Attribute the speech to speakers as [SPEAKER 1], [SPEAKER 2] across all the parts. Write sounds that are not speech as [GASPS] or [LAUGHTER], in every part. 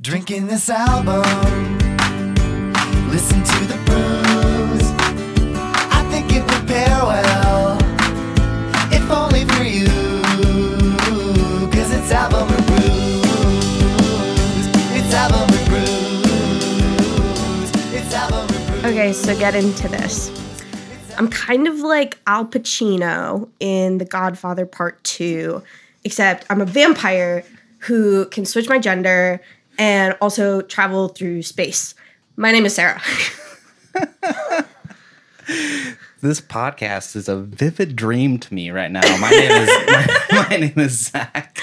[SPEAKER 1] Drinking this album, listen to the booze. I think it would pair well, if only for you. Cause it's album and brews. It's album and brews. It's album and brews.
[SPEAKER 2] Okay, so get into this. I'm kind of like Al Pacino in The Godfather Part 2, except I'm a vampire who can switch my gender and also travel through space. My name is Sarah.
[SPEAKER 3] This podcast is a vivid dream to me right now. My name is [LAUGHS] my, my name is Zach.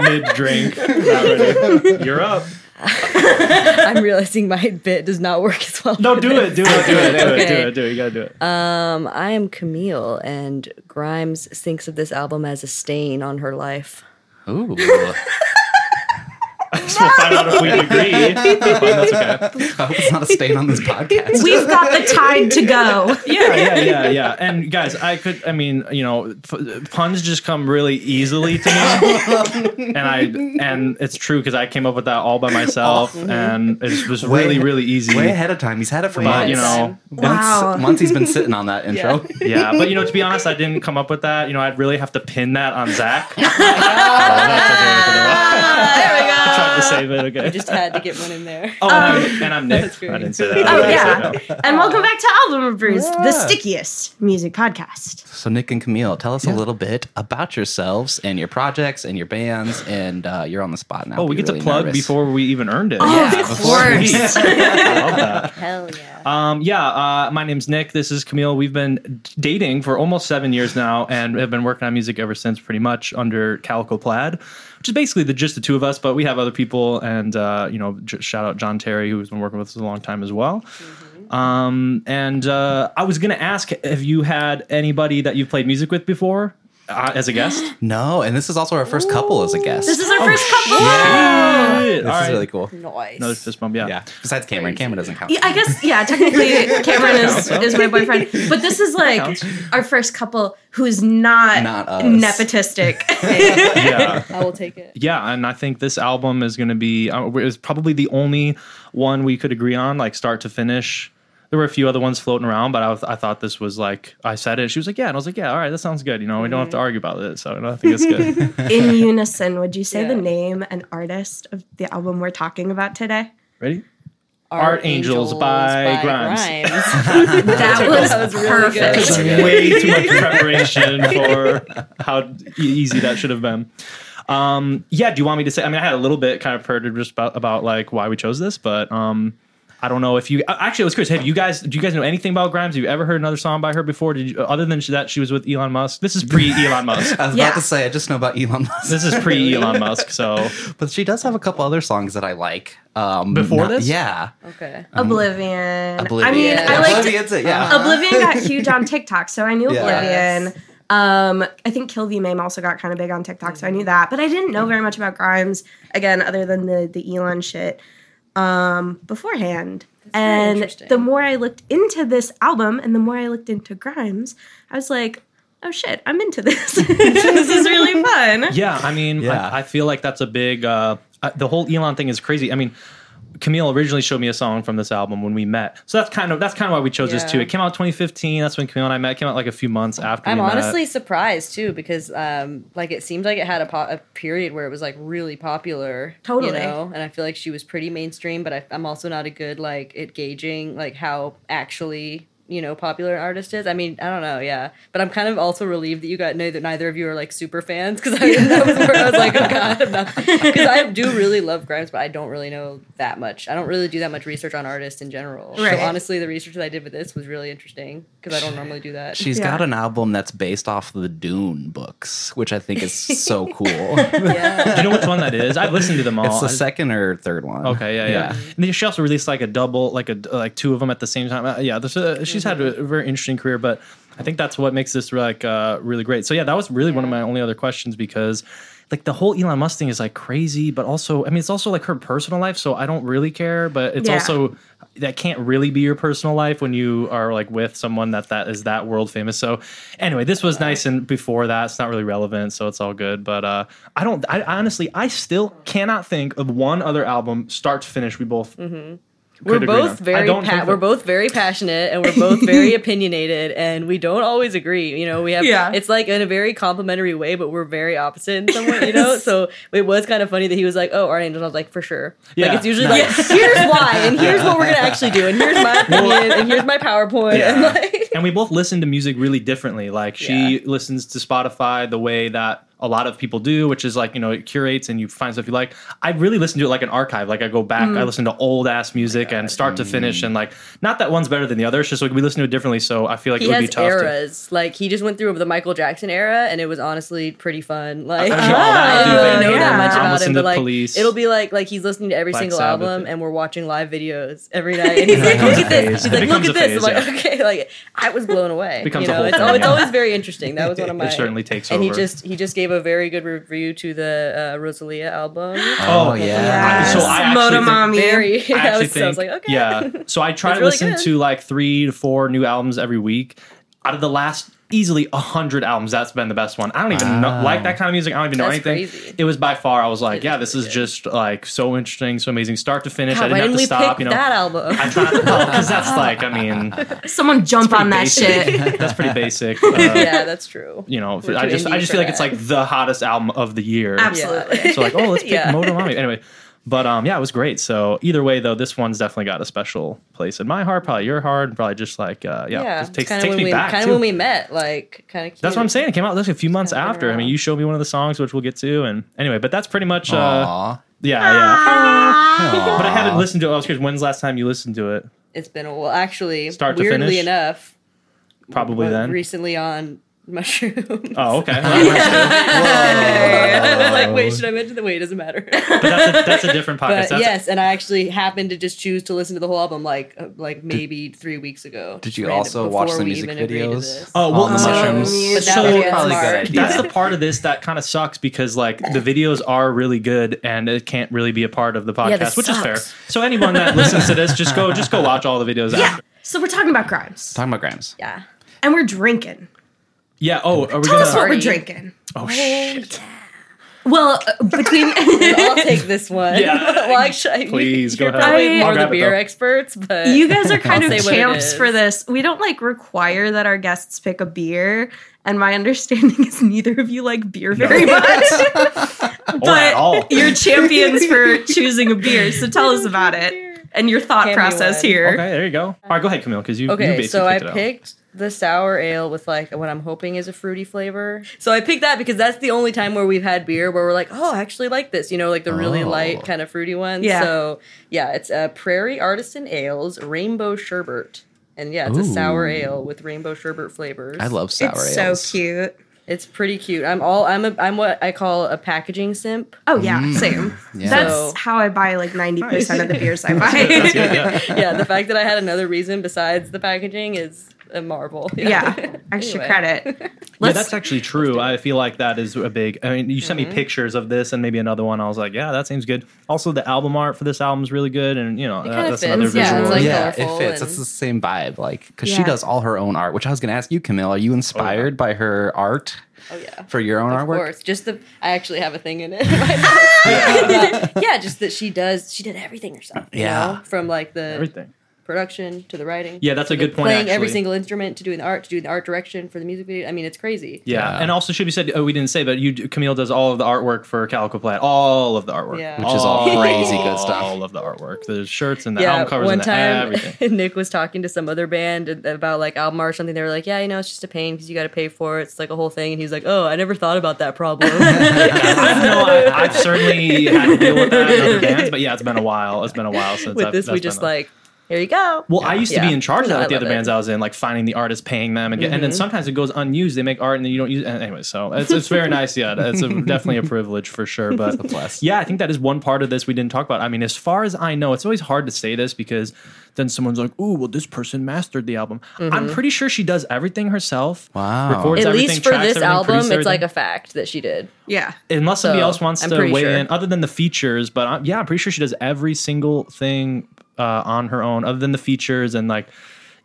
[SPEAKER 4] Mid drink. You're up.
[SPEAKER 5] I'm realizing my bit does not work as well.
[SPEAKER 4] No, Oh, do it. Do it. Do it. Do it. Do
[SPEAKER 5] Okay.
[SPEAKER 4] it. Do it. You gotta do it.
[SPEAKER 5] Um, I am Camille, and Grimes thinks of this album as a stain on her life.
[SPEAKER 3] Ooh.
[SPEAKER 4] we'll find out if we agree. But that's okay.
[SPEAKER 3] I hope it's not a stain on this podcast.
[SPEAKER 2] We've got the tide to go.
[SPEAKER 4] Yeah,
[SPEAKER 5] [LAUGHS]
[SPEAKER 4] yeah, yeah, yeah. And guys, I could. I mean, you know, f- puns just come really easily to me, and I and it's true because I came up with that all by myself, and it was
[SPEAKER 3] Way-
[SPEAKER 4] really, really easy.
[SPEAKER 3] Way ahead of time. He's had it for
[SPEAKER 4] But
[SPEAKER 3] months.
[SPEAKER 4] you know,
[SPEAKER 3] Months-
[SPEAKER 4] [LAUGHS]
[SPEAKER 2] Wow.
[SPEAKER 3] months he's been sitting on
[SPEAKER 2] [LAUGHS]
[SPEAKER 3] that intro.
[SPEAKER 4] yeah. But you know, to be honest, I didn't come up with that. You know, I'd really have to pin that on Zach. [LAUGHS] Tried to save it. Okay.
[SPEAKER 5] Just had to get one in there.
[SPEAKER 4] Oh, and, I'm, and I'm Nick.
[SPEAKER 5] great.
[SPEAKER 4] I didn't say that.
[SPEAKER 2] Oh,
[SPEAKER 4] I
[SPEAKER 2] yeah.
[SPEAKER 4] didn't say
[SPEAKER 2] And welcome back to Album of Brews, the
[SPEAKER 3] Yeah.
[SPEAKER 2] stickiest music podcast.
[SPEAKER 3] So Nick and Camille, tell us a little bit about yourselves and your projects and your bands, and uh, you're on the spot now.
[SPEAKER 4] no. Oh, we
[SPEAKER 3] Be
[SPEAKER 4] get to
[SPEAKER 3] really
[SPEAKER 4] plug
[SPEAKER 3] nervous.
[SPEAKER 4] before we even earned it.
[SPEAKER 2] Oh, of course.
[SPEAKER 4] [LAUGHS] I love that.
[SPEAKER 3] [LAUGHS]
[SPEAKER 5] Hell yeah.
[SPEAKER 4] Um, yeah, uh, my name's Nick. This is Camille. We've been dating for almost seven years now and have been working on music ever since, pretty much under Calico Plaid, which is basically the, just the two of us, but we have other people. And, uh, you know, j- shout out John Terry, who's been working with us a long time as well.
[SPEAKER 2] Mm-hmm.
[SPEAKER 4] Um, and uh, I was going to ask have you had anybody that you've played music with before uh, as
[SPEAKER 2] [GASPS]
[SPEAKER 4] a guest?
[SPEAKER 3] No, and this is also our first couple as a guest. [LAUGHS]
[SPEAKER 2] This is our first couple.
[SPEAKER 4] Shit.
[SPEAKER 3] This
[SPEAKER 4] All
[SPEAKER 3] is
[SPEAKER 4] right.
[SPEAKER 3] really cool.
[SPEAKER 5] Nice.
[SPEAKER 4] Another fist bump, yeah.
[SPEAKER 3] Yeah. Besides Cameron, Cameron doesn't count.
[SPEAKER 2] Yeah, I guess
[SPEAKER 3] [LAUGHS]
[SPEAKER 2] yeah. Technically, Cameron is,
[SPEAKER 4] Counts.
[SPEAKER 2] is my boyfriend, but this is like
[SPEAKER 4] Counts.
[SPEAKER 2] our first couple who's not,
[SPEAKER 3] Not us.
[SPEAKER 2] nepotistic.
[SPEAKER 3] [LAUGHS]
[SPEAKER 4] yeah.
[SPEAKER 5] I will take it.
[SPEAKER 4] yeah and i think this album is going to be uh, is probably the only one we could agree on like start to finish there were a few other ones floating around but i, was- I thought this was like i said it she was like yeah and i was like yeah all right that sounds good you know we don't have to argue about this so i think it's good
[SPEAKER 2] In unison, would you say the
[SPEAKER 5] Yeah.
[SPEAKER 2] name and artist of the album we're talking about today?
[SPEAKER 4] ready Art Angels by Grimes.
[SPEAKER 2] That was,
[SPEAKER 5] [LAUGHS] That was really good.
[SPEAKER 2] perfect.
[SPEAKER 4] way too much preparation for how e- easy that should have been um yeah do you want me to say i mean i had a little bit kind of heard just about, about like why we chose this but um I don't know if you uh, actually. I was curious. Have you guys? Do you guys know anything about Grimes? Have you ever heard another song by her before? Did you, other than she, that she was with Elon Musk? This is pre Elon
[SPEAKER 6] [LAUGHS]
[SPEAKER 4] Musk.
[SPEAKER 3] I was
[SPEAKER 2] Yeah.
[SPEAKER 3] about to say I just know about Elon Musk,
[SPEAKER 4] This is pre Elon Musk. So
[SPEAKER 3] [LAUGHS] but she does have a couple other songs that I like. Um,
[SPEAKER 4] Before this?
[SPEAKER 3] yeah,
[SPEAKER 5] Okay.
[SPEAKER 2] Oblivion. I
[SPEAKER 3] Um, Oblivion.
[SPEAKER 2] mean,
[SPEAKER 5] Yeah.
[SPEAKER 2] I like to-
[SPEAKER 3] Oblivion's it. Yeah,
[SPEAKER 4] Uh-huh.
[SPEAKER 2] Oblivion
[SPEAKER 4] [LAUGHS]
[SPEAKER 2] got huge on TikTok, so I knew
[SPEAKER 3] Yeah.
[SPEAKER 2] Oblivion.
[SPEAKER 5] Yes.
[SPEAKER 2] Um, I think Kill the Mame also got kind of big on TikTok, so I knew that. But I didn't know very much about Grimes again, other than the the Elon shit um, beforehand.
[SPEAKER 5] really
[SPEAKER 2] and
[SPEAKER 5] interesting.
[SPEAKER 2] the more I looked into this album, and the more I looked into Grimes, I was like, oh shit, I'm into this. [LAUGHS] this is really fun.
[SPEAKER 4] Yeah, I mean,
[SPEAKER 3] Yeah.
[SPEAKER 4] I, I feel like that's a big. Uh, I, the whole Elon thing is crazy. I mean, Camille originally showed me a song from this album when we met, so that's kind of that's kind of why we chose
[SPEAKER 5] Yeah.
[SPEAKER 4] this too. It came out 2015. That's when Camille and I met. It came out like a few months after.
[SPEAKER 5] I'm
[SPEAKER 4] we met.
[SPEAKER 5] honestly surprised too because um, like it seems like it had a, po- a period where it was like really popular.
[SPEAKER 2] Totally.
[SPEAKER 5] You know? And I feel like she was pretty mainstream, but I, I'm also not a good like at gauging like how actually you know popular an artist is. I mean, I don't know, yeah. But I'm kind of also relieved that you got neither neither of you are like super fans because I, [LAUGHS] that was where I was like, oh god, I'm not because I do really love Grimes, but I don't really know that much. I don't really do that much research on artists in general.
[SPEAKER 2] Right.
[SPEAKER 5] So honestly, the research that I did with this was really interesting because I don't normally do that.
[SPEAKER 3] She's
[SPEAKER 2] Yeah.
[SPEAKER 3] got an album that's based off the Dune books, which I think is so cool.
[SPEAKER 5] yeah.
[SPEAKER 4] Do you know which one that is? I've listened to them
[SPEAKER 3] [LAUGHS]
[SPEAKER 4] all.
[SPEAKER 3] it's the
[SPEAKER 4] I-
[SPEAKER 3] second or third one.
[SPEAKER 4] Okay, yeah, yeah. And then she Mm-hmm. also released like a double, like a like two of them at the same time. Uh, yeah, this, uh, she's had a very interesting career, but I think that's what makes this like uh, really great. So yeah, that was really one of my only other questions because like the whole Elon Musk thing is like crazy, but also I mean it's also like her personal life, so I don't really care, but it's
[SPEAKER 2] Yeah.
[SPEAKER 4] also that can't really be your personal life when you are like with someone that that is that world famous. So anyway, this was nice and before that it's not really relevant, so it's all good, but uh I don't I honestly I still cannot think of one other album start to finish we both
[SPEAKER 5] Mm-hmm. We're
[SPEAKER 4] could agree
[SPEAKER 5] both
[SPEAKER 4] on. I
[SPEAKER 5] very
[SPEAKER 4] don't think
[SPEAKER 5] pa-
[SPEAKER 4] that-
[SPEAKER 5] we're both very passionate and we're
[SPEAKER 4] [LAUGHS]
[SPEAKER 5] both very opinionated and we don't always agree. You know, we have
[SPEAKER 2] Yeah.
[SPEAKER 5] it's like in a very complimentary way, but we're very opposite in some way, you know? So it was kind of funny that he was like, Oh, Art Angel, and I was like, for sure.
[SPEAKER 4] Yeah,
[SPEAKER 5] like it's usually
[SPEAKER 4] nice.
[SPEAKER 5] like here's why and here's what we're gonna actually do and
[SPEAKER 4] [LAUGHS]
[SPEAKER 5] here's my opinion and here's my PowerPoint and
[SPEAKER 4] Yeah.
[SPEAKER 5] like
[SPEAKER 4] and we both listen to music really differently. Like she
[SPEAKER 5] Yeah.
[SPEAKER 4] listens to Spotify the way that a lot of people do, which is like, you know, it curates and you find stuff you like. I really listen to it like an archive. Like I go back,
[SPEAKER 5] Mm.
[SPEAKER 4] I listen to old ass music and start to finish and like not that one's better than the other. It's just like we listen to it differently. So I feel like
[SPEAKER 5] he
[SPEAKER 4] it would be
[SPEAKER 5] has
[SPEAKER 4] tough to
[SPEAKER 5] eras. Like he just went through the Michael Jackson era and it was honestly pretty fun. Like
[SPEAKER 4] I don't know all that. I do
[SPEAKER 5] I don't
[SPEAKER 4] Van
[SPEAKER 5] really know
[SPEAKER 2] Halen.
[SPEAKER 5] that much
[SPEAKER 2] I'm
[SPEAKER 5] about
[SPEAKER 4] listening
[SPEAKER 5] him,
[SPEAKER 4] to
[SPEAKER 5] but like
[SPEAKER 4] Police.
[SPEAKER 5] it'll be like like he's listenning to every
[SPEAKER 4] Black
[SPEAKER 5] single
[SPEAKER 4] Sabbath.
[SPEAKER 5] album, and we're watching live videos every night. And he's
[SPEAKER 4] It
[SPEAKER 5] like,
[SPEAKER 4] becomes
[SPEAKER 5] "Look
[SPEAKER 4] a
[SPEAKER 5] at
[SPEAKER 4] phase.
[SPEAKER 5] this!"
[SPEAKER 4] It
[SPEAKER 5] He's like, "Look
[SPEAKER 4] becomes
[SPEAKER 5] at
[SPEAKER 4] a
[SPEAKER 5] this!" I'm
[SPEAKER 4] phase,
[SPEAKER 5] like, "Okay." Like I was blown away.
[SPEAKER 4] Becomes a
[SPEAKER 5] you know,
[SPEAKER 4] whole
[SPEAKER 5] it's,
[SPEAKER 4] thing,
[SPEAKER 5] al- it's
[SPEAKER 4] yeah.
[SPEAKER 5] always very interesting. That
[SPEAKER 4] [LAUGHS]
[SPEAKER 5] was one of my.
[SPEAKER 4] certainly takes
[SPEAKER 5] and
[SPEAKER 4] over.
[SPEAKER 5] he just he just gave a very good review to the uh, Rosalia album.
[SPEAKER 4] [GASPS] Oh,
[SPEAKER 2] yeah.
[SPEAKER 4] So I actually think-
[SPEAKER 2] Motomami.
[SPEAKER 5] Very.
[SPEAKER 4] I
[SPEAKER 5] [LAUGHS] I
[SPEAKER 4] actually
[SPEAKER 5] was,
[SPEAKER 4] think,
[SPEAKER 5] I was like, okay. [LAUGHS]
[SPEAKER 4] yeah. So I try
[SPEAKER 5] It's
[SPEAKER 4] to
[SPEAKER 5] really
[SPEAKER 4] listen
[SPEAKER 5] good.
[SPEAKER 4] to like three to four new albums every week. Out of the last easily hundred albums, that's been the best one. I don't even know,
[SPEAKER 3] Wow.
[SPEAKER 4] like that kind of music. I don't even know
[SPEAKER 5] That's
[SPEAKER 4] anything.
[SPEAKER 5] crazy.
[SPEAKER 4] It was by far. I was like,
[SPEAKER 5] It
[SPEAKER 4] yeah,
[SPEAKER 5] is
[SPEAKER 4] this is just like so interesting, so amazing, start to finish. I
[SPEAKER 5] God,
[SPEAKER 4] didn't
[SPEAKER 5] why
[SPEAKER 4] have
[SPEAKER 5] didn't
[SPEAKER 4] to
[SPEAKER 5] we
[SPEAKER 4] stop.
[SPEAKER 5] pick
[SPEAKER 4] You know,
[SPEAKER 5] that album?
[SPEAKER 4] [LAUGHS] I tried because that's like, I mean,
[SPEAKER 2] Someone jump on that
[SPEAKER 4] basic.
[SPEAKER 2] shit. [LAUGHS]
[SPEAKER 4] that's pretty
[SPEAKER 5] [LAUGHS]
[SPEAKER 4] basic. Uh,
[SPEAKER 5] [LAUGHS] yeah, that's true.
[SPEAKER 4] you know,
[SPEAKER 5] We're
[SPEAKER 4] I
[SPEAKER 5] too
[SPEAKER 4] just I
[SPEAKER 5] indie
[SPEAKER 4] just
[SPEAKER 5] for
[SPEAKER 4] feel like it's
[SPEAKER 5] that.
[SPEAKER 4] like the hottest album of the year.
[SPEAKER 2] Absolutely.
[SPEAKER 5] Yeah.
[SPEAKER 4] So like, oh,
[SPEAKER 5] [LAUGHS]
[SPEAKER 4] let's pick
[SPEAKER 5] Yeah.
[SPEAKER 4] Motomami. Anyway, but um, yeah, it was great. So either way, though, this one's definitely got a special place in my heart, probably your heart, and probably just like uh, yeah,
[SPEAKER 5] yeah,
[SPEAKER 4] just takes,
[SPEAKER 5] kind
[SPEAKER 4] takes
[SPEAKER 5] of when
[SPEAKER 4] me
[SPEAKER 5] we
[SPEAKER 4] back.
[SPEAKER 5] kind
[SPEAKER 4] too.
[SPEAKER 5] of when we met, like kind of.
[SPEAKER 4] that's what I'm saying. It came out like a few months
[SPEAKER 5] kinda been
[SPEAKER 4] after. I mean,
[SPEAKER 5] around.
[SPEAKER 4] you showed me one of the songs, which we'll get to, and anyway, but that's pretty much uh,
[SPEAKER 3] Aw.
[SPEAKER 4] yeah, yeah.
[SPEAKER 3] Aw.
[SPEAKER 4] But I haven't listened to. it. I was curious, when's the last time you listened to it?
[SPEAKER 5] It's been a while. Actually,
[SPEAKER 4] Start to
[SPEAKER 5] weirdly
[SPEAKER 4] finish?
[SPEAKER 5] enough,
[SPEAKER 4] Probably
[SPEAKER 5] was
[SPEAKER 4] then.
[SPEAKER 5] recently on mushrooms. [LAUGHS]
[SPEAKER 4] Oh, okay. Well,
[SPEAKER 5] I was like, wait,
[SPEAKER 3] Whoa.
[SPEAKER 5] should I mention the wait? It doesn't matter.
[SPEAKER 4] but
[SPEAKER 5] [LAUGHS]
[SPEAKER 4] that's a, that's a different podcast.
[SPEAKER 5] But
[SPEAKER 4] That's
[SPEAKER 5] yes, and I actually happened to just choose to listen to the whole album like uh, like maybe three weeks ago.
[SPEAKER 3] Did you
[SPEAKER 5] Random-
[SPEAKER 3] also watch
[SPEAKER 5] before
[SPEAKER 3] the
[SPEAKER 5] we
[SPEAKER 3] music
[SPEAKER 5] even agreed to
[SPEAKER 3] videos?
[SPEAKER 5] this.
[SPEAKER 4] Oh, well,
[SPEAKER 3] on the
[SPEAKER 4] so-
[SPEAKER 3] mushrooms.
[SPEAKER 2] But
[SPEAKER 5] that
[SPEAKER 4] would be
[SPEAKER 3] probably a
[SPEAKER 5] smart.
[SPEAKER 3] good idea.
[SPEAKER 4] That's the part of this that kind of sucks because like the videos are really good and it can't really be a part of the podcast,
[SPEAKER 5] Yeah, this
[SPEAKER 4] which is fair.
[SPEAKER 5] sucks.
[SPEAKER 4] So anyone that listens to this, just
[SPEAKER 5] [LAUGHS]
[SPEAKER 4] go just go watch all the videos
[SPEAKER 2] Yeah.
[SPEAKER 4] after.
[SPEAKER 2] So we're talking about crimes.
[SPEAKER 3] [LAUGHS] Talking about Grimes.
[SPEAKER 5] Yeah.
[SPEAKER 2] And we're drinking.
[SPEAKER 4] Yeah. Oh, are we
[SPEAKER 2] Tell us
[SPEAKER 4] gonna?
[SPEAKER 2] what we're
[SPEAKER 5] Sorry.
[SPEAKER 2] drinking.
[SPEAKER 4] Oh shit!
[SPEAKER 2] Well, uh, between
[SPEAKER 5] [LAUGHS] I'll take
[SPEAKER 4] [LAUGHS]
[SPEAKER 5] this one.
[SPEAKER 4] Yeah.
[SPEAKER 5] [LAUGHS] well, actually,
[SPEAKER 4] Please, go
[SPEAKER 5] you're
[SPEAKER 4] ahead.
[SPEAKER 5] probably
[SPEAKER 2] I'll
[SPEAKER 5] more the
[SPEAKER 4] grab it,
[SPEAKER 5] beer
[SPEAKER 4] though.
[SPEAKER 5] experts, but
[SPEAKER 2] you guys are kind
[SPEAKER 5] [LAUGHS] I'll
[SPEAKER 2] of
[SPEAKER 5] say what it
[SPEAKER 2] champs
[SPEAKER 5] is.
[SPEAKER 2] for this. We don't like require that our guests pick a beer, and my understanding [LAUGHS] is neither of you like beer very much.
[SPEAKER 4] [LAUGHS] Or at
[SPEAKER 2] [LAUGHS]
[SPEAKER 4] all.
[SPEAKER 2] but [LAUGHS] you're champions for
[SPEAKER 4] [LAUGHS]
[SPEAKER 2] choosing a beer. So tell us about it and your thought
[SPEAKER 5] Hand me
[SPEAKER 2] process
[SPEAKER 5] one.
[SPEAKER 2] here.
[SPEAKER 4] Okay, there you go. All right, go ahead, Camille, because you you
[SPEAKER 5] Okay,
[SPEAKER 4] basically
[SPEAKER 5] so I
[SPEAKER 4] picked it out.
[SPEAKER 5] picked the sour ale with like what I'm hoping is a fruity flavor. So I picked that because that's the only time where we've had beer where we're like, oh, I actually like this, you know, like the really
[SPEAKER 3] Oh.
[SPEAKER 5] light kind of fruity one.
[SPEAKER 2] Yeah.
[SPEAKER 5] So yeah, it's a Prairie Artisan Ales Rainbow Sherbet. And yeah, it's a
[SPEAKER 3] Ooh.
[SPEAKER 5] sour ale with rainbow sherbet flavors.
[SPEAKER 3] I love sour
[SPEAKER 2] it's
[SPEAKER 3] ales.
[SPEAKER 2] so cute.
[SPEAKER 5] It's pretty cute. I'm all I'm a I'm what I call a packaging simp. [LAUGHS]
[SPEAKER 2] Oh yeah,
[SPEAKER 4] Mm.
[SPEAKER 2] same.
[SPEAKER 3] Yeah.
[SPEAKER 2] That's
[SPEAKER 5] So-
[SPEAKER 2] how I buy like ninety percent of the beers
[SPEAKER 4] [LAUGHS]
[SPEAKER 2] I buy.
[SPEAKER 4] That's good, [LAUGHS] yeah.
[SPEAKER 5] yeah, the fact that I had another reason besides the packaging is a marvel.
[SPEAKER 2] [LAUGHS]
[SPEAKER 5] [LAUGHS]
[SPEAKER 2] yeah, extra
[SPEAKER 5] Anyway.
[SPEAKER 2] credit.
[SPEAKER 4] Yeah,
[SPEAKER 2] Let's,
[SPEAKER 4] that's actually true. I feel like that is a big. I mean, you sent
[SPEAKER 5] Mm-hmm.
[SPEAKER 4] me pictures of this and maybe another one. I was like, yeah, that seems good. Also, the album art for this album is really good, and you know, that,
[SPEAKER 5] kinda
[SPEAKER 4] that's another
[SPEAKER 5] fits, yeah, it's
[SPEAKER 4] visual.
[SPEAKER 5] like-
[SPEAKER 3] Oh, yeah,
[SPEAKER 5] colorful
[SPEAKER 3] it fits.
[SPEAKER 5] and-
[SPEAKER 3] That's the same vibe, like because she
[SPEAKER 2] Yeah.
[SPEAKER 3] does all her own art. Which I was going to ask you, Camille. Are
[SPEAKER 4] Oh,
[SPEAKER 3] you inspired by her art
[SPEAKER 5] Oh yeah.
[SPEAKER 3] for your own
[SPEAKER 5] Of
[SPEAKER 3] artwork?
[SPEAKER 5] course, just the I actually have a thing in it. [LAUGHS] yeah. just that she does. She did everything herself. you
[SPEAKER 3] Yeah.
[SPEAKER 5] know? from like the
[SPEAKER 4] everything.
[SPEAKER 5] production to the writing.
[SPEAKER 4] Yeah, that's
[SPEAKER 5] to
[SPEAKER 4] a
[SPEAKER 5] the
[SPEAKER 4] good point,
[SPEAKER 5] Playing every
[SPEAKER 4] actually.
[SPEAKER 5] single instrument to doing the art to doing the art direction for the music video. I mean, it's crazy.
[SPEAKER 4] Yeah.
[SPEAKER 3] Yeah.
[SPEAKER 4] and also should be said. Oh, we didn't say, but you, do- Camille, does all of the artwork for Calico Plaid, all of the artwork,
[SPEAKER 5] Yeah.
[SPEAKER 3] Which is all
[SPEAKER 4] Oh.
[SPEAKER 3] crazy good stuff.
[SPEAKER 4] All of the artwork, the shirts and the
[SPEAKER 5] Yeah,
[SPEAKER 4] album covers
[SPEAKER 5] one
[SPEAKER 4] and the
[SPEAKER 5] time
[SPEAKER 4] everything.
[SPEAKER 5] [LAUGHS] Nick was talking to some other band about like album art or something. They were like, "Yeah, you know, it's just a pain because you got to pay for it. It's like a whole thing." And he's like, "Oh, I never thought about
[SPEAKER 4] [LAUGHS]
[SPEAKER 5] that problem."
[SPEAKER 4] I know I, I've certainly had to deal with that in other bands, but yeah, it's been a while. It's been a while since
[SPEAKER 5] [LAUGHS] With
[SPEAKER 4] I've,
[SPEAKER 5] this, we
[SPEAKER 4] that's
[SPEAKER 5] just
[SPEAKER 4] been a-
[SPEAKER 5] like here you go.
[SPEAKER 4] Well, I used to
[SPEAKER 5] Yeah.
[SPEAKER 4] be in charge of
[SPEAKER 5] No,
[SPEAKER 4] that
[SPEAKER 5] I
[SPEAKER 4] with the
[SPEAKER 5] love
[SPEAKER 4] other
[SPEAKER 5] it.
[SPEAKER 4] bands I was in, like finding the artist, paying them, and, get,
[SPEAKER 3] Mm-hmm.
[SPEAKER 4] and then sometimes it goes unused. They make art and then you don't use. and Anyway, so it's, it's very nice. Yeah, it's a, definitely a privilege for
[SPEAKER 3] [LAUGHS]
[SPEAKER 4] sure. But
[SPEAKER 3] plus.
[SPEAKER 4] yeah, I think that is one part of this we didn't talk about. I mean, as far as I know, it's always hard to say this because then someone's like, "Ooh, well, this person mastered the album." I'm pretty sure she does everything herself.
[SPEAKER 3] Wow.
[SPEAKER 4] records
[SPEAKER 5] Mm-hmm. At
[SPEAKER 4] everything,
[SPEAKER 5] least for
[SPEAKER 4] tracks
[SPEAKER 5] this
[SPEAKER 4] everything,
[SPEAKER 5] album,
[SPEAKER 4] produces
[SPEAKER 5] it's
[SPEAKER 4] everything
[SPEAKER 5] like a fact that she did.
[SPEAKER 2] Yeah.
[SPEAKER 4] unless somebody
[SPEAKER 5] So,
[SPEAKER 4] else wants
[SPEAKER 5] I'm
[SPEAKER 4] to
[SPEAKER 5] pretty
[SPEAKER 4] weigh
[SPEAKER 5] sure.
[SPEAKER 4] in other than the features but I'm, yeah i'm pretty sure she does every single thing uh, on her own other than the features and like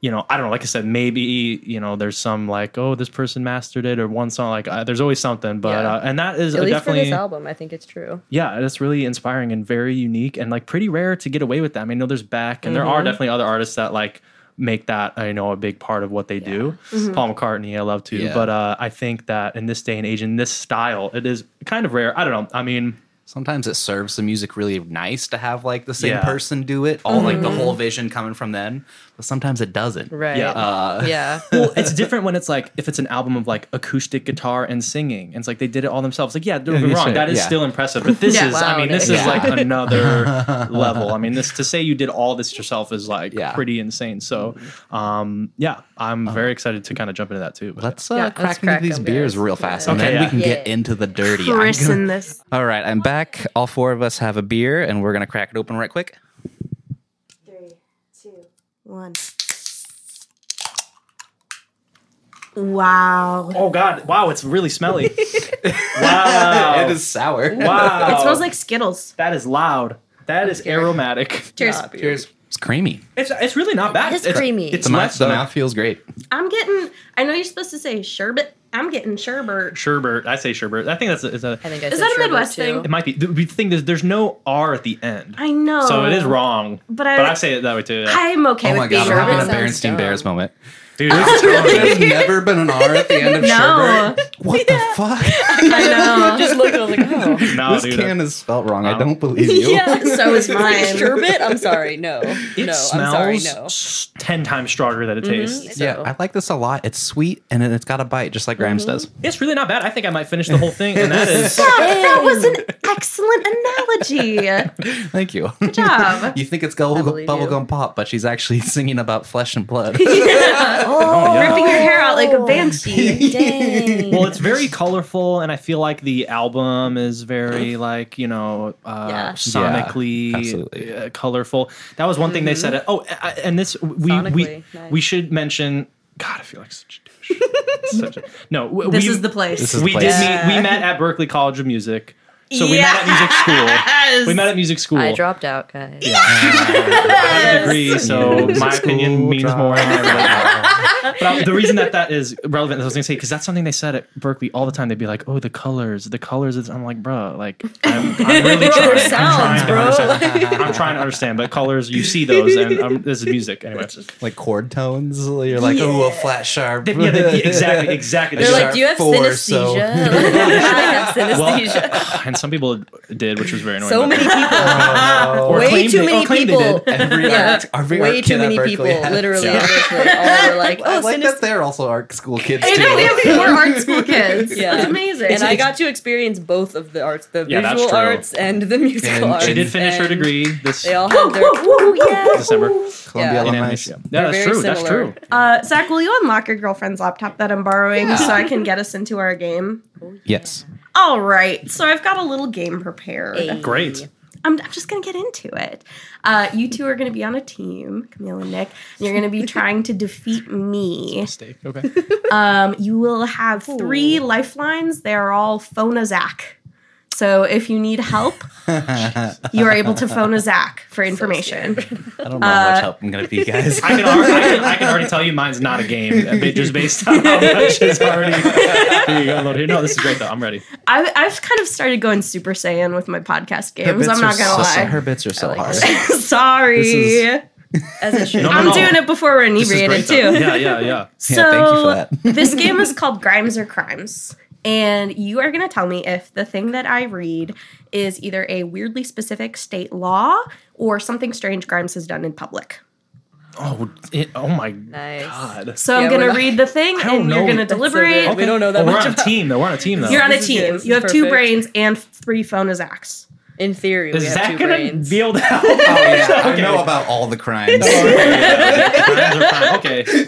[SPEAKER 4] you know i don't know like i said maybe you know there's some like oh this person mastered it or one song like uh, there's always something but
[SPEAKER 5] Yeah.
[SPEAKER 4] uh, and that is
[SPEAKER 5] At least for
[SPEAKER 4] definitely
[SPEAKER 5] this album, I think it's true.
[SPEAKER 4] yeah that's really inspiring and very unique and like pretty rare to get away with that i mean I know there's back and there are definitely other artists that like make that i know a big part of what they do paul mccartney i love too
[SPEAKER 3] Yeah.
[SPEAKER 4] but uh, i think that in this day and age in this style it is kind of rare i don't know i mean
[SPEAKER 3] Sometimes it serves the music really nice to have like the same
[SPEAKER 4] Yeah.
[SPEAKER 3] person do it, all like the whole vision coming from them. But sometimes it doesn't.
[SPEAKER 5] Mm-hmm. Right.
[SPEAKER 4] Yeah.
[SPEAKER 3] Uh,
[SPEAKER 5] [LAUGHS] yeah.
[SPEAKER 3] [LAUGHS]
[SPEAKER 4] well, it's different when it's like if it's an album of like acoustic guitar and singing, and it's like they did it all themselves. Like, yeah, don't get me
[SPEAKER 3] you
[SPEAKER 4] wrong,
[SPEAKER 3] say-
[SPEAKER 4] that is
[SPEAKER 3] yeah.
[SPEAKER 4] still impressive. But this
[SPEAKER 5] Yeah.
[SPEAKER 4] is, I
[SPEAKER 5] Wow,
[SPEAKER 4] mean, this
[SPEAKER 5] Nick.
[SPEAKER 4] is
[SPEAKER 5] Yeah.
[SPEAKER 4] like
[SPEAKER 3] [LAUGHS]
[SPEAKER 4] another level. I mean, this to say you did all this yourself is like
[SPEAKER 3] Yeah. Oh.
[SPEAKER 4] pretty insane. So, um, yeah, I'm very excited to kind of jump into that too. But
[SPEAKER 3] Let's uh,
[SPEAKER 5] Yeah, let's
[SPEAKER 3] crack into
[SPEAKER 5] crack
[SPEAKER 3] these
[SPEAKER 5] them
[SPEAKER 3] beers
[SPEAKER 5] beers.
[SPEAKER 3] real fast,
[SPEAKER 5] Yeah.
[SPEAKER 3] and
[SPEAKER 4] Okay,
[SPEAKER 3] then
[SPEAKER 4] yeah.
[SPEAKER 3] we can get
[SPEAKER 5] Yeah.
[SPEAKER 3] into the dirty. I'm
[SPEAKER 2] Chris
[SPEAKER 3] gonna-
[SPEAKER 2] in this.
[SPEAKER 3] [LAUGHS] All right, I'm back. All four of us have a beer, and we're gonna crack it open right quick.
[SPEAKER 2] Three, two, one. Wow.
[SPEAKER 4] oh god, wow, it's
[SPEAKER 3] [LAUGHS]
[SPEAKER 4] really smelly. wow,
[SPEAKER 3] It is sour.
[SPEAKER 4] Oh. wow,
[SPEAKER 2] It
[SPEAKER 5] Oh.
[SPEAKER 2] smells like Skittles.
[SPEAKER 4] that is loud. That is aromatic.
[SPEAKER 2] Cheers.
[SPEAKER 5] Not
[SPEAKER 3] [LAUGHS]
[SPEAKER 5] beer.
[SPEAKER 3] Cheers. It's creamy.
[SPEAKER 4] It's it's really not bad.
[SPEAKER 5] It is creamy.
[SPEAKER 4] It's
[SPEAKER 3] The mouth,
[SPEAKER 4] less
[SPEAKER 3] the
[SPEAKER 4] than
[SPEAKER 3] mouth feels great.
[SPEAKER 2] I'm getting, I know you're supposed to say sherbet. I'm getting sherbet.
[SPEAKER 4] sherbet. I say sherbet. I think that's a, it's a
[SPEAKER 5] I think I
[SPEAKER 2] Is
[SPEAKER 5] said
[SPEAKER 2] that a
[SPEAKER 5] sherbet,
[SPEAKER 2] Midwest thing?
[SPEAKER 4] It might be. The the thing is, there's no R at the end.
[SPEAKER 2] I know.
[SPEAKER 4] So it
[SPEAKER 5] Um,
[SPEAKER 4] is wrong.
[SPEAKER 2] But I-
[SPEAKER 4] but I say it that way too. Yeah.
[SPEAKER 2] I'm okay
[SPEAKER 3] oh
[SPEAKER 2] with
[SPEAKER 3] my
[SPEAKER 2] being
[SPEAKER 3] god, we're having a
[SPEAKER 5] nervous.
[SPEAKER 2] wrong.
[SPEAKER 5] Sounds
[SPEAKER 3] Berenstain
[SPEAKER 5] dumb.
[SPEAKER 3] Bears
[SPEAKER 5] [LAUGHS]
[SPEAKER 3] moment.
[SPEAKER 4] Dude,
[SPEAKER 3] [LAUGHS]
[SPEAKER 4] it's
[SPEAKER 3] There's never been an R at the end of
[SPEAKER 2] No.
[SPEAKER 3] sherbet.
[SPEAKER 5] [LAUGHS]
[SPEAKER 3] What the fuck?
[SPEAKER 2] I know.
[SPEAKER 5] Just look at it, [LAUGHS] I was like, oh.
[SPEAKER 4] no,
[SPEAKER 3] this
[SPEAKER 4] dude.
[SPEAKER 3] can is spelt wrong. I
[SPEAKER 4] Wow.
[SPEAKER 3] don't believe you.
[SPEAKER 5] [LAUGHS]
[SPEAKER 2] so is mine.
[SPEAKER 5] Sherbet? I'm sorry. No.
[SPEAKER 4] It
[SPEAKER 5] no,
[SPEAKER 4] smells
[SPEAKER 5] I'm sorry. No. Mm-hmm.
[SPEAKER 4] s- ten times stronger than it tastes.
[SPEAKER 3] Yeah,
[SPEAKER 5] So-
[SPEAKER 3] I like this a lot. It's sweet and it- it's got a bite, just like
[SPEAKER 5] Mm-hmm.
[SPEAKER 3] Grimes does. [LAUGHS]
[SPEAKER 4] It's really not bad. I think I might finish the whole thing, and that
[SPEAKER 5] [LAUGHS]
[SPEAKER 4] is.
[SPEAKER 2] Stop, [LAUGHS] that was [LAUGHS] an excellent [LAUGHS] analogy.
[SPEAKER 3] Thank you.
[SPEAKER 2] Good
[SPEAKER 3] [LAUGHS]
[SPEAKER 2] job.
[SPEAKER 5] [LAUGHS]
[SPEAKER 3] you think it's gobble,
[SPEAKER 5] believe you.
[SPEAKER 3] bubblegum pop, but she's actually [LAUGHS] singing about flesh and
[SPEAKER 5] [LAUGHS]
[SPEAKER 3] blood.
[SPEAKER 4] Oh, yeah.
[SPEAKER 2] Ripping your hair out like a
[SPEAKER 5] [LAUGHS]
[SPEAKER 2] banshee.
[SPEAKER 5] Dang.
[SPEAKER 4] Well, it's very colorful, and I feel like the album is very like you know uh,
[SPEAKER 5] Yeah.
[SPEAKER 3] Yeah,
[SPEAKER 4] sonically
[SPEAKER 3] absolutely.
[SPEAKER 4] uh, colorful. That was one thing they said. Oh, a- a- and this we we
[SPEAKER 5] Mm-hmm. Sonically, nice.
[SPEAKER 4] we should mention. God, I feel like such a
[SPEAKER 5] [LAUGHS]
[SPEAKER 4] douche. such a, no, w-
[SPEAKER 2] This
[SPEAKER 4] we-
[SPEAKER 2] is the place.
[SPEAKER 3] This is-
[SPEAKER 4] we
[SPEAKER 3] place. [LAUGHS]
[SPEAKER 4] did meet. We met at Berkeley College of Music. So we met at music
[SPEAKER 2] Yes.
[SPEAKER 4] school. We met at music school.
[SPEAKER 5] I dropped out, guys.
[SPEAKER 4] I have a degree, so
[SPEAKER 3] Music
[SPEAKER 4] my
[SPEAKER 3] school
[SPEAKER 4] opinion means
[SPEAKER 3] dropout.
[SPEAKER 4] more. Than everybody else's. but I- the reason that that is relevant, I was going to say, because that's something they said at Berkeley all the time. They'd be like, "Oh, the colors, the colors." Is, I'm like, bro, like I'm, I'm
[SPEAKER 5] [LAUGHS]
[SPEAKER 4] really trying, I'm
[SPEAKER 5] sounds,
[SPEAKER 4] trying
[SPEAKER 5] bro. [LAUGHS]
[SPEAKER 4] to understand. I'm trying to understand, but colors, you see those, and um, this is music anyway.
[SPEAKER 3] like chord tones. You're like, oh, a flat sharp.
[SPEAKER 4] They- yeah, they- exactly,
[SPEAKER 3] [LAUGHS]
[SPEAKER 4] exactly.
[SPEAKER 5] They're
[SPEAKER 4] They
[SPEAKER 5] like,
[SPEAKER 4] are-
[SPEAKER 5] do you have
[SPEAKER 3] four,
[SPEAKER 5] synesthesia?
[SPEAKER 3] so-
[SPEAKER 4] [LAUGHS]
[SPEAKER 5] Like, I have synesthesia.
[SPEAKER 4] well, [SIGHS] and some people did, which was very annoying.
[SPEAKER 5] so
[SPEAKER 4] but-
[SPEAKER 5] many people.
[SPEAKER 4] or
[SPEAKER 5] Way
[SPEAKER 4] claimed
[SPEAKER 5] too
[SPEAKER 4] they- or
[SPEAKER 5] many
[SPEAKER 4] claimed they
[SPEAKER 5] people. [LAUGHS]
[SPEAKER 4] did.
[SPEAKER 3] Oh, Every
[SPEAKER 5] Yeah.
[SPEAKER 3] art- every
[SPEAKER 5] Way
[SPEAKER 3] art
[SPEAKER 5] too
[SPEAKER 3] kid at
[SPEAKER 5] many
[SPEAKER 3] Berkeley
[SPEAKER 5] people,
[SPEAKER 3] has-
[SPEAKER 5] literally,
[SPEAKER 3] Yeah.
[SPEAKER 5] literally, all were
[SPEAKER 6] [LAUGHS]
[SPEAKER 5] like,
[SPEAKER 3] I
[SPEAKER 5] [LAUGHS] oh,
[SPEAKER 3] like that
[SPEAKER 5] synesthesia.
[SPEAKER 3] they're also art school kids
[SPEAKER 2] I
[SPEAKER 3] too.
[SPEAKER 2] know we have [LAUGHS] four art school kids.
[SPEAKER 5] Yeah.
[SPEAKER 2] It's amazing.
[SPEAKER 5] And I got to experience both of the arts, the
[SPEAKER 4] Yeah, that's
[SPEAKER 5] visual
[SPEAKER 4] true.
[SPEAKER 5] arts and the musical
[SPEAKER 3] And
[SPEAKER 5] arts.
[SPEAKER 4] She did finish her
[SPEAKER 5] and
[SPEAKER 4] degree this
[SPEAKER 5] They all
[SPEAKER 2] Woo,
[SPEAKER 5] had their
[SPEAKER 2] woo, woo, yeah.
[SPEAKER 3] [LAUGHS]
[SPEAKER 4] December.
[SPEAKER 3] Columbia
[SPEAKER 5] Yeah.
[SPEAKER 3] alumni.
[SPEAKER 4] Unanimous, Yeah, Yeah, that's
[SPEAKER 5] very
[SPEAKER 4] true. That's
[SPEAKER 5] similar.
[SPEAKER 4] true.
[SPEAKER 2] Uh, Zach, will you unlock your girlfriend's laptop that I'm borrowing so I can get us into our game?
[SPEAKER 5] [LAUGHS]
[SPEAKER 3] Yes. [LAUGHS]
[SPEAKER 2] All right. So I've got a little game prepared.
[SPEAKER 5] Hey.
[SPEAKER 4] Great.
[SPEAKER 2] I'm, I'm just going to get into it. Uh, you two are going to be on a team, Camille and Nick, and you're going to be trying to defeat me.
[SPEAKER 4] Mistake. Okay.
[SPEAKER 2] Um, you will have three lifelines. They are all phone a Zach. So if you need help, you are able to phone a Zach for information.
[SPEAKER 3] I don't know
[SPEAKER 5] Uh,
[SPEAKER 3] how much help I'm gonna be, guys.
[SPEAKER 4] I can, already, I, can, I can already tell you mine's not a game, uh, ba- just based on
[SPEAKER 5] [LAUGHS]
[SPEAKER 4] how much is already. Here you go, Lord. Here- No, this is great though. I'm ready.
[SPEAKER 2] I, [LAUGHS] I've kind of started going Super Saiyan with my podcast
[SPEAKER 3] Her
[SPEAKER 2] games. I'm
[SPEAKER 3] bits
[SPEAKER 2] not
[SPEAKER 3] are
[SPEAKER 2] gonna
[SPEAKER 3] so-
[SPEAKER 2] lie. [LAUGHS]
[SPEAKER 3] Her bits are so
[SPEAKER 5] like
[SPEAKER 3] hard.
[SPEAKER 2] Sorry,
[SPEAKER 3] This is-
[SPEAKER 4] [LAUGHS]
[SPEAKER 5] As it should.
[SPEAKER 4] No, no,
[SPEAKER 2] I'm
[SPEAKER 4] no.
[SPEAKER 2] doing it before we're
[SPEAKER 4] This is
[SPEAKER 2] inebriated
[SPEAKER 4] great,
[SPEAKER 2] too.
[SPEAKER 4] though. Yeah, yeah, yeah.
[SPEAKER 2] So
[SPEAKER 3] Yeah, thank you for that.
[SPEAKER 2] [LAUGHS] this
[SPEAKER 3] [LAUGHS]
[SPEAKER 2] game is called Grimes or Crimes, and you are gonna tell me if the thing that I read is either a weirdly specific state law or something strange Grimes has done in public.
[SPEAKER 4] Oh, it, oh my
[SPEAKER 5] Nice.
[SPEAKER 4] god.
[SPEAKER 2] So
[SPEAKER 5] Yeah,
[SPEAKER 2] I'm
[SPEAKER 5] we're
[SPEAKER 2] gonna
[SPEAKER 5] not-
[SPEAKER 2] read the
[SPEAKER 4] [LAUGHS]
[SPEAKER 2] thing,
[SPEAKER 4] don't
[SPEAKER 2] and you're
[SPEAKER 4] know.
[SPEAKER 2] gonna
[SPEAKER 4] That's
[SPEAKER 2] deliberate.
[SPEAKER 5] We don't know that
[SPEAKER 4] Oh, we're
[SPEAKER 5] much
[SPEAKER 4] on a
[SPEAKER 5] about-
[SPEAKER 4] team though. We're on a team though.
[SPEAKER 2] You're on a
[SPEAKER 5] This is good.
[SPEAKER 2] team.
[SPEAKER 5] This
[SPEAKER 2] You
[SPEAKER 5] is
[SPEAKER 2] have two
[SPEAKER 5] perfect.
[SPEAKER 2] brains and three phone as acts.
[SPEAKER 5] In theory, we
[SPEAKER 4] Is
[SPEAKER 5] have
[SPEAKER 4] that
[SPEAKER 5] two
[SPEAKER 4] gonna
[SPEAKER 5] brains.
[SPEAKER 4] be able to
[SPEAKER 5] [LAUGHS]
[SPEAKER 4] help? Oh,
[SPEAKER 3] yeah, I
[SPEAKER 4] Okay.
[SPEAKER 3] know about all the crimes.
[SPEAKER 4] Crimes are fine.
[SPEAKER 5] [LAUGHS]
[SPEAKER 4] Okay.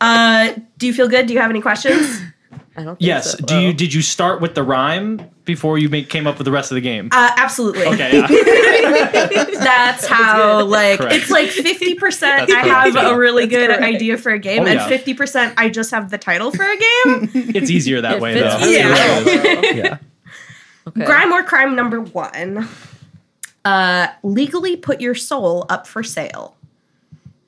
[SPEAKER 2] Uh, do you feel good? Do you have any questions?
[SPEAKER 4] [LAUGHS]
[SPEAKER 5] I don't think
[SPEAKER 4] Yes.
[SPEAKER 5] so.
[SPEAKER 4] Do you did you start with the rhyme before you make, came up with the rest of the
[SPEAKER 5] [LAUGHS]
[SPEAKER 4] game?
[SPEAKER 2] Uh, absolutely.
[SPEAKER 4] Okay. Yeah.
[SPEAKER 2] [LAUGHS] That's how like
[SPEAKER 4] Correct.
[SPEAKER 2] it's like fifty percent.
[SPEAKER 4] That's
[SPEAKER 2] I have
[SPEAKER 4] correct.
[SPEAKER 2] a really good
[SPEAKER 5] correct.
[SPEAKER 2] idea for a game,
[SPEAKER 4] Oh,
[SPEAKER 2] and
[SPEAKER 4] yeah.
[SPEAKER 2] fifty percent I just have the title for a
[SPEAKER 4] [LAUGHS]
[SPEAKER 2] game.
[SPEAKER 4] It's easier that
[SPEAKER 5] It
[SPEAKER 4] way
[SPEAKER 5] fits
[SPEAKER 4] though.
[SPEAKER 5] me
[SPEAKER 2] Yeah.
[SPEAKER 5] well, though.
[SPEAKER 4] [LAUGHS] Yeah.
[SPEAKER 5] Okay.
[SPEAKER 2] Grime or crime number one. Uh, legally put your soul up for sale.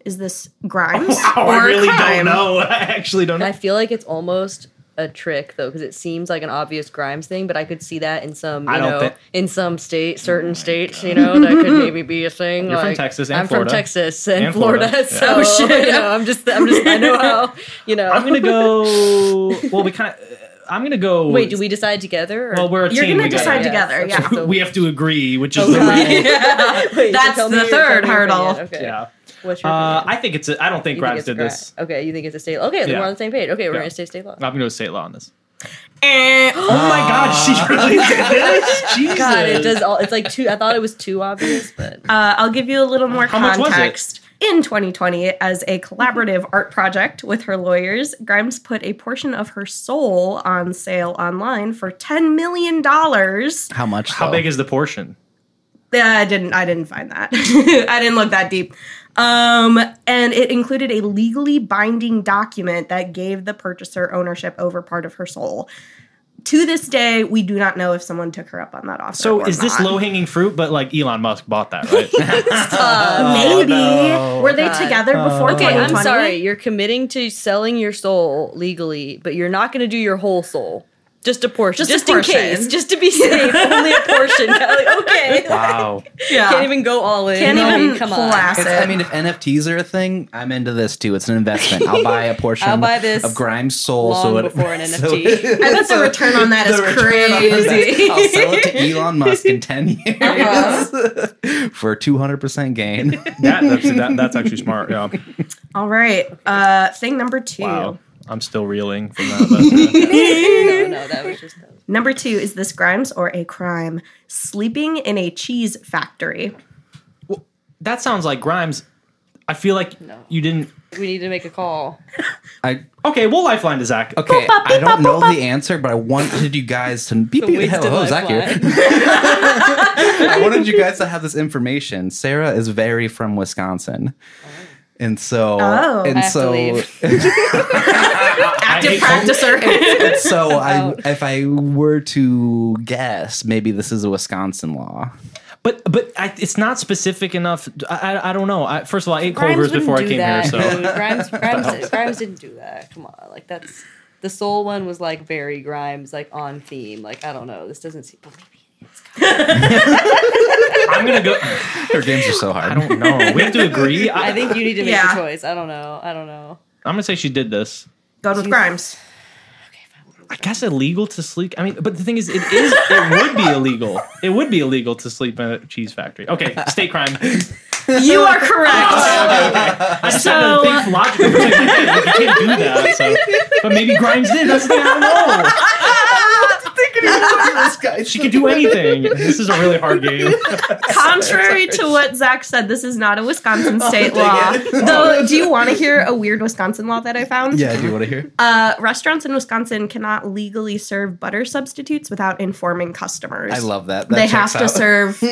[SPEAKER 2] Is this Grimes
[SPEAKER 4] [LAUGHS] Wow,
[SPEAKER 2] or
[SPEAKER 4] I really
[SPEAKER 2] crime?
[SPEAKER 4] don't know. [LAUGHS] I actually don't
[SPEAKER 5] I
[SPEAKER 4] know.
[SPEAKER 5] feel like it's almost a trick though, because it seems like an obvious Grimes thing, but I could see that in some, you
[SPEAKER 4] I don't
[SPEAKER 5] know,
[SPEAKER 4] thi- Oh
[SPEAKER 5] in some state, certain states, you know, that could
[SPEAKER 4] [LAUGHS]
[SPEAKER 5] maybe be a thing.
[SPEAKER 4] You're from
[SPEAKER 5] like-
[SPEAKER 4] Texas and
[SPEAKER 5] I'm
[SPEAKER 4] Florida.
[SPEAKER 5] from Texas and,
[SPEAKER 4] And Florida,
[SPEAKER 5] Florida,
[SPEAKER 4] yeah.
[SPEAKER 5] so
[SPEAKER 2] Oh, shit.
[SPEAKER 5] [LAUGHS] you know, I'm just, I'm just, I know how, you
[SPEAKER 4] [LAUGHS]
[SPEAKER 5] know.
[SPEAKER 4] I'm gonna
[SPEAKER 5] [LAUGHS]
[SPEAKER 4] go. Well, we kind of. I'm gonna go.
[SPEAKER 5] Wait, do we decide together? Or?
[SPEAKER 4] Well, we're a
[SPEAKER 2] You're
[SPEAKER 4] team.
[SPEAKER 2] gonna
[SPEAKER 4] we gotta-
[SPEAKER 2] decide
[SPEAKER 4] [LAUGHS]
[SPEAKER 5] it.
[SPEAKER 2] together.
[SPEAKER 5] Yes,
[SPEAKER 2] Yeah. [LAUGHS]
[SPEAKER 4] We have to agree, which is
[SPEAKER 5] Oh,
[SPEAKER 4] the
[SPEAKER 5] God. [LAUGHS]
[SPEAKER 4] rule.
[SPEAKER 5] Wait, so
[SPEAKER 2] That's
[SPEAKER 5] tell me
[SPEAKER 2] the
[SPEAKER 5] your-
[SPEAKER 2] third
[SPEAKER 5] tell me your
[SPEAKER 2] hurdle.
[SPEAKER 5] opinion. Okay.
[SPEAKER 4] Yeah.
[SPEAKER 5] What's your
[SPEAKER 4] Uh,
[SPEAKER 5] opinion?
[SPEAKER 4] I think it's. A, I don't think
[SPEAKER 5] You
[SPEAKER 4] Grimes
[SPEAKER 5] it's
[SPEAKER 4] did
[SPEAKER 5] gra-
[SPEAKER 4] this.
[SPEAKER 5] Okay, you think it's a state law. Okay, then
[SPEAKER 4] Yeah.
[SPEAKER 5] we're on the same page. Okay, we're
[SPEAKER 4] Yeah.
[SPEAKER 5] gonna stay state law.
[SPEAKER 4] I'm gonna go state law on this.
[SPEAKER 2] Eh,
[SPEAKER 4] Oh my God, she
[SPEAKER 5] [LAUGHS]
[SPEAKER 4] really did this. Jesus.
[SPEAKER 5] God, it does all. It's like too. I thought it was too obvious, but
[SPEAKER 2] Uh, I'll give you a little more
[SPEAKER 4] How much was it?
[SPEAKER 2] context. In 2020, as a collaborative art project with her lawyers, Grimes put a portion of her soul on sale online for $10 million. Uh,
[SPEAKER 3] How much?
[SPEAKER 4] How
[SPEAKER 3] though?
[SPEAKER 4] big is the portion?
[SPEAKER 2] I didn't I didn't find that. [LAUGHS] I didn't look that deep. Um, and it included a legally binding document that gave the purchaser ownership over part of her soul. To this day, we do not know if someone took her up on that offer.
[SPEAKER 4] So
[SPEAKER 2] or
[SPEAKER 4] is this
[SPEAKER 2] not.
[SPEAKER 4] low hanging fruit? But like Elon Musk bought that,
[SPEAKER 5] [LAUGHS]
[SPEAKER 4] right? Oh,
[SPEAKER 2] Maybe were they
[SPEAKER 5] God.
[SPEAKER 2] together before?
[SPEAKER 5] [LAUGHS] okay, I'm
[SPEAKER 2] 2020?
[SPEAKER 5] sorry. You're committing to selling your soul legally, but you're not gonna do your whole soul. Just a portion,
[SPEAKER 2] Just
[SPEAKER 5] just,
[SPEAKER 2] a portion.
[SPEAKER 5] in case, just to [LAUGHS] be safe. only a portion. [LAUGHS] Kelly. Okay,
[SPEAKER 4] wow. [LAUGHS]
[SPEAKER 2] Yeah.
[SPEAKER 5] can't even go all in.
[SPEAKER 2] Can't
[SPEAKER 5] I mean,
[SPEAKER 2] even
[SPEAKER 5] come
[SPEAKER 2] collapse.
[SPEAKER 6] [LAUGHS]
[SPEAKER 5] on.
[SPEAKER 2] That's
[SPEAKER 3] It's- I
[SPEAKER 2] it.
[SPEAKER 3] mean, if NFTs are a thing, I'm into this too. It's an investment. I'll buy a portion
[SPEAKER 5] I'll buy this
[SPEAKER 3] of Grime's soul.
[SPEAKER 5] long
[SPEAKER 3] so it, [LAUGHS]
[SPEAKER 5] before an
[SPEAKER 3] so-
[SPEAKER 5] NFT.
[SPEAKER 2] I
[SPEAKER 5] [LAUGHS]
[SPEAKER 2] bet the
[SPEAKER 3] [LAUGHS]
[SPEAKER 2] return on that is
[SPEAKER 3] the return on
[SPEAKER 2] crazy. [LAUGHS]
[SPEAKER 3] investment. I'll sell it to Elon Musk in 10 years for 200% gain.
[SPEAKER 4] That, that's, that, that's actually smart. Yeah.
[SPEAKER 2] All right. Uh, thing number two.
[SPEAKER 4] Wow. I'm still reeling from
[SPEAKER 5] [LAUGHS]
[SPEAKER 4] that. but, uh,
[SPEAKER 5] No, no, that [LAUGHS] was just.
[SPEAKER 2] Number two is this Grimes or a crime? Sleeping in a cheese factory.
[SPEAKER 4] that sounds like Grimes. I feel like
[SPEAKER 5] No.
[SPEAKER 4] you didn't.
[SPEAKER 5] We need to make a call.
[SPEAKER 3] I,
[SPEAKER 4] Okay, we'll lifeline to Zach.
[SPEAKER 3] okay,
[SPEAKER 2] Boop, boop,
[SPEAKER 3] I don't
[SPEAKER 2] boop,
[SPEAKER 3] know
[SPEAKER 2] boop,
[SPEAKER 3] the answer, but I wanted you guys to beep beep.
[SPEAKER 5] wasted
[SPEAKER 3] Hello, Zach here.
[SPEAKER 5] lifeline.
[SPEAKER 3] [LAUGHS]
[SPEAKER 5] [LAUGHS]
[SPEAKER 3] I wanted you guys to have this information. Sarah is very from Wisconsin. And so,
[SPEAKER 2] Oh.
[SPEAKER 3] and
[SPEAKER 5] I have to
[SPEAKER 3] so,
[SPEAKER 5] leave.
[SPEAKER 2] Active
[SPEAKER 4] hate
[SPEAKER 5] [LAUGHS]
[SPEAKER 2] practicer.
[SPEAKER 3] And so I,
[SPEAKER 5] out.
[SPEAKER 3] if I were to guess, maybe this is a Wisconsin law.
[SPEAKER 4] But but I, it's not specific enough. I, I, I don't know. I, first of all, I ate
[SPEAKER 5] Grimes
[SPEAKER 4] Culver's before I
[SPEAKER 5] wouldn't
[SPEAKER 4] came
[SPEAKER 5] do that,
[SPEAKER 4] here, so
[SPEAKER 5] dude.
[SPEAKER 4] [LAUGHS]
[SPEAKER 5] [LAUGHS] Grimes, Grimes, Grimes didn't do that. Come on, like that's the soul one was like very Grimes, like on theme. Like I don't know, this doesn't seem. But maybe it's kind
[SPEAKER 4] I'm gonna go. [LAUGHS]
[SPEAKER 3] Her games are so hard.
[SPEAKER 4] I
[SPEAKER 3] [LAUGHS]
[SPEAKER 4] don't know. We have to agree.
[SPEAKER 5] of-
[SPEAKER 4] I,
[SPEAKER 5] [LAUGHS] I think you need to make
[SPEAKER 2] Yeah.
[SPEAKER 5] a choice. I don't know. I don't know.
[SPEAKER 4] I'm gonna say she did this.
[SPEAKER 2] Going with
[SPEAKER 5] [LAUGHS]
[SPEAKER 2] Grimes.
[SPEAKER 4] I guess illegal to sleep. I mean, but the thing is, it is. It would be illegal. It would be illegal to sleep in a cheese factory. Okay, state crime.
[SPEAKER 2] You are correct.
[SPEAKER 5] [LAUGHS]
[SPEAKER 4] I just had to
[SPEAKER 5] uh,
[SPEAKER 4] think logically. Like, you can't- you can't do that. So. But maybe Grimes did. That's the thing. I don't know. She could do anything. This is a really hard game.
[SPEAKER 2] Contrary to what Zach said, this is not a
[SPEAKER 5] [LAUGHS]
[SPEAKER 2] Wisconsin
[SPEAKER 5] Oh,
[SPEAKER 2] state law. [LAUGHS] Though, do you want to hear a weird Wisconsin law that I found?
[SPEAKER 3] Yeah, do you want to hear?
[SPEAKER 2] Uh, restaurants in Wisconsin cannot legally serve butter substitutes without informing customers.
[SPEAKER 3] I love that. That
[SPEAKER 2] they
[SPEAKER 3] checks
[SPEAKER 2] have to
[SPEAKER 3] out.
[SPEAKER 2] serve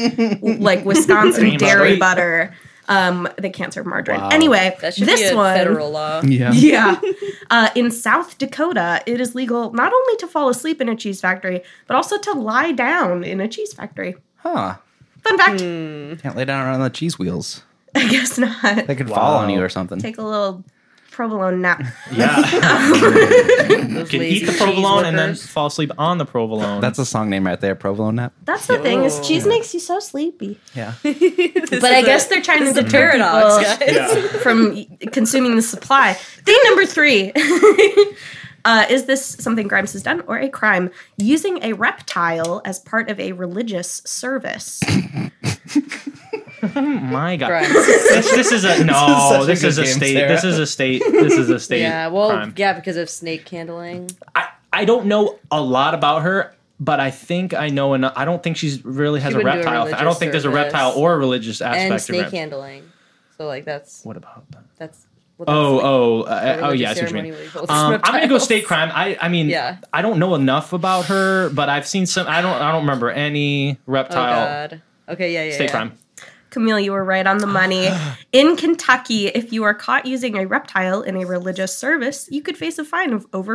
[SPEAKER 2] like Wisconsin
[SPEAKER 4] Cream
[SPEAKER 2] dairy
[SPEAKER 4] buttery.
[SPEAKER 2] butter. Um, they can't serve margarine.
[SPEAKER 3] Wow.
[SPEAKER 2] Anyway,
[SPEAKER 5] That should
[SPEAKER 2] this
[SPEAKER 5] be a
[SPEAKER 2] one.
[SPEAKER 5] federal law.
[SPEAKER 3] [LAUGHS] Yeah.
[SPEAKER 2] [LAUGHS] Yeah. Uh, in South Dakota, it is legal not only to fall asleep in a cheese factory, but also to lie down in a cheese factory.
[SPEAKER 3] Huh.
[SPEAKER 2] Fun fact
[SPEAKER 3] Can't lay down around the cheese wheels.
[SPEAKER 2] [LAUGHS] I guess not.
[SPEAKER 3] They could fall on
[SPEAKER 4] Wow.
[SPEAKER 3] you or something.
[SPEAKER 2] Take a little provolone nap.
[SPEAKER 4] Yeah.
[SPEAKER 5] Those
[SPEAKER 4] Can
[SPEAKER 5] lazy
[SPEAKER 4] eat the
[SPEAKER 5] cheese
[SPEAKER 4] provolone and then
[SPEAKER 5] whippers.
[SPEAKER 4] fall asleep on the provolone.
[SPEAKER 3] That's a song name right there, Provolone Nap.
[SPEAKER 2] That's the thing is
[SPEAKER 5] Ooh.
[SPEAKER 2] cheese makes you so sleepy.
[SPEAKER 3] [LAUGHS] Yeah.
[SPEAKER 5] This
[SPEAKER 2] But I
[SPEAKER 5] is
[SPEAKER 2] guess
[SPEAKER 5] a-
[SPEAKER 2] they're trying to
[SPEAKER 5] this is a
[SPEAKER 2] deter
[SPEAKER 5] paradox,
[SPEAKER 2] people.
[SPEAKER 5] guys. [LAUGHS]
[SPEAKER 2] [LAUGHS] from y- consuming the supply. Thing number three [LAUGHS] uh, is this something Grimes has done or a crime? Using a reptile as part of a religious service.
[SPEAKER 4] My God.
[SPEAKER 5] Grimes.
[SPEAKER 4] This, this
[SPEAKER 5] [LAUGHS]
[SPEAKER 4] is a no.
[SPEAKER 3] This
[SPEAKER 4] This
[SPEAKER 3] is such
[SPEAKER 4] is
[SPEAKER 3] a good
[SPEAKER 4] a
[SPEAKER 3] game,
[SPEAKER 4] state.
[SPEAKER 3] Sarah.
[SPEAKER 4] This is a state. This is a state.
[SPEAKER 5] Yeah, well,
[SPEAKER 4] crime.
[SPEAKER 5] yeah, because of snake candling.
[SPEAKER 4] I, I don't know a lot about her, but I think I know enough. I don't think she's really has
[SPEAKER 5] She
[SPEAKER 4] a
[SPEAKER 5] would do a
[SPEAKER 4] reptile. thing. I don't
[SPEAKER 5] religious
[SPEAKER 4] think there's a
[SPEAKER 5] service.
[SPEAKER 4] reptile or a religious aspect
[SPEAKER 5] and
[SPEAKER 4] of
[SPEAKER 5] snake
[SPEAKER 4] it.
[SPEAKER 5] handling. So like that's
[SPEAKER 4] What about that?
[SPEAKER 5] that's. Well, that's
[SPEAKER 4] Oh,
[SPEAKER 5] like
[SPEAKER 4] oh,
[SPEAKER 5] a
[SPEAKER 4] uh, oh,
[SPEAKER 5] religious
[SPEAKER 4] yeah, I see what you
[SPEAKER 5] ceremony
[SPEAKER 4] mean.
[SPEAKER 5] where you hold [LAUGHS]
[SPEAKER 4] Um, I'm gonna go
[SPEAKER 5] reptiles.
[SPEAKER 4] state crime. I, I mean,
[SPEAKER 5] Yeah.
[SPEAKER 4] I don't know enough about her, but I've seen some. I don't, I don't remember any
[SPEAKER 5] Oh
[SPEAKER 4] reptile
[SPEAKER 5] god. Okay, yeah, yeah.
[SPEAKER 4] state
[SPEAKER 5] yeah.
[SPEAKER 4] crime.
[SPEAKER 2] Camille, you were right on the
[SPEAKER 4] [SIGHS]
[SPEAKER 2] money. In Kentucky, if you are caught using a reptile in a religious service, you could face a fine of over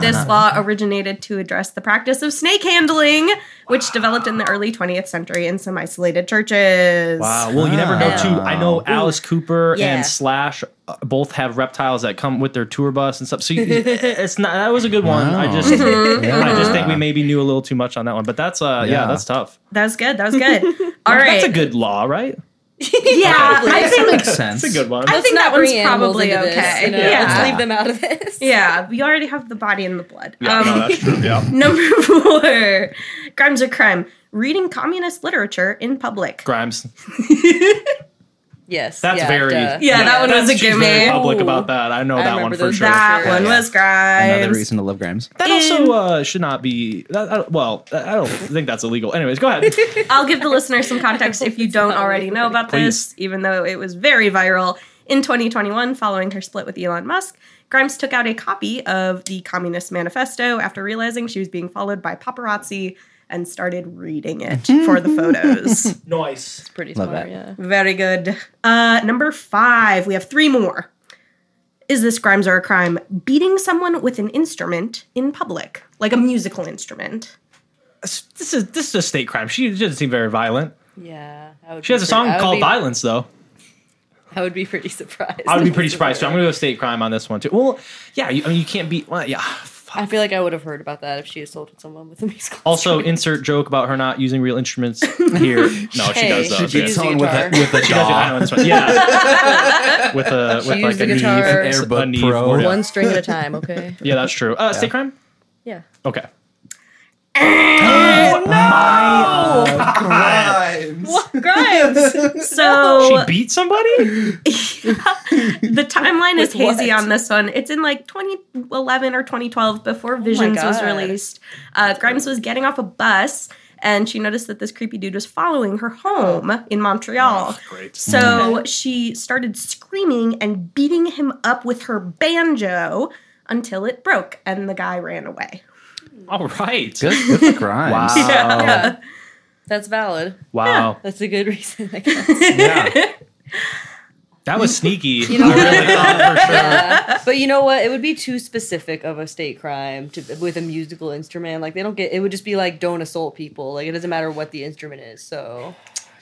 [SPEAKER 2] [LAUGHS] $50. this law originated to address the practice of snake handling, which developed in the early 20th century in some isolated churches.
[SPEAKER 4] Wow. Well, you never know
[SPEAKER 5] Ah.
[SPEAKER 4] too. I know Alice Cooper
[SPEAKER 5] Yeah.
[SPEAKER 4] and Slash uh, both have reptiles that come with their tour bus and stuff. So you,
[SPEAKER 2] [LAUGHS]
[SPEAKER 4] it's not. That was a good one. I
[SPEAKER 3] Wow.
[SPEAKER 4] just,
[SPEAKER 2] Mm-hmm.
[SPEAKER 4] I just think we
[SPEAKER 3] Yeah.
[SPEAKER 4] maybe knew a little too much on that one. But that's, uh, yeah,
[SPEAKER 3] Yeah.
[SPEAKER 4] that's tough.
[SPEAKER 2] That was good. That was
[SPEAKER 4] [LAUGHS]
[SPEAKER 2] good. All right.
[SPEAKER 4] That's a good law, right?
[SPEAKER 2] Yeah, I think
[SPEAKER 3] Makes sense.
[SPEAKER 4] That's a good one.
[SPEAKER 2] I
[SPEAKER 5] Let's
[SPEAKER 2] think
[SPEAKER 5] not
[SPEAKER 2] that one's
[SPEAKER 5] bring animals
[SPEAKER 2] probably
[SPEAKER 5] into this,
[SPEAKER 2] okay.
[SPEAKER 5] you know?
[SPEAKER 2] Yeah.
[SPEAKER 5] Let's leave them out of this.
[SPEAKER 2] Yeah, we already have the body and the blood. Um,
[SPEAKER 4] yeah, no, that's true. Yeah.
[SPEAKER 2] [LAUGHS] number four, crimes or crime. Reading communist literature in public.
[SPEAKER 4] [LAUGHS] Grimes.
[SPEAKER 5] Yes.
[SPEAKER 4] That's
[SPEAKER 5] yeah,
[SPEAKER 4] very.
[SPEAKER 5] duh.
[SPEAKER 2] Yeah, that one was
[SPEAKER 4] that's-
[SPEAKER 2] a
[SPEAKER 4] she's very
[SPEAKER 2] gimme.
[SPEAKER 4] public
[SPEAKER 5] Ooh.
[SPEAKER 4] about that. I know
[SPEAKER 5] I
[SPEAKER 4] that one
[SPEAKER 5] remember
[SPEAKER 4] for
[SPEAKER 5] those
[SPEAKER 4] sure.
[SPEAKER 2] That
[SPEAKER 5] Sure.
[SPEAKER 2] one
[SPEAKER 5] Yeah.
[SPEAKER 2] was crimes.
[SPEAKER 3] Another reason to love Grimes.
[SPEAKER 4] That
[SPEAKER 2] in-
[SPEAKER 4] also uh, should not be. That, I, don't- well, I don't think that's illegal. Anyways, go
[SPEAKER 2] [LAUGHS]
[SPEAKER 4] ahead.
[SPEAKER 2] I'll give the listener some context if you don't
[SPEAKER 5] not
[SPEAKER 2] already know about
[SPEAKER 4] Please.
[SPEAKER 2] this, even though it was very viral. In 2021, following her split with Elon Musk, Grimes took out a copy of the Communist Manifesto after realizing she was being followed by paparazzi and started reading it for the
[SPEAKER 4] [LAUGHS]
[SPEAKER 2] photos.
[SPEAKER 4] Noise.
[SPEAKER 5] Pretty
[SPEAKER 3] Love
[SPEAKER 5] smart,
[SPEAKER 3] that.
[SPEAKER 5] yeah.
[SPEAKER 2] Very good. Uh, number five, we have three more. Is this crimes or a crime? Beating someone with an instrument in public, like a musical instrument.
[SPEAKER 4] This is this is a state crime. She doesn't seem very violent.
[SPEAKER 5] Yeah. I would
[SPEAKER 4] She has
[SPEAKER 5] be
[SPEAKER 4] a
[SPEAKER 5] pretty-
[SPEAKER 4] song
[SPEAKER 5] I would
[SPEAKER 4] called
[SPEAKER 5] be-
[SPEAKER 4] "Violence," though.
[SPEAKER 5] I would be pretty surprised.
[SPEAKER 4] I would be
[SPEAKER 5] [LAUGHS]
[SPEAKER 4] pretty surprised. So I'm going to go state crime on this one too. Well, yeah. You, I mean, you can't beat. Well, yeah. [SIGHS] fuck.
[SPEAKER 5] I feel like I would have heard about that if she assaulted someone with a musical.
[SPEAKER 4] [LAUGHS] Also,
[SPEAKER 5] instrument.
[SPEAKER 4] insert joke about her not using real
[SPEAKER 5] [LAUGHS]
[SPEAKER 4] instruments here. No, she
[SPEAKER 5] Hey.
[SPEAKER 4] does
[SPEAKER 5] She
[SPEAKER 4] those.
[SPEAKER 5] beats
[SPEAKER 4] yeah.
[SPEAKER 5] used someone with a- guitar.
[SPEAKER 3] with a
[SPEAKER 4] She does. I know this one. Yeah.
[SPEAKER 5] [LAUGHS]
[SPEAKER 4] with a
[SPEAKER 5] She
[SPEAKER 4] with like
[SPEAKER 5] used
[SPEAKER 4] a
[SPEAKER 5] the
[SPEAKER 4] knee,
[SPEAKER 5] guitar.
[SPEAKER 4] a
[SPEAKER 3] Airbook
[SPEAKER 4] knee
[SPEAKER 3] Pro.
[SPEAKER 4] board, yeah.
[SPEAKER 5] one string at a time. [LAUGHS] Okay.
[SPEAKER 4] yeah, that's true. Uh, State crime.
[SPEAKER 5] Yeah.
[SPEAKER 4] Okay.
[SPEAKER 5] [LAUGHS]
[SPEAKER 3] Uh,
[SPEAKER 4] [LAUGHS]
[SPEAKER 2] Grimes! So
[SPEAKER 4] She beat somebody.
[SPEAKER 2] [LAUGHS] the timeline is
[SPEAKER 5] With what?
[SPEAKER 2] hazy on this one. It's in like 2011 or 2012 before Visions was
[SPEAKER 5] Oh God.
[SPEAKER 2] released. Uh, Grimes was getting off a bus and she noticed that this creepy dude was following her
[SPEAKER 5] Oh.
[SPEAKER 2] home in Montreal.
[SPEAKER 4] Great.
[SPEAKER 2] So she started screaming and beating him up with her banjo until it broke and the guy ran away.
[SPEAKER 4] All right.
[SPEAKER 3] Good, good for Grimes.
[SPEAKER 4] Wow.
[SPEAKER 5] Yeah. That's valid.
[SPEAKER 4] Wow.
[SPEAKER 5] That's a good reason. I guess.
[SPEAKER 4] Yeah. That was sneaky.
[SPEAKER 5] know
[SPEAKER 4] I really thought for sure.
[SPEAKER 5] yeah. But you know what? It would be too specific of a state crime to with a musical instrument. Like they don't get. It would just be like don't assault people. Like it doesn't matter what the instrument is. So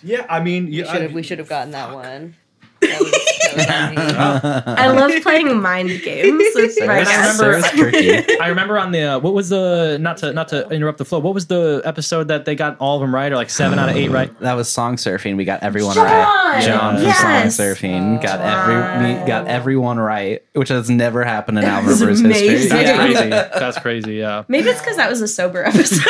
[SPEAKER 4] Yeah, I mean,
[SPEAKER 5] we should have we should have gotten that one. That was, that
[SPEAKER 6] [LAUGHS]
[SPEAKER 5] was on me.
[SPEAKER 2] I love playing mind games.
[SPEAKER 5] [LAUGHS]
[SPEAKER 2] It's my
[SPEAKER 4] I
[SPEAKER 2] jam.
[SPEAKER 4] remember-
[SPEAKER 3] so tricky.
[SPEAKER 4] I remember on the uh, what was the not to not to interrupt the flow. What was the episode that they got all of them right or like seven out of eight right?
[SPEAKER 3] That was song surfing. We got everyone
[SPEAKER 2] John!
[SPEAKER 3] right. John from
[SPEAKER 2] Yes!
[SPEAKER 3] song surfing got every
[SPEAKER 2] Wow.
[SPEAKER 3] we got everyone right, which has never happened in Al
[SPEAKER 2] was
[SPEAKER 3] River's history.
[SPEAKER 2] amazing.
[SPEAKER 4] That's
[SPEAKER 2] Yeah.
[SPEAKER 4] crazy. That's crazy. Yeah.
[SPEAKER 2] Maybe it's because that was a sober episode.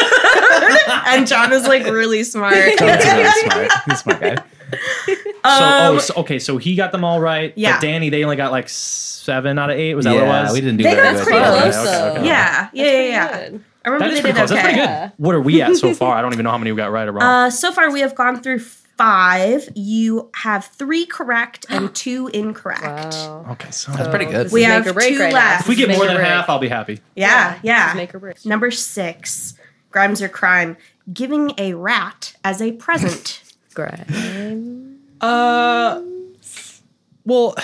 [SPEAKER 2] [LAUGHS] and John is like really
[SPEAKER 5] [LAUGHS]
[SPEAKER 2] smart. [LAUGHS]
[SPEAKER 3] John's really smart. He's a smart guy.
[SPEAKER 4] So, oh,
[SPEAKER 2] Um,
[SPEAKER 4] so okay, so he got them all right.
[SPEAKER 2] Yeah.
[SPEAKER 4] But Danny, they only got like seven out of eight. Was that
[SPEAKER 3] yeah,
[SPEAKER 4] what it was?
[SPEAKER 3] we didn't do
[SPEAKER 2] They
[SPEAKER 3] very
[SPEAKER 2] got
[SPEAKER 3] good.
[SPEAKER 2] pretty
[SPEAKER 3] Okay,
[SPEAKER 5] close,
[SPEAKER 3] okay,
[SPEAKER 5] though.
[SPEAKER 3] okay.
[SPEAKER 2] yeah, yeah, yeah,
[SPEAKER 5] pretty
[SPEAKER 2] yeah.
[SPEAKER 5] good.
[SPEAKER 2] I remember
[SPEAKER 4] That is
[SPEAKER 2] they
[SPEAKER 4] pretty
[SPEAKER 2] did
[SPEAKER 4] close. That's pretty
[SPEAKER 2] okay.
[SPEAKER 5] Yeah.
[SPEAKER 4] good. What are we at so far? I don't even know how many we got right or wrong.
[SPEAKER 2] Uh, so far, we have gone through five. You have three correct [GASPS] and two incorrect.
[SPEAKER 5] Wow.
[SPEAKER 4] okay, so
[SPEAKER 5] So
[SPEAKER 3] pretty good.
[SPEAKER 5] this
[SPEAKER 2] We
[SPEAKER 5] is
[SPEAKER 2] have
[SPEAKER 5] make or break
[SPEAKER 2] two
[SPEAKER 5] right now.
[SPEAKER 2] left.
[SPEAKER 4] if we
[SPEAKER 5] This is
[SPEAKER 4] get
[SPEAKER 5] make
[SPEAKER 4] more
[SPEAKER 5] or
[SPEAKER 4] than
[SPEAKER 5] break.
[SPEAKER 4] half, I'll be happy.
[SPEAKER 2] Yeah,
[SPEAKER 5] This
[SPEAKER 2] yeah.
[SPEAKER 5] is make or break.
[SPEAKER 2] Number six, Grimes or crime, giving a rat as a present.
[SPEAKER 5] Grimes.
[SPEAKER 4] Uh, well,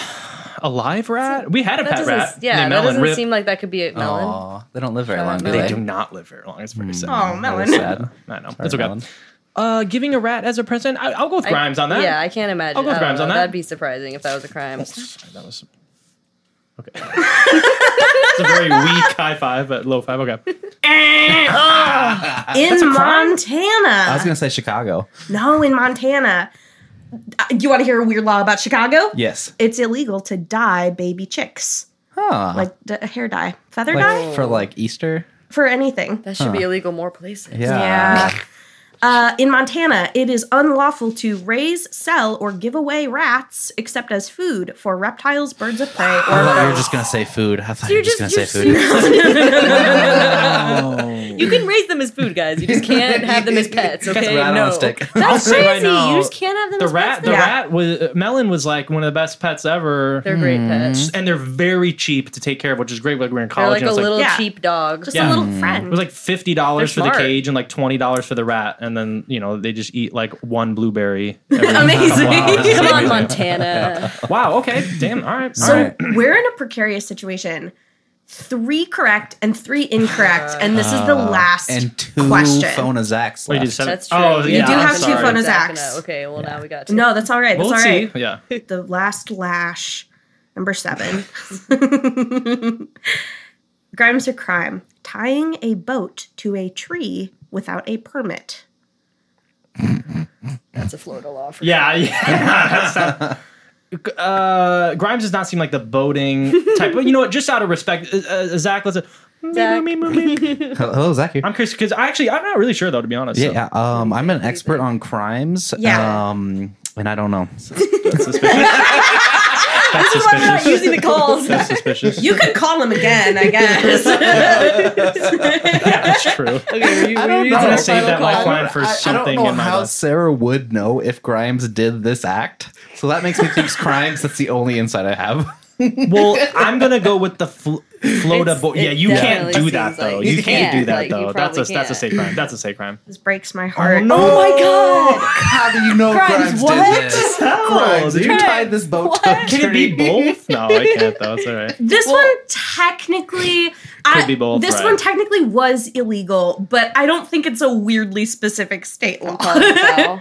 [SPEAKER 4] a live rat. We had a
[SPEAKER 5] That
[SPEAKER 4] pet
[SPEAKER 5] doesn't,
[SPEAKER 4] rat.
[SPEAKER 5] yeah,
[SPEAKER 4] named
[SPEAKER 5] that
[SPEAKER 4] Melon.
[SPEAKER 5] doesn't
[SPEAKER 4] Rip.
[SPEAKER 5] seem like that could be a melon.
[SPEAKER 3] Aw, they don't live very long, do
[SPEAKER 5] Melon.
[SPEAKER 4] They
[SPEAKER 3] they?
[SPEAKER 4] do not live very long. It's pretty sad.
[SPEAKER 2] oh,
[SPEAKER 3] That
[SPEAKER 2] Melon.
[SPEAKER 3] is sad.
[SPEAKER 4] I know.
[SPEAKER 3] Sorry,
[SPEAKER 4] it's okay.
[SPEAKER 3] Melon.
[SPEAKER 4] Uh, giving a rat as a present. I, I'll go with
[SPEAKER 5] I-
[SPEAKER 4] Grimes on that.
[SPEAKER 5] Yeah, I can't imagine.
[SPEAKER 4] I'll go with
[SPEAKER 5] I don't
[SPEAKER 4] Grimes on
[SPEAKER 5] know.
[SPEAKER 4] that.
[SPEAKER 5] That'd be surprising if that was a crime.
[SPEAKER 4] That was
[SPEAKER 5] [LAUGHS]
[SPEAKER 4] okay. it's a very weak high five, but low five. Okay.
[SPEAKER 2] in
[SPEAKER 4] crime?
[SPEAKER 2] Montana.
[SPEAKER 3] I was gonna say Chicago.
[SPEAKER 2] no, in Montana. Uh, You want to hear a weird law about Chicago?
[SPEAKER 3] Yes.
[SPEAKER 2] It's illegal to dye baby chicks,
[SPEAKER 3] Huh.
[SPEAKER 2] like d- hair dye, feather
[SPEAKER 3] Like,
[SPEAKER 2] dye,
[SPEAKER 3] for like Easter.
[SPEAKER 2] for anything.
[SPEAKER 5] That should be illegal more places.
[SPEAKER 3] Yeah.
[SPEAKER 2] Yeah. Uh, in Montana, it is unlawful to raise, sell, or give away rats except as food for reptiles, birds of prey,
[SPEAKER 3] I
[SPEAKER 2] or
[SPEAKER 3] thought you were just gonna say food. I thought you were
[SPEAKER 5] You're
[SPEAKER 3] just,
[SPEAKER 5] just,
[SPEAKER 3] gonna say food.
[SPEAKER 5] you're
[SPEAKER 2] [LAUGHS]
[SPEAKER 3] Oh.
[SPEAKER 5] You can raise them as food, guys.
[SPEAKER 2] [LAUGHS]
[SPEAKER 5] You just can't have them as pets.
[SPEAKER 3] That's
[SPEAKER 5] Okay,
[SPEAKER 3] a rat on a
[SPEAKER 5] no.
[SPEAKER 3] stick.
[SPEAKER 5] That's
[SPEAKER 4] I'll say
[SPEAKER 5] crazy.
[SPEAKER 4] right now,
[SPEAKER 5] you just can't have them.
[SPEAKER 4] The
[SPEAKER 5] as
[SPEAKER 4] rat,
[SPEAKER 5] Pets,
[SPEAKER 4] the
[SPEAKER 5] though.
[SPEAKER 2] Yeah.
[SPEAKER 4] rat was uh, Melon was like one of the best pets ever,
[SPEAKER 5] They're great pets.
[SPEAKER 4] and they're very cheap to take care of, which is great. Like we we're in
[SPEAKER 5] They're
[SPEAKER 4] college,
[SPEAKER 5] like
[SPEAKER 4] and
[SPEAKER 5] a
[SPEAKER 4] it's
[SPEAKER 5] little
[SPEAKER 2] Yeah.
[SPEAKER 5] cheap dog.
[SPEAKER 2] just [LAUGHS]
[SPEAKER 4] Yeah. Mm.
[SPEAKER 2] a little friend.
[SPEAKER 4] It was like fifty dollars for
[SPEAKER 5] They're
[SPEAKER 4] the
[SPEAKER 5] smart.
[SPEAKER 4] cage and like twenty dollars for the rat, and then you know they just eat like one blueberry.
[SPEAKER 5] [LAUGHS]
[SPEAKER 4] every
[SPEAKER 2] Amazing.
[SPEAKER 4] couple hours.
[SPEAKER 5] Come on,
[SPEAKER 2] [LAUGHS]
[SPEAKER 4] Amazing.
[SPEAKER 5] Montana.
[SPEAKER 4] Wow. Okay. Damn. All
[SPEAKER 5] [LAUGHS]
[SPEAKER 4] right.
[SPEAKER 2] So
[SPEAKER 4] all right.
[SPEAKER 2] we're in a precarious situation. Three correct and three incorrect, and this is the
[SPEAKER 4] Uh,
[SPEAKER 2] last
[SPEAKER 3] and two
[SPEAKER 2] question.
[SPEAKER 3] Phonozacs
[SPEAKER 4] Wait, you did
[SPEAKER 3] left.
[SPEAKER 4] seven-
[SPEAKER 5] That's true.
[SPEAKER 4] Oh, yeah,
[SPEAKER 2] You do
[SPEAKER 4] I'm
[SPEAKER 2] have two
[SPEAKER 4] sorry.
[SPEAKER 2] phonos-
[SPEAKER 5] Zach and
[SPEAKER 2] Zach's.
[SPEAKER 5] I. Okay, well now we got two.
[SPEAKER 2] no, that's all right. That's
[SPEAKER 4] We'll
[SPEAKER 2] all
[SPEAKER 4] see.
[SPEAKER 2] right.
[SPEAKER 4] Yeah.
[SPEAKER 2] The last lash, number
[SPEAKER 4] [LAUGHS]
[SPEAKER 2] seven. Grimes or crime? Tying a boat to a tree without a permit.
[SPEAKER 5] that's a Florida law. For
[SPEAKER 4] Yeah. [LAUGHS] yeah. That's not- uh, Grimes does not seem like the
[SPEAKER 5] [LAUGHS]
[SPEAKER 4] boating type, but you know what? Just out of respect, uh, uh, Zach, let's.
[SPEAKER 5] Zach. [LAUGHS]
[SPEAKER 3] Hello, Zach here.
[SPEAKER 4] I'm curious because I actually I'm not really sure though, to be honest. so.
[SPEAKER 3] yeah, yeah, um, I'm an expert on crimes.
[SPEAKER 2] Yeah.
[SPEAKER 3] Um, and I don't know.
[SPEAKER 4] That's suspicious. That's
[SPEAKER 5] We're not
[SPEAKER 4] suspicious.
[SPEAKER 5] using
[SPEAKER 4] [LAUGHS]
[SPEAKER 5] the calls.
[SPEAKER 4] That's
[SPEAKER 5] [LAUGHS]
[SPEAKER 4] suspicious.
[SPEAKER 2] You could call him again, I
[SPEAKER 4] [LAUGHS]
[SPEAKER 2] guess.
[SPEAKER 4] Yeah, that's true.
[SPEAKER 5] Okay,
[SPEAKER 3] [LAUGHS]
[SPEAKER 5] we,
[SPEAKER 3] I
[SPEAKER 5] we
[SPEAKER 3] don't know.
[SPEAKER 4] I'm
[SPEAKER 5] used our
[SPEAKER 3] No,
[SPEAKER 4] gonna save
[SPEAKER 5] final
[SPEAKER 4] that
[SPEAKER 5] call.
[SPEAKER 4] lifeline for something
[SPEAKER 3] I don't know
[SPEAKER 4] in my
[SPEAKER 3] how
[SPEAKER 4] life.
[SPEAKER 3] Sarah would know if Grimes did this act. So that makes me think crimes. That's the only insight I have.
[SPEAKER 4] Well, I'm gonna go with the fl- float
[SPEAKER 5] It's-
[SPEAKER 4] boat.
[SPEAKER 5] it
[SPEAKER 4] Yeah, you can't
[SPEAKER 5] definitely
[SPEAKER 4] do that
[SPEAKER 5] seems
[SPEAKER 4] though.
[SPEAKER 5] like
[SPEAKER 4] you,
[SPEAKER 5] you
[SPEAKER 4] can't, do
[SPEAKER 5] can't.
[SPEAKER 4] that
[SPEAKER 5] Like, you
[SPEAKER 4] though. That's a
[SPEAKER 5] probably
[SPEAKER 4] that's a state
[SPEAKER 5] can't.
[SPEAKER 4] crime. That's a state crime.
[SPEAKER 5] [LAUGHS]
[SPEAKER 2] this breaks my
[SPEAKER 3] [LAUGHS]
[SPEAKER 2] heart.
[SPEAKER 5] Oh my god.
[SPEAKER 3] How do you know Grimes,
[SPEAKER 5] Grimes, what?
[SPEAKER 3] did this?
[SPEAKER 4] Oh,
[SPEAKER 3] Grimes, you
[SPEAKER 4] dude.
[SPEAKER 3] tied this boat to a
[SPEAKER 5] What?
[SPEAKER 4] Can it
[SPEAKER 3] tree.
[SPEAKER 4] be both? No, I can't though. It's all right.
[SPEAKER 2] This
[SPEAKER 5] Well-
[SPEAKER 2] one technically, I,
[SPEAKER 4] be both,
[SPEAKER 2] this
[SPEAKER 4] right.
[SPEAKER 2] one technically was illegal, but I don't think it's a weirdly specific state law.
[SPEAKER 5] Calling
[SPEAKER 2] [LAUGHS]
[SPEAKER 5] foul.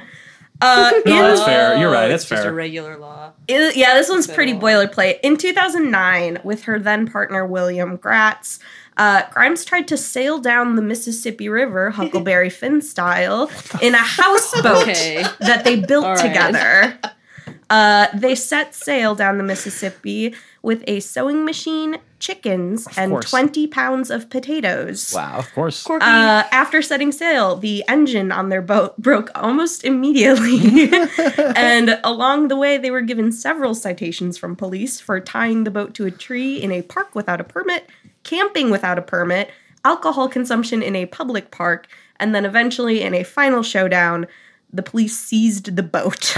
[SPEAKER 2] Uh, in-
[SPEAKER 4] No, that's fair. You're right.
[SPEAKER 5] Oh,
[SPEAKER 4] That's
[SPEAKER 5] it's Just a
[SPEAKER 4] fair.
[SPEAKER 5] regular law.
[SPEAKER 2] it- yeah, this one's pretty
[SPEAKER 5] So-
[SPEAKER 2] boilerplate. In 2009, with her then partner William Gratz, uh, Grimes tried to sail down the Mississippi
[SPEAKER 5] [LAUGHS]
[SPEAKER 2] River, Huckleberry Finn style, in a houseboat
[SPEAKER 5] Okay.
[SPEAKER 2] that they built
[SPEAKER 5] All right. [LAUGHS]
[SPEAKER 2] together. Uh, they set sail down the Mississippi with a sewing machine, chickens, and
[SPEAKER 4] course.
[SPEAKER 2] 20 pounds of potatoes.
[SPEAKER 3] Wow.
[SPEAKER 4] Of course.
[SPEAKER 5] Corky.
[SPEAKER 2] Uh, after setting sail, the engine on their boat [LAUGHS] broke almost
[SPEAKER 4] [LAUGHS]
[SPEAKER 2] immediately. and along the way, they were given several citations from police for tying the boat to a tree in a park without a permit, camping without a permit, alcohol consumption in a public park, and then eventually, in a final showdown, the police seized the
[SPEAKER 4] [LAUGHS]
[SPEAKER 2] boat.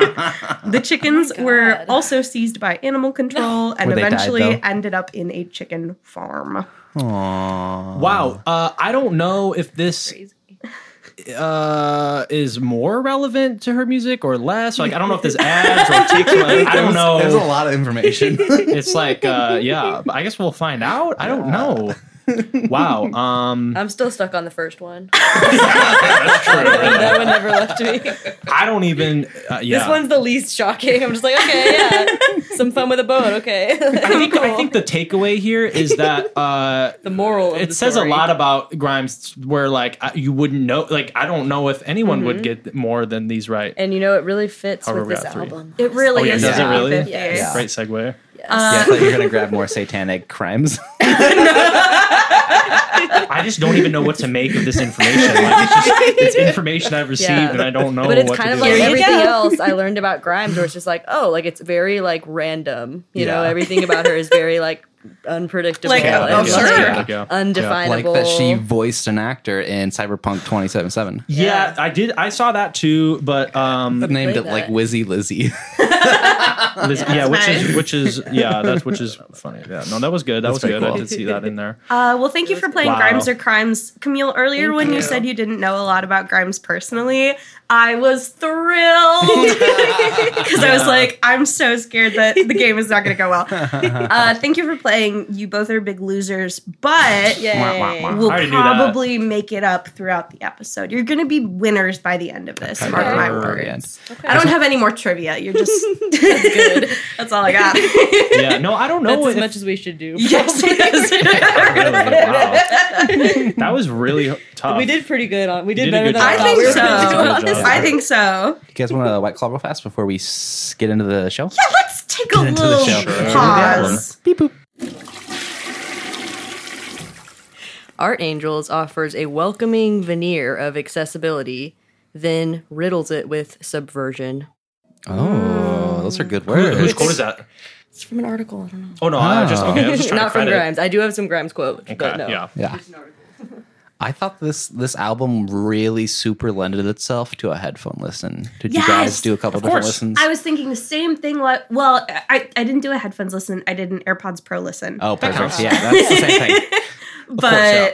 [SPEAKER 2] the chickens
[SPEAKER 5] God.
[SPEAKER 2] were also seized by animal
[SPEAKER 4] [LAUGHS]
[SPEAKER 2] control and
[SPEAKER 3] Were they died,
[SPEAKER 2] eventually
[SPEAKER 3] though?
[SPEAKER 2] ended up in a chicken farm.
[SPEAKER 3] Aww.
[SPEAKER 4] Wow. Uh, I don't know if this
[SPEAKER 5] Crazy.
[SPEAKER 4] uh, is more relevant to her music or less. Like I don't know if this adds or takes. away. I don't know.
[SPEAKER 3] There's a lot of information.
[SPEAKER 4] It's like uh, yeah. I guess we'll find out. I don't know. [LAUGHS] Wow.
[SPEAKER 5] [LAUGHS]
[SPEAKER 4] Um,
[SPEAKER 5] I'm still stuck on the first one. that one never left
[SPEAKER 4] [LAUGHS]
[SPEAKER 5] me.
[SPEAKER 4] I don't even. Uh, yeah.
[SPEAKER 5] This one's the least shocking. I'm just like, okay, [LAUGHS] yeah, some fun with a boat. Okay,
[SPEAKER 4] I think, I think the takeaway here is
[SPEAKER 5] [LAUGHS]
[SPEAKER 4] that uh,
[SPEAKER 5] the moral. Of
[SPEAKER 4] it
[SPEAKER 5] the
[SPEAKER 4] says
[SPEAKER 5] story.
[SPEAKER 4] a lot about Grimes, where like I, you wouldn't know. Like I don't know if anyone would get more than these right.
[SPEAKER 5] and you know, Mm-hmm. it really fits
[SPEAKER 4] However,
[SPEAKER 5] with
[SPEAKER 4] we
[SPEAKER 5] this
[SPEAKER 4] got three.
[SPEAKER 5] album. Um,
[SPEAKER 2] It really
[SPEAKER 4] Oh, yeah,
[SPEAKER 2] is.
[SPEAKER 4] does it really?
[SPEAKER 2] 50.
[SPEAKER 5] Yeah.
[SPEAKER 3] Yeah.
[SPEAKER 4] Great segue.
[SPEAKER 5] Yes.
[SPEAKER 3] yeah, I thought you were gonna grab [LAUGHS] more satanic crimes.
[SPEAKER 4] I just don't even know what to make of this information. Like, it's, just, it's
[SPEAKER 5] [LAUGHS]
[SPEAKER 4] information I've received,
[SPEAKER 5] Yeah.
[SPEAKER 4] and I don't know.
[SPEAKER 5] but it's
[SPEAKER 4] what
[SPEAKER 5] kind
[SPEAKER 4] to
[SPEAKER 5] of
[SPEAKER 4] do
[SPEAKER 5] like
[SPEAKER 4] with it.
[SPEAKER 2] Here you
[SPEAKER 5] everything
[SPEAKER 2] go.
[SPEAKER 5] else I learned about Grimes, where it's just like, oh, like it's very like random. You know,
[SPEAKER 3] Yeah.
[SPEAKER 5] everything about her is very like unpredictable,
[SPEAKER 2] Like,
[SPEAKER 5] and,
[SPEAKER 2] oh,
[SPEAKER 5] like,
[SPEAKER 2] sure.
[SPEAKER 4] Yeah, yeah.
[SPEAKER 5] undefinable.
[SPEAKER 3] Like that she voiced an actor in Cyberpunk 2077.
[SPEAKER 4] yeah, I did. I saw that too, but um,
[SPEAKER 3] Named it
[SPEAKER 5] that.
[SPEAKER 3] like Wizzy Lizzy.
[SPEAKER 4] Liz- yeah, which
[SPEAKER 2] nice.
[SPEAKER 4] is which is yeah, that's which is funny. Yeah, no, that was good. That
[SPEAKER 3] That's
[SPEAKER 4] was
[SPEAKER 3] pretty
[SPEAKER 4] good. I
[SPEAKER 3] cool.
[SPEAKER 4] did see that in
[SPEAKER 5] [LAUGHS]
[SPEAKER 4] there.
[SPEAKER 2] Uh, well, thank you for playing
[SPEAKER 4] Wow.
[SPEAKER 2] Grimes or Crimes. Camille, earlier
[SPEAKER 5] Thank
[SPEAKER 2] when you.
[SPEAKER 5] you.
[SPEAKER 2] said you didn't know a lot about Grimes personally, I was thrilled [LAUGHS] because I was
[SPEAKER 4] Yeah.
[SPEAKER 2] like, I'm so scared that the game is not going to go well. Uh, thank you for playing. You both are big losers,
[SPEAKER 5] [LAUGHS]
[SPEAKER 2] but
[SPEAKER 5] Yay.
[SPEAKER 2] we'll
[SPEAKER 4] I already knew that.
[SPEAKER 2] probably make it up throughout the episode. You're going to be winners by the end of this. Mark my
[SPEAKER 3] Or-
[SPEAKER 2] words.
[SPEAKER 3] yeah.
[SPEAKER 2] I don't have any more trivia. You're just [LAUGHS] good. That's all I got.
[SPEAKER 4] Yeah, no, I don't know.
[SPEAKER 5] That's as
[SPEAKER 4] if-
[SPEAKER 5] much as we should do.
[SPEAKER 2] yes, yes.
[SPEAKER 4] really, wow.
[SPEAKER 5] [LAUGHS]
[SPEAKER 4] that was really tough.
[SPEAKER 5] We did pretty good on. We did,
[SPEAKER 4] You did a
[SPEAKER 2] [LAUGHS]
[SPEAKER 4] good job.
[SPEAKER 5] better than I,
[SPEAKER 2] I
[SPEAKER 5] thought we
[SPEAKER 2] think
[SPEAKER 5] were
[SPEAKER 2] so.
[SPEAKER 5] gonna do
[SPEAKER 4] Good
[SPEAKER 5] on this
[SPEAKER 4] job.
[SPEAKER 2] I think so.
[SPEAKER 3] You guys want a white claw real fast before we s- get into the show?
[SPEAKER 2] Let's take a
[SPEAKER 3] Get into the
[SPEAKER 2] little
[SPEAKER 3] show. Sure.
[SPEAKER 2] pause.
[SPEAKER 3] Beep boop.
[SPEAKER 5] Art Angels offers a welcoming veneer of accessibility, then riddles it with subversion.
[SPEAKER 3] Oh, those are good
[SPEAKER 4] Who,
[SPEAKER 3] words.
[SPEAKER 4] whose quote is that?
[SPEAKER 5] It's from an article. I don't know.
[SPEAKER 4] Oh no, I just okay. I
[SPEAKER 5] [LAUGHS]
[SPEAKER 4] was just trying
[SPEAKER 5] Not
[SPEAKER 4] to
[SPEAKER 5] from
[SPEAKER 4] credit.
[SPEAKER 5] Grimes. I do have some Grimes quote,
[SPEAKER 4] Okay,
[SPEAKER 5] but no.
[SPEAKER 4] Yeah.
[SPEAKER 3] Yeah. [LAUGHS] I thought this this album really super lended itself to a headphone listen. Did you guys
[SPEAKER 2] Yes,
[SPEAKER 3] do a couple
[SPEAKER 4] of
[SPEAKER 3] different
[SPEAKER 4] course.
[SPEAKER 3] listens?
[SPEAKER 2] I was thinking the same thing. Like, well, I, I didn't do a headphones listen. I did an AirPods Pro listen.
[SPEAKER 3] oh, perfect.
[SPEAKER 4] counts.
[SPEAKER 3] Yeah, that's the same thing.
[SPEAKER 2] but
[SPEAKER 3] yeah.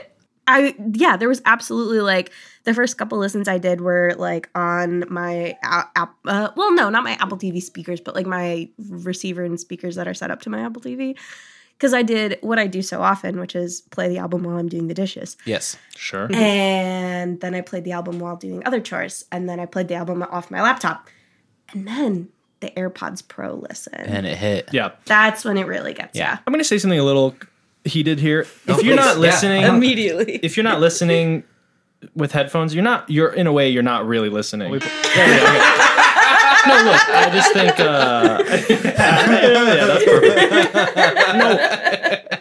[SPEAKER 2] I yeah, there was absolutely like the first couple listens I did were like on my a- app. Uh, well, no, not my Apple TV speakers, but like my receiver and speakers that are set up to my Apple TV. Because I did what I do so often, which is play the album while I'm doing the dishes.
[SPEAKER 3] Yes.
[SPEAKER 4] Sure.
[SPEAKER 3] Mm-hmm.
[SPEAKER 2] And then I played the album while doing other chores. And then I played the album off my laptop. And then the AirPods Pro listen.
[SPEAKER 3] And it hit.
[SPEAKER 4] Yeah.
[SPEAKER 2] That's when it really gets
[SPEAKER 3] Yeah.
[SPEAKER 2] yeah.
[SPEAKER 4] I'm gonna say something a little heated here. If
[SPEAKER 3] Oh,
[SPEAKER 4] you're not
[SPEAKER 3] please. Yeah.
[SPEAKER 4] listening,
[SPEAKER 5] Immediately.
[SPEAKER 4] if you're not listening with headphones, you're not. You're in a way, you're not really listening. There we go. [LAUGHS] No, look, I just think. Uh, [LAUGHS] yeah, that's perfect.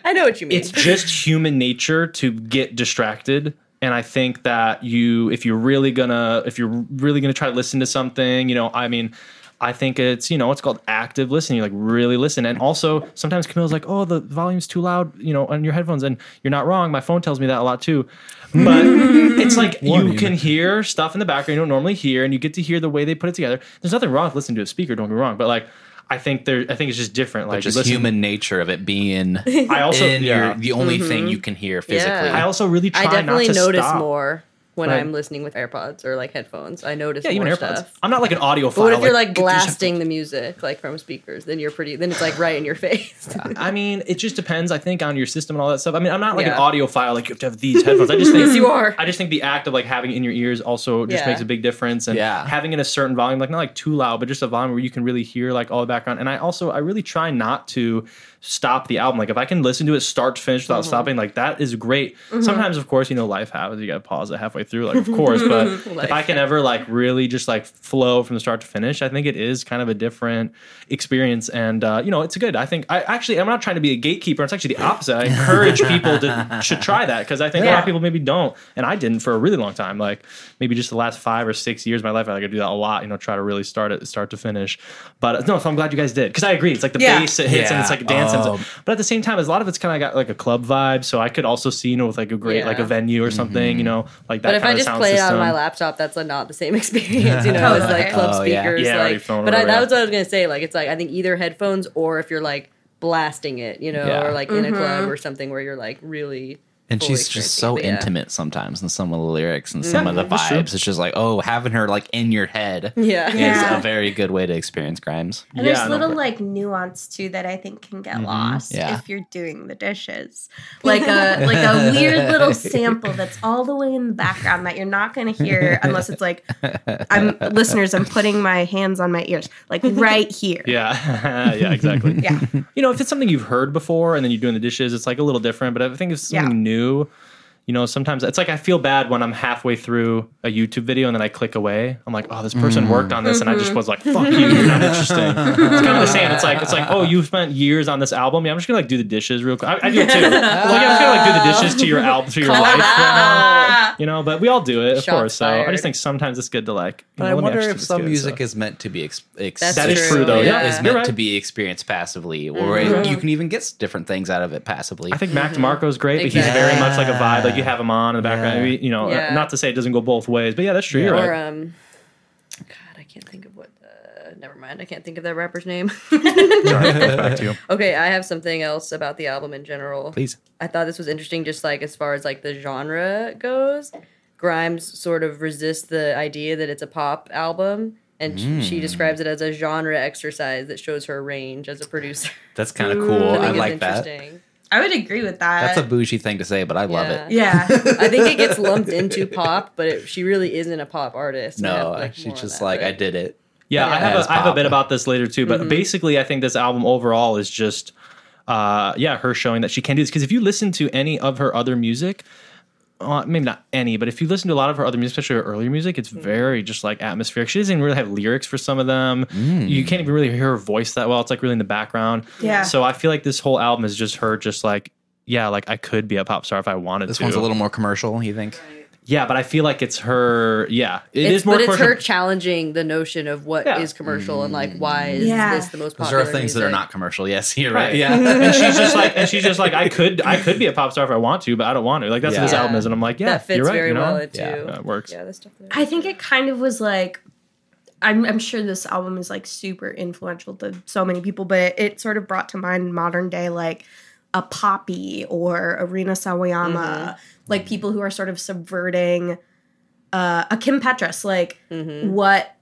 [SPEAKER 5] [LAUGHS] I know what you mean.
[SPEAKER 4] It's just human nature to get distracted, and I think that you, if you're really gonna, if you're really gonna try to listen to something, you know, I mean. I think it's you know it's called active listening. You like really listen, and also sometimes Camille's like, "Oh, the volume's too loud," you know, on your headphones. And you're not wrong. My phone tells me that a lot too.
[SPEAKER 3] [LAUGHS]
[SPEAKER 4] But it's like you
[SPEAKER 3] Warning.
[SPEAKER 4] can hear stuff in the background you don't normally hear, and you get to hear the way they put it together. There's nothing wrong with listening to a speaker. Don't get me wrong, but like I think there, I think it's just different. Like
[SPEAKER 3] Which is
[SPEAKER 4] listen-
[SPEAKER 3] human nature of it being
[SPEAKER 4] I also
[SPEAKER 3] in
[SPEAKER 4] yeah.
[SPEAKER 3] your, the only thing you can hear physically.
[SPEAKER 4] I also really try
[SPEAKER 5] I definitely
[SPEAKER 4] not to
[SPEAKER 5] notice
[SPEAKER 4] stop.
[SPEAKER 5] more when
[SPEAKER 4] Right.
[SPEAKER 5] I'm listening with AirPods or like headphones. I notice
[SPEAKER 4] Yeah,
[SPEAKER 5] more
[SPEAKER 4] even AirPods.
[SPEAKER 5] stuff.
[SPEAKER 4] I'm not like an audiophile.
[SPEAKER 5] But what if you're like
[SPEAKER 4] get these
[SPEAKER 5] blasting the music like from speakers? Then you're pretty. Then it's like right in your [LAUGHS] face.
[SPEAKER 4] headphones. I mean, it just depends. I think on your system and all that stuff. I mean, I'm not like
[SPEAKER 5] Yeah.
[SPEAKER 4] an audiophile. Like you have to have these headphones. I
[SPEAKER 5] [LAUGHS]
[SPEAKER 4] just think
[SPEAKER 5] Yes, you are.
[SPEAKER 4] I just think the act of like having it in your ears also just
[SPEAKER 5] Yeah.
[SPEAKER 4] makes a big difference. And
[SPEAKER 3] Yeah.
[SPEAKER 4] having it a certain volume, like not like too loud, but just a volume where you can really hear like all the background. And I also I really try not to stop the album. Like if I can listen to it start to finish
[SPEAKER 5] Mm-hmm.
[SPEAKER 4] without stopping, like that is great. Sometimes, of course, you know, life happens. You got to pause it halfway through, like
[SPEAKER 5] [LAUGHS]
[SPEAKER 4] of course. But if
[SPEAKER 5] Life
[SPEAKER 4] I can ever like really just like flow from the start to finish, I think it is kind of a different experience. And uh, you know, it's good. I think I actually I'm not trying to be a gatekeeper. It's actually the opposite. I encourage people to should try that because I think a lot
[SPEAKER 2] Yeah.
[SPEAKER 4] of people maybe don't, and I didn't for a really long time. Like maybe just the last five or six years of my life, I could do that a lot. You know, try to really start it, start to finish. But uh, no, so I'm glad you guys did because I agree. It's like the
[SPEAKER 5] Yeah.
[SPEAKER 4] bass it hits and
[SPEAKER 3] Yeah.
[SPEAKER 4] it's like dancing.
[SPEAKER 3] Um,
[SPEAKER 4] but at the same time, a lot of it's kind of got like a club vibe. So I could also see you know with like a great like a
[SPEAKER 5] Yeah.
[SPEAKER 4] venue or something.
[SPEAKER 3] Mm-hmm.
[SPEAKER 4] You know, like that.
[SPEAKER 5] But if
[SPEAKER 4] kind
[SPEAKER 5] I
[SPEAKER 4] of
[SPEAKER 5] just
[SPEAKER 4] sound
[SPEAKER 5] play it
[SPEAKER 4] system.
[SPEAKER 5] on my laptop, that's like not the same [LAUGHS] experience, you know, as like club
[SPEAKER 3] Oh, yeah.
[SPEAKER 5] speakers.
[SPEAKER 4] Yeah, or your
[SPEAKER 5] like,
[SPEAKER 4] phone or
[SPEAKER 5] but I,
[SPEAKER 4] whatever,
[SPEAKER 5] that was
[SPEAKER 4] yeah.
[SPEAKER 5] what I was gonna say. Like, it's like I think either headphones or if you're like blasting it, you know,
[SPEAKER 3] Yeah.
[SPEAKER 5] or like in a club or something where you're like really.
[SPEAKER 3] and
[SPEAKER 5] fully
[SPEAKER 3] she's just
[SPEAKER 5] experiencing
[SPEAKER 3] so
[SPEAKER 5] it, but yeah.
[SPEAKER 3] intimate sometimes in some of the lyrics and some of the
[SPEAKER 4] that's true.
[SPEAKER 3] vibes. It's just like, oh, having her like in your head
[SPEAKER 5] Yeah.
[SPEAKER 2] Yeah.
[SPEAKER 3] is a very good way to experience Grimes.
[SPEAKER 2] And
[SPEAKER 4] Yeah,
[SPEAKER 2] there's
[SPEAKER 4] no,
[SPEAKER 2] little
[SPEAKER 4] but-
[SPEAKER 2] like nuance too that I think can get lost
[SPEAKER 3] Mm-hmm. yeah.
[SPEAKER 2] if you're doing the dishes. Like
[SPEAKER 3] [LAUGHS]
[SPEAKER 2] a like a weird little sample that's all the way in the background that you're not going to hear unless it's like I'm listeners I'm putting my hands on my ears like right here.
[SPEAKER 4] Yeah, [LAUGHS] yeah, exactly.
[SPEAKER 3] [LAUGHS]
[SPEAKER 2] Yeah.
[SPEAKER 4] You know, if it's something you've heard before and then you're doing the dishes, it's like a little different. But I think if it's something
[SPEAKER 2] Yeah.
[SPEAKER 4] new, you know, sometimes it's like I feel bad when I'm halfway through a YouTube video and then I click away. I'm like, oh, this person
[SPEAKER 3] Mm.
[SPEAKER 4] worked on this, and I
[SPEAKER 3] Mm-hmm.
[SPEAKER 4] just was like, fuck you, you're not interesting. It's kind of the same. It's like it's like, oh, you spent years on this album. Yeah, I'm just gonna like do the dishes real quick. I, I
[SPEAKER 3] [LAUGHS]
[SPEAKER 4] do it too. like, I'm just gonna like do the dishes to your album to your [LAUGHS]
[SPEAKER 5] [LAUGHS]
[SPEAKER 4] life right now. You know, but we all do it, of
[SPEAKER 5] Shots
[SPEAKER 4] course. So I
[SPEAKER 5] fired.
[SPEAKER 4] just think sometimes it's good to like.
[SPEAKER 3] But I wonder if some music is meant to be ex- ex-
[SPEAKER 5] That's
[SPEAKER 4] That is true, true, though. yeah.
[SPEAKER 3] is
[SPEAKER 4] You're
[SPEAKER 3] meant
[SPEAKER 4] right.
[SPEAKER 3] to be experienced passively, or you can even get different things out of it passively.
[SPEAKER 4] I think Mac DeMarco's great, but
[SPEAKER 5] Exactly.
[SPEAKER 4] he's very much like a vibe. Like you have him on in the background.
[SPEAKER 3] Yeah.
[SPEAKER 4] You know,
[SPEAKER 5] Yeah.
[SPEAKER 4] not to say it doesn't go both ways, but yeah, that's true. You're
[SPEAKER 5] Or
[SPEAKER 4] right.
[SPEAKER 5] um, God, I can't think of what. Uh, never mind, I can't think of that
[SPEAKER 4] [LAUGHS]
[SPEAKER 5] rapper's name. [LAUGHS]
[SPEAKER 4] Back to you.
[SPEAKER 5] okay, I have something else about the album in general.
[SPEAKER 3] Please.
[SPEAKER 5] I thought this was interesting, just like as far as like the genre goes. Grimes sort of resists the idea that it's a pop album, and sh-
[SPEAKER 3] Hmm.
[SPEAKER 5] she describes it as a genre exercise that shows her range as
[SPEAKER 3] [LAUGHS]
[SPEAKER 5] a producer.
[SPEAKER 3] That's kind of cool. I
[SPEAKER 5] think it's
[SPEAKER 3] like that.
[SPEAKER 5] interesting.
[SPEAKER 2] I would agree with that.
[SPEAKER 3] That's a bougie thing to say, but I love
[SPEAKER 5] Yeah.
[SPEAKER 3] it.
[SPEAKER 2] yeah.
[SPEAKER 5] I think it gets lumped into pop, but it, she really isn't a pop artist.
[SPEAKER 3] [LAUGHS]
[SPEAKER 5] I
[SPEAKER 3] No,
[SPEAKER 5] have, like, more
[SPEAKER 3] she's
[SPEAKER 5] on
[SPEAKER 3] just
[SPEAKER 5] that,
[SPEAKER 3] like,
[SPEAKER 5] but-
[SPEAKER 3] I did it.
[SPEAKER 4] Yeah, I have
[SPEAKER 3] As
[SPEAKER 4] a, I have a
[SPEAKER 3] pop.
[SPEAKER 4] bit about this later too, but
[SPEAKER 5] Mm-hmm.
[SPEAKER 4] basically, I think this album overall is just, uh, yeah, her showing that she can do this. Because if you listen to any of her other music, uh, maybe not any, but if you listen to a lot of her other music, especially her earlier music, it's
[SPEAKER 5] Mm-hmm.
[SPEAKER 4] very just like atmospheric. She doesn't even really have lyrics for some of them.
[SPEAKER 3] Mm.
[SPEAKER 4] You can't even really hear her voice that well. It's like really in the background.
[SPEAKER 2] Yeah.
[SPEAKER 4] So I feel like this whole album is just her, just like yeah, like I could be a pop star if I wanted
[SPEAKER 3] This
[SPEAKER 4] to.
[SPEAKER 3] one's a little more commercial, you think?
[SPEAKER 4] Yeah, but I feel like it's her. Yeah,
[SPEAKER 5] It's,
[SPEAKER 4] more.
[SPEAKER 5] but it's
[SPEAKER 4] commercial-
[SPEAKER 5] her challenging the notion of what is
[SPEAKER 4] Yeah.
[SPEAKER 5] commercial and like why is
[SPEAKER 2] Yeah.
[SPEAKER 5] this the most
[SPEAKER 3] Because
[SPEAKER 5] popular?
[SPEAKER 3] there Hmm. are things that are
[SPEAKER 5] music?
[SPEAKER 3] not commercial. Yes, you're
[SPEAKER 4] Right.
[SPEAKER 3] right. [LAUGHS] Yeah.
[SPEAKER 4] and she's just like, and she's just like, I could, I could be a pop star if I want to, but I don't want to. Like that's what this
[SPEAKER 5] Yeah.
[SPEAKER 4] album is, and I'm like, yeah,
[SPEAKER 5] that fits
[SPEAKER 4] you're right,
[SPEAKER 5] very
[SPEAKER 4] you know?
[SPEAKER 5] well into
[SPEAKER 3] Yeah,
[SPEAKER 4] that works.
[SPEAKER 5] Yeah, that's definitely.
[SPEAKER 2] I think it kind of was like I'm I'm sure this album is like super influential to so many people, but it, sort of brought to mind modern day like a Poppy or a Rina Sawayama,
[SPEAKER 5] Mm-hmm.
[SPEAKER 2] like people who are sort of subverting uh, a Kim Petras, like
[SPEAKER 5] Mm-hmm. Mm.
[SPEAKER 2] what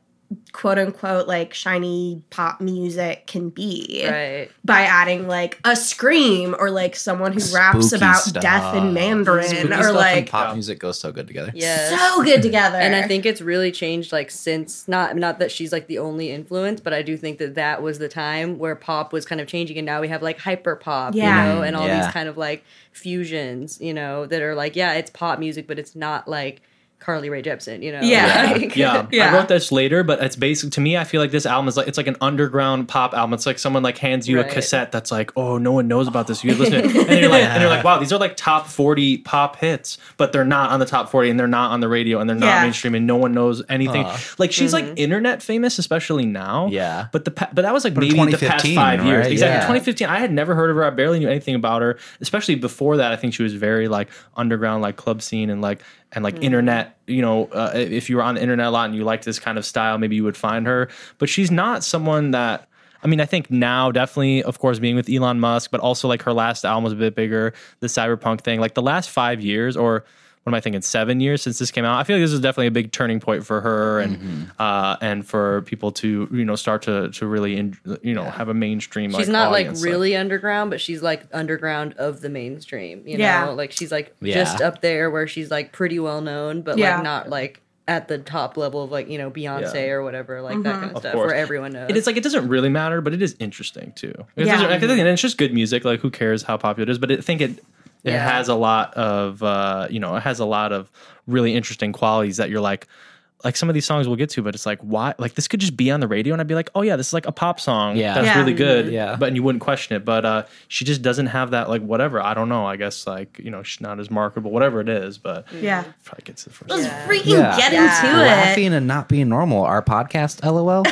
[SPEAKER 2] quote unquote like shiny pop music can be
[SPEAKER 5] right.
[SPEAKER 2] by adding like a scream or like someone who raps
[SPEAKER 3] Spooky
[SPEAKER 2] about
[SPEAKER 3] stuff.
[SPEAKER 2] death in Mandarin
[SPEAKER 3] Spooky stuff
[SPEAKER 2] or
[SPEAKER 3] and
[SPEAKER 2] like
[SPEAKER 3] pop music goes so good together.
[SPEAKER 5] Yes.
[SPEAKER 2] so good together.
[SPEAKER 5] and I think it's really changed like since not not that she's like the only influence, but I do think that that was the time where pop was kind of changing, and now we have like hyper pop,
[SPEAKER 2] Yeah.
[SPEAKER 5] you know, and all
[SPEAKER 3] Yeah.
[SPEAKER 5] these kind of like fusions, you know, that are like yeah, it's pop music, but it's not like Carly Rae Jepsen, you know,
[SPEAKER 2] Yeah.
[SPEAKER 5] like- [LAUGHS]
[SPEAKER 4] yeah.
[SPEAKER 2] Yeah.
[SPEAKER 4] I wrote this later, but it's basic to me. I feel like this album is like it's like an underground pop album. It's like someone like hands you a
[SPEAKER 5] Right.
[SPEAKER 4] cassette that's like, oh, no one knows about this. You
[SPEAKER 5] [LAUGHS]
[SPEAKER 4] listen, to it. and then you're like, and you're like, wow, these are like top forty pop hits, but they're not on the top forty, and they're not on the radio, and they're not
[SPEAKER 2] Yeah.
[SPEAKER 4] mainstream, and no one knows anything.
[SPEAKER 3] Aw.
[SPEAKER 4] Like she's
[SPEAKER 5] Mm-hmm.
[SPEAKER 4] like internet famous, especially now.
[SPEAKER 3] Yeah.
[SPEAKER 4] but the pa- but that was like
[SPEAKER 3] But in
[SPEAKER 4] maybe the past
[SPEAKER 3] 2015,
[SPEAKER 4] five years.
[SPEAKER 3] right?
[SPEAKER 4] Exactly,
[SPEAKER 3] Yeah.
[SPEAKER 4] 2015. I had never heard of her. I barely knew anything about her, especially before that. I think she was very like underground, like club scene and like and like internet. You know, uh, if you were on the internet a lot and you liked this kind of style, maybe you would find her. But she's not someone that. I mean, I think now definitely, of course, being with Elon Musk, but also like her last album was a bit bigger, the cyberpunk thing. Like the last five years, or what am I thinking, seven years since this came out, I feel like this is definitely a big turning point for her and uh, and for people to you know start to to really in, you know have a mainstream.
[SPEAKER 5] She's
[SPEAKER 4] like,
[SPEAKER 5] not like
[SPEAKER 4] audience.
[SPEAKER 5] really underground, but she's like underground of the mainstream. You
[SPEAKER 2] Yeah.
[SPEAKER 5] know, like she's like
[SPEAKER 3] Yeah.
[SPEAKER 5] just up there where she's like pretty well known, but
[SPEAKER 2] Yeah.
[SPEAKER 5] like not like at the top level of like you know Beyonce
[SPEAKER 4] Yeah.
[SPEAKER 5] or whatever, like
[SPEAKER 2] Mm-hmm.
[SPEAKER 5] that kind of, stuff
[SPEAKER 4] course.
[SPEAKER 5] where everyone knows.
[SPEAKER 4] It is like it doesn't really matter, but it is interesting too. It
[SPEAKER 2] Yeah.
[SPEAKER 4] doesn't- like, and it's just good music. Like who cares how popular it is? But I think it it
[SPEAKER 5] Yeah.
[SPEAKER 4] has a lot of uh, you know it has a lot of really interesting qualities that you're like like some of these songs we'll get to, but it's like why like this could just be on the radio and I'd be like oh yeah this is like a pop song
[SPEAKER 3] Yeah.
[SPEAKER 4] that's
[SPEAKER 2] Yeah.
[SPEAKER 4] really good
[SPEAKER 3] Yeah.
[SPEAKER 4] but and you wouldn't question it. But uh, she just doesn't have that like whatever I don't know I guess like you know she's not as marketable whatever it is, but
[SPEAKER 2] yeah.
[SPEAKER 4] probably gets it from
[SPEAKER 2] Let's
[SPEAKER 5] Yeah.
[SPEAKER 2] freaking
[SPEAKER 3] Yeah.
[SPEAKER 2] get
[SPEAKER 5] Yeah.
[SPEAKER 2] into it.
[SPEAKER 3] Laughing and not being normal. Our podcast,
[SPEAKER 4] [LAUGHS]
[SPEAKER 3] LOL.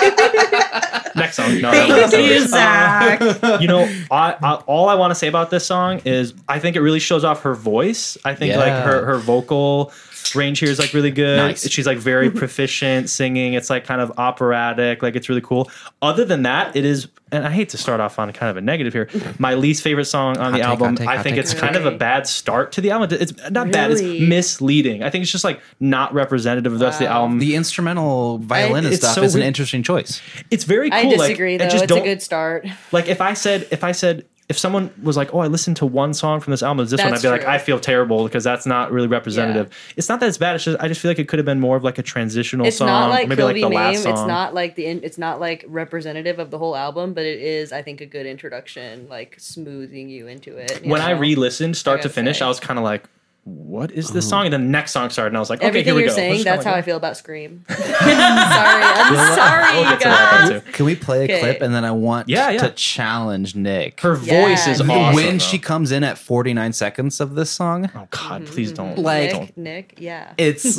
[SPEAKER 4] next song. No, that was-
[SPEAKER 2] Thank you, Zach.
[SPEAKER 4] you know, I, I, all I want to say about this song is I think it really shows off her voice. I think like
[SPEAKER 3] Yeah.
[SPEAKER 4] her her vocal range here is like really good.
[SPEAKER 3] Nice.
[SPEAKER 4] She's like very proficient singing. It's like kind of operatic. Like it's really cool. Other than that, it is. And I hate to start off on kind of a negative here. My least favorite song on the
[SPEAKER 3] take, hot
[SPEAKER 4] album.
[SPEAKER 3] take,
[SPEAKER 4] I
[SPEAKER 3] hot
[SPEAKER 4] think
[SPEAKER 3] take.
[SPEAKER 4] it's kind of a
[SPEAKER 5] Really?
[SPEAKER 4] bad start to the album. It's not bad. It's
[SPEAKER 5] Really?
[SPEAKER 4] misleading. I think it's just like not representative of the rest of the album.
[SPEAKER 3] the instrumental violin
[SPEAKER 4] Um, I-
[SPEAKER 3] and
[SPEAKER 4] it's
[SPEAKER 3] stuff
[SPEAKER 4] so
[SPEAKER 3] is an
[SPEAKER 4] weird.
[SPEAKER 3] interesting choice.
[SPEAKER 4] it's very cool.
[SPEAKER 5] I disagree
[SPEAKER 4] like, I
[SPEAKER 5] though.
[SPEAKER 4] just
[SPEAKER 5] it's a
[SPEAKER 4] don't-
[SPEAKER 5] good start.
[SPEAKER 4] like if I said if I said if someone was like, "Oh, I listened to one song from this album, it's this one," I'd
[SPEAKER 5] That's
[SPEAKER 4] be like,
[SPEAKER 5] true.
[SPEAKER 4] "I feel terrible because that's not really representative." It's not that it's bad. It's just I just feel like it could have been more of like a transitional
[SPEAKER 5] It's
[SPEAKER 4] song,
[SPEAKER 5] not like
[SPEAKER 4] maybe
[SPEAKER 5] Kobe
[SPEAKER 4] like the
[SPEAKER 5] Mame.
[SPEAKER 4] last
[SPEAKER 5] It's
[SPEAKER 4] song.
[SPEAKER 5] not like the in, it's not like representative of the whole album, but it is I think a good introduction, like smoothing you into it. you
[SPEAKER 4] when I
[SPEAKER 5] know?
[SPEAKER 4] re-listened, start
[SPEAKER 5] I
[SPEAKER 4] to
[SPEAKER 5] gotta
[SPEAKER 4] finish,
[SPEAKER 5] say.
[SPEAKER 4] I was kind of like, "What is this song?" And then the next song started, and I was like, "Okay,
[SPEAKER 5] everything
[SPEAKER 4] here we
[SPEAKER 5] you're
[SPEAKER 4] go."
[SPEAKER 5] saying,
[SPEAKER 4] Let's just
[SPEAKER 5] that's
[SPEAKER 4] kinda
[SPEAKER 5] how I
[SPEAKER 4] like-
[SPEAKER 5] feel
[SPEAKER 4] [LAUGHS]
[SPEAKER 5] about Scream. [LAUGHS] sorry, I'm sorry,
[SPEAKER 4] We'll [LAUGHS] get to
[SPEAKER 5] guys.
[SPEAKER 4] that one, too.
[SPEAKER 3] Can we play a
[SPEAKER 5] Okay.
[SPEAKER 3] clip and then I want
[SPEAKER 4] Yeah, yeah.
[SPEAKER 3] to challenge Nick.
[SPEAKER 4] Her
[SPEAKER 5] Yeah.
[SPEAKER 4] voice is
[SPEAKER 5] When
[SPEAKER 4] awesome.
[SPEAKER 3] when she
[SPEAKER 4] though.
[SPEAKER 3] comes in at 49 seconds of this song,
[SPEAKER 4] oh God, please
[SPEAKER 5] Mm-hmm.
[SPEAKER 4] don't
[SPEAKER 3] Like-
[SPEAKER 4] don't.
[SPEAKER 5] Nick, Nick, yeah. [LAUGHS]
[SPEAKER 3] it's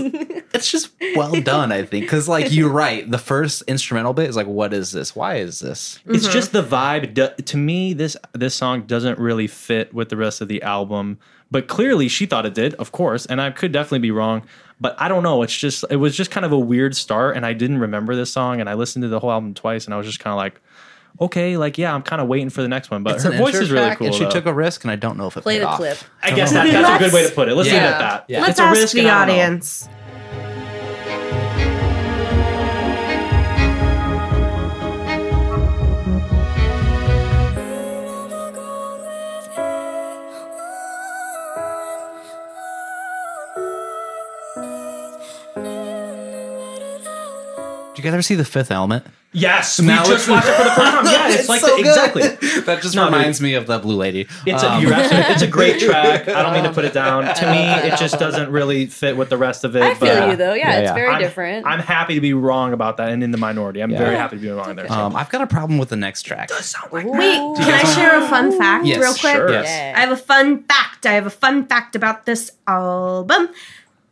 [SPEAKER 3] it's just well done, I think. Cause like you're right. The first instrumental bit is like, what is this? Why is this?
[SPEAKER 4] It's
[SPEAKER 2] Mm-hmm.
[SPEAKER 4] just the vibe. It do- To me, this this song doesn't really fit with the rest of the album. But clearly, she thought it did, of course, and I could definitely be wrong. But I don't know. It's just it was just kind of a weird start, and I didn't remember this song, and I listened to the whole album twice, and I was just kind of like, okay, like yeah, I'm kind of waiting for the next one. But
[SPEAKER 3] It's
[SPEAKER 4] her
[SPEAKER 3] an
[SPEAKER 4] voice
[SPEAKER 3] intro
[SPEAKER 4] is really
[SPEAKER 3] track,
[SPEAKER 4] cool.
[SPEAKER 3] And she
[SPEAKER 4] though.
[SPEAKER 3] took a risk, and I don't know if it
[SPEAKER 5] Play
[SPEAKER 3] paid
[SPEAKER 5] the
[SPEAKER 3] off.
[SPEAKER 5] clip.
[SPEAKER 4] I guess that, that's a good way to put it. Let's leave it
[SPEAKER 3] Yeah.
[SPEAKER 4] at that.
[SPEAKER 3] Yeah.
[SPEAKER 2] Let's
[SPEAKER 4] It's a
[SPEAKER 2] ask
[SPEAKER 4] risk
[SPEAKER 2] the
[SPEAKER 4] and I don't know.
[SPEAKER 2] audience.
[SPEAKER 3] Did
[SPEAKER 6] you guys ever see The Fifth Element?
[SPEAKER 4] Yes, we
[SPEAKER 6] Now
[SPEAKER 4] just
[SPEAKER 6] it's-
[SPEAKER 4] watched it for the first time. Yeah, it's,
[SPEAKER 3] It's
[SPEAKER 4] like
[SPEAKER 3] so
[SPEAKER 4] the,
[SPEAKER 3] good.
[SPEAKER 4] exactly.
[SPEAKER 3] that just
[SPEAKER 4] No, dude.
[SPEAKER 3] reminds me of the Blue Lady. Um,
[SPEAKER 4] It's
[SPEAKER 6] Um,
[SPEAKER 4] a, you're absolutely, it's a great track. I don't mean to put it down. To me, it just doesn't really fit with the rest of it.
[SPEAKER 5] I feel
[SPEAKER 4] but
[SPEAKER 5] you though. Yeah,
[SPEAKER 6] Yeah,
[SPEAKER 5] it's
[SPEAKER 6] yeah.
[SPEAKER 5] very
[SPEAKER 4] I'm,
[SPEAKER 5] different.
[SPEAKER 4] I'm happy to be wrong about that and in the minority. I'm
[SPEAKER 6] Yeah.
[SPEAKER 4] very happy to be wrong there.
[SPEAKER 3] Um, I've got a problem with the next track.
[SPEAKER 2] Wait,
[SPEAKER 5] Ooh.
[SPEAKER 2] can I share a fun fact
[SPEAKER 3] Yes,
[SPEAKER 2] real quick?
[SPEAKER 4] sure.
[SPEAKER 5] Yeah.
[SPEAKER 2] I have a fun fact. I have a fun fact about this album.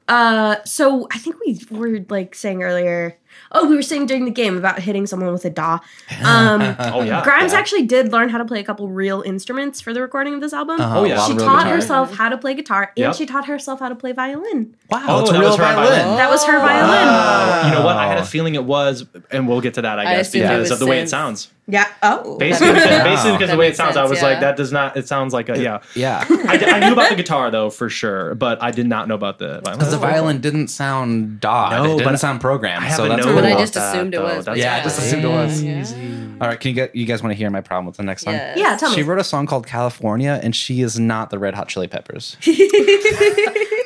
[SPEAKER 2] Uh, so I think we were like saying earlier. Oh, we were saying during the game about hitting someone with a daw. Um,
[SPEAKER 4] oh yeah.
[SPEAKER 2] Grimes actually did learn how to play a couple real instruments for the recording of this album.
[SPEAKER 3] Uh-huh,
[SPEAKER 4] Oh, yeah.
[SPEAKER 3] a lot
[SPEAKER 2] She
[SPEAKER 3] of real
[SPEAKER 2] taught
[SPEAKER 3] guitar.
[SPEAKER 2] herself how to play guitar, and
[SPEAKER 4] Yep.
[SPEAKER 2] she taught herself how to play violin.
[SPEAKER 6] Wow,
[SPEAKER 4] Oh,
[SPEAKER 6] it's
[SPEAKER 4] that
[SPEAKER 6] a real
[SPEAKER 4] was her
[SPEAKER 6] violin.
[SPEAKER 4] violin.
[SPEAKER 2] That was her violin.
[SPEAKER 3] Wow.
[SPEAKER 4] Uh, You know what? I had a feeling it was, and we'll get to that, I
[SPEAKER 5] I
[SPEAKER 4] guess,
[SPEAKER 5] assumed it
[SPEAKER 4] because
[SPEAKER 5] was
[SPEAKER 4] of the way it
[SPEAKER 5] synths. [LAUGHS]
[SPEAKER 4] sounds.
[SPEAKER 2] Yeah. Oh.
[SPEAKER 4] Basically,
[SPEAKER 5] makes
[SPEAKER 4] because-
[SPEAKER 6] sense.
[SPEAKER 4] basically because of the
[SPEAKER 5] That
[SPEAKER 4] way it
[SPEAKER 5] makes
[SPEAKER 4] sounds, I
[SPEAKER 5] sense,
[SPEAKER 4] was
[SPEAKER 5] yeah.
[SPEAKER 4] like, that does not. It sounds like a yeah.
[SPEAKER 2] [LAUGHS]
[SPEAKER 3] Yeah. [LAUGHS]
[SPEAKER 4] I, d- I knew about the guitar though for sure, but I did not know about the
[SPEAKER 3] Because the
[SPEAKER 4] violin.
[SPEAKER 3] violin didn't sound dot.
[SPEAKER 4] Oh. No,
[SPEAKER 3] it didn't
[SPEAKER 4] but
[SPEAKER 3] sound programmed.
[SPEAKER 4] I
[SPEAKER 3] so that's
[SPEAKER 4] haven't known
[SPEAKER 3] cool.
[SPEAKER 5] But I
[SPEAKER 4] about
[SPEAKER 5] just
[SPEAKER 4] that,
[SPEAKER 5] assumed it
[SPEAKER 4] though.
[SPEAKER 5] was,
[SPEAKER 4] That's
[SPEAKER 5] but
[SPEAKER 3] yeah, I just assumed it was.
[SPEAKER 4] [LAUGHS]
[SPEAKER 3] All right, can you get you guys want to hear my problem with the next song?
[SPEAKER 5] Yes.
[SPEAKER 2] Yeah. Tell me.
[SPEAKER 3] She wrote a song called California, and she is not the Red Hot Chili
[SPEAKER 2] [LAUGHS]
[SPEAKER 3] Peppers.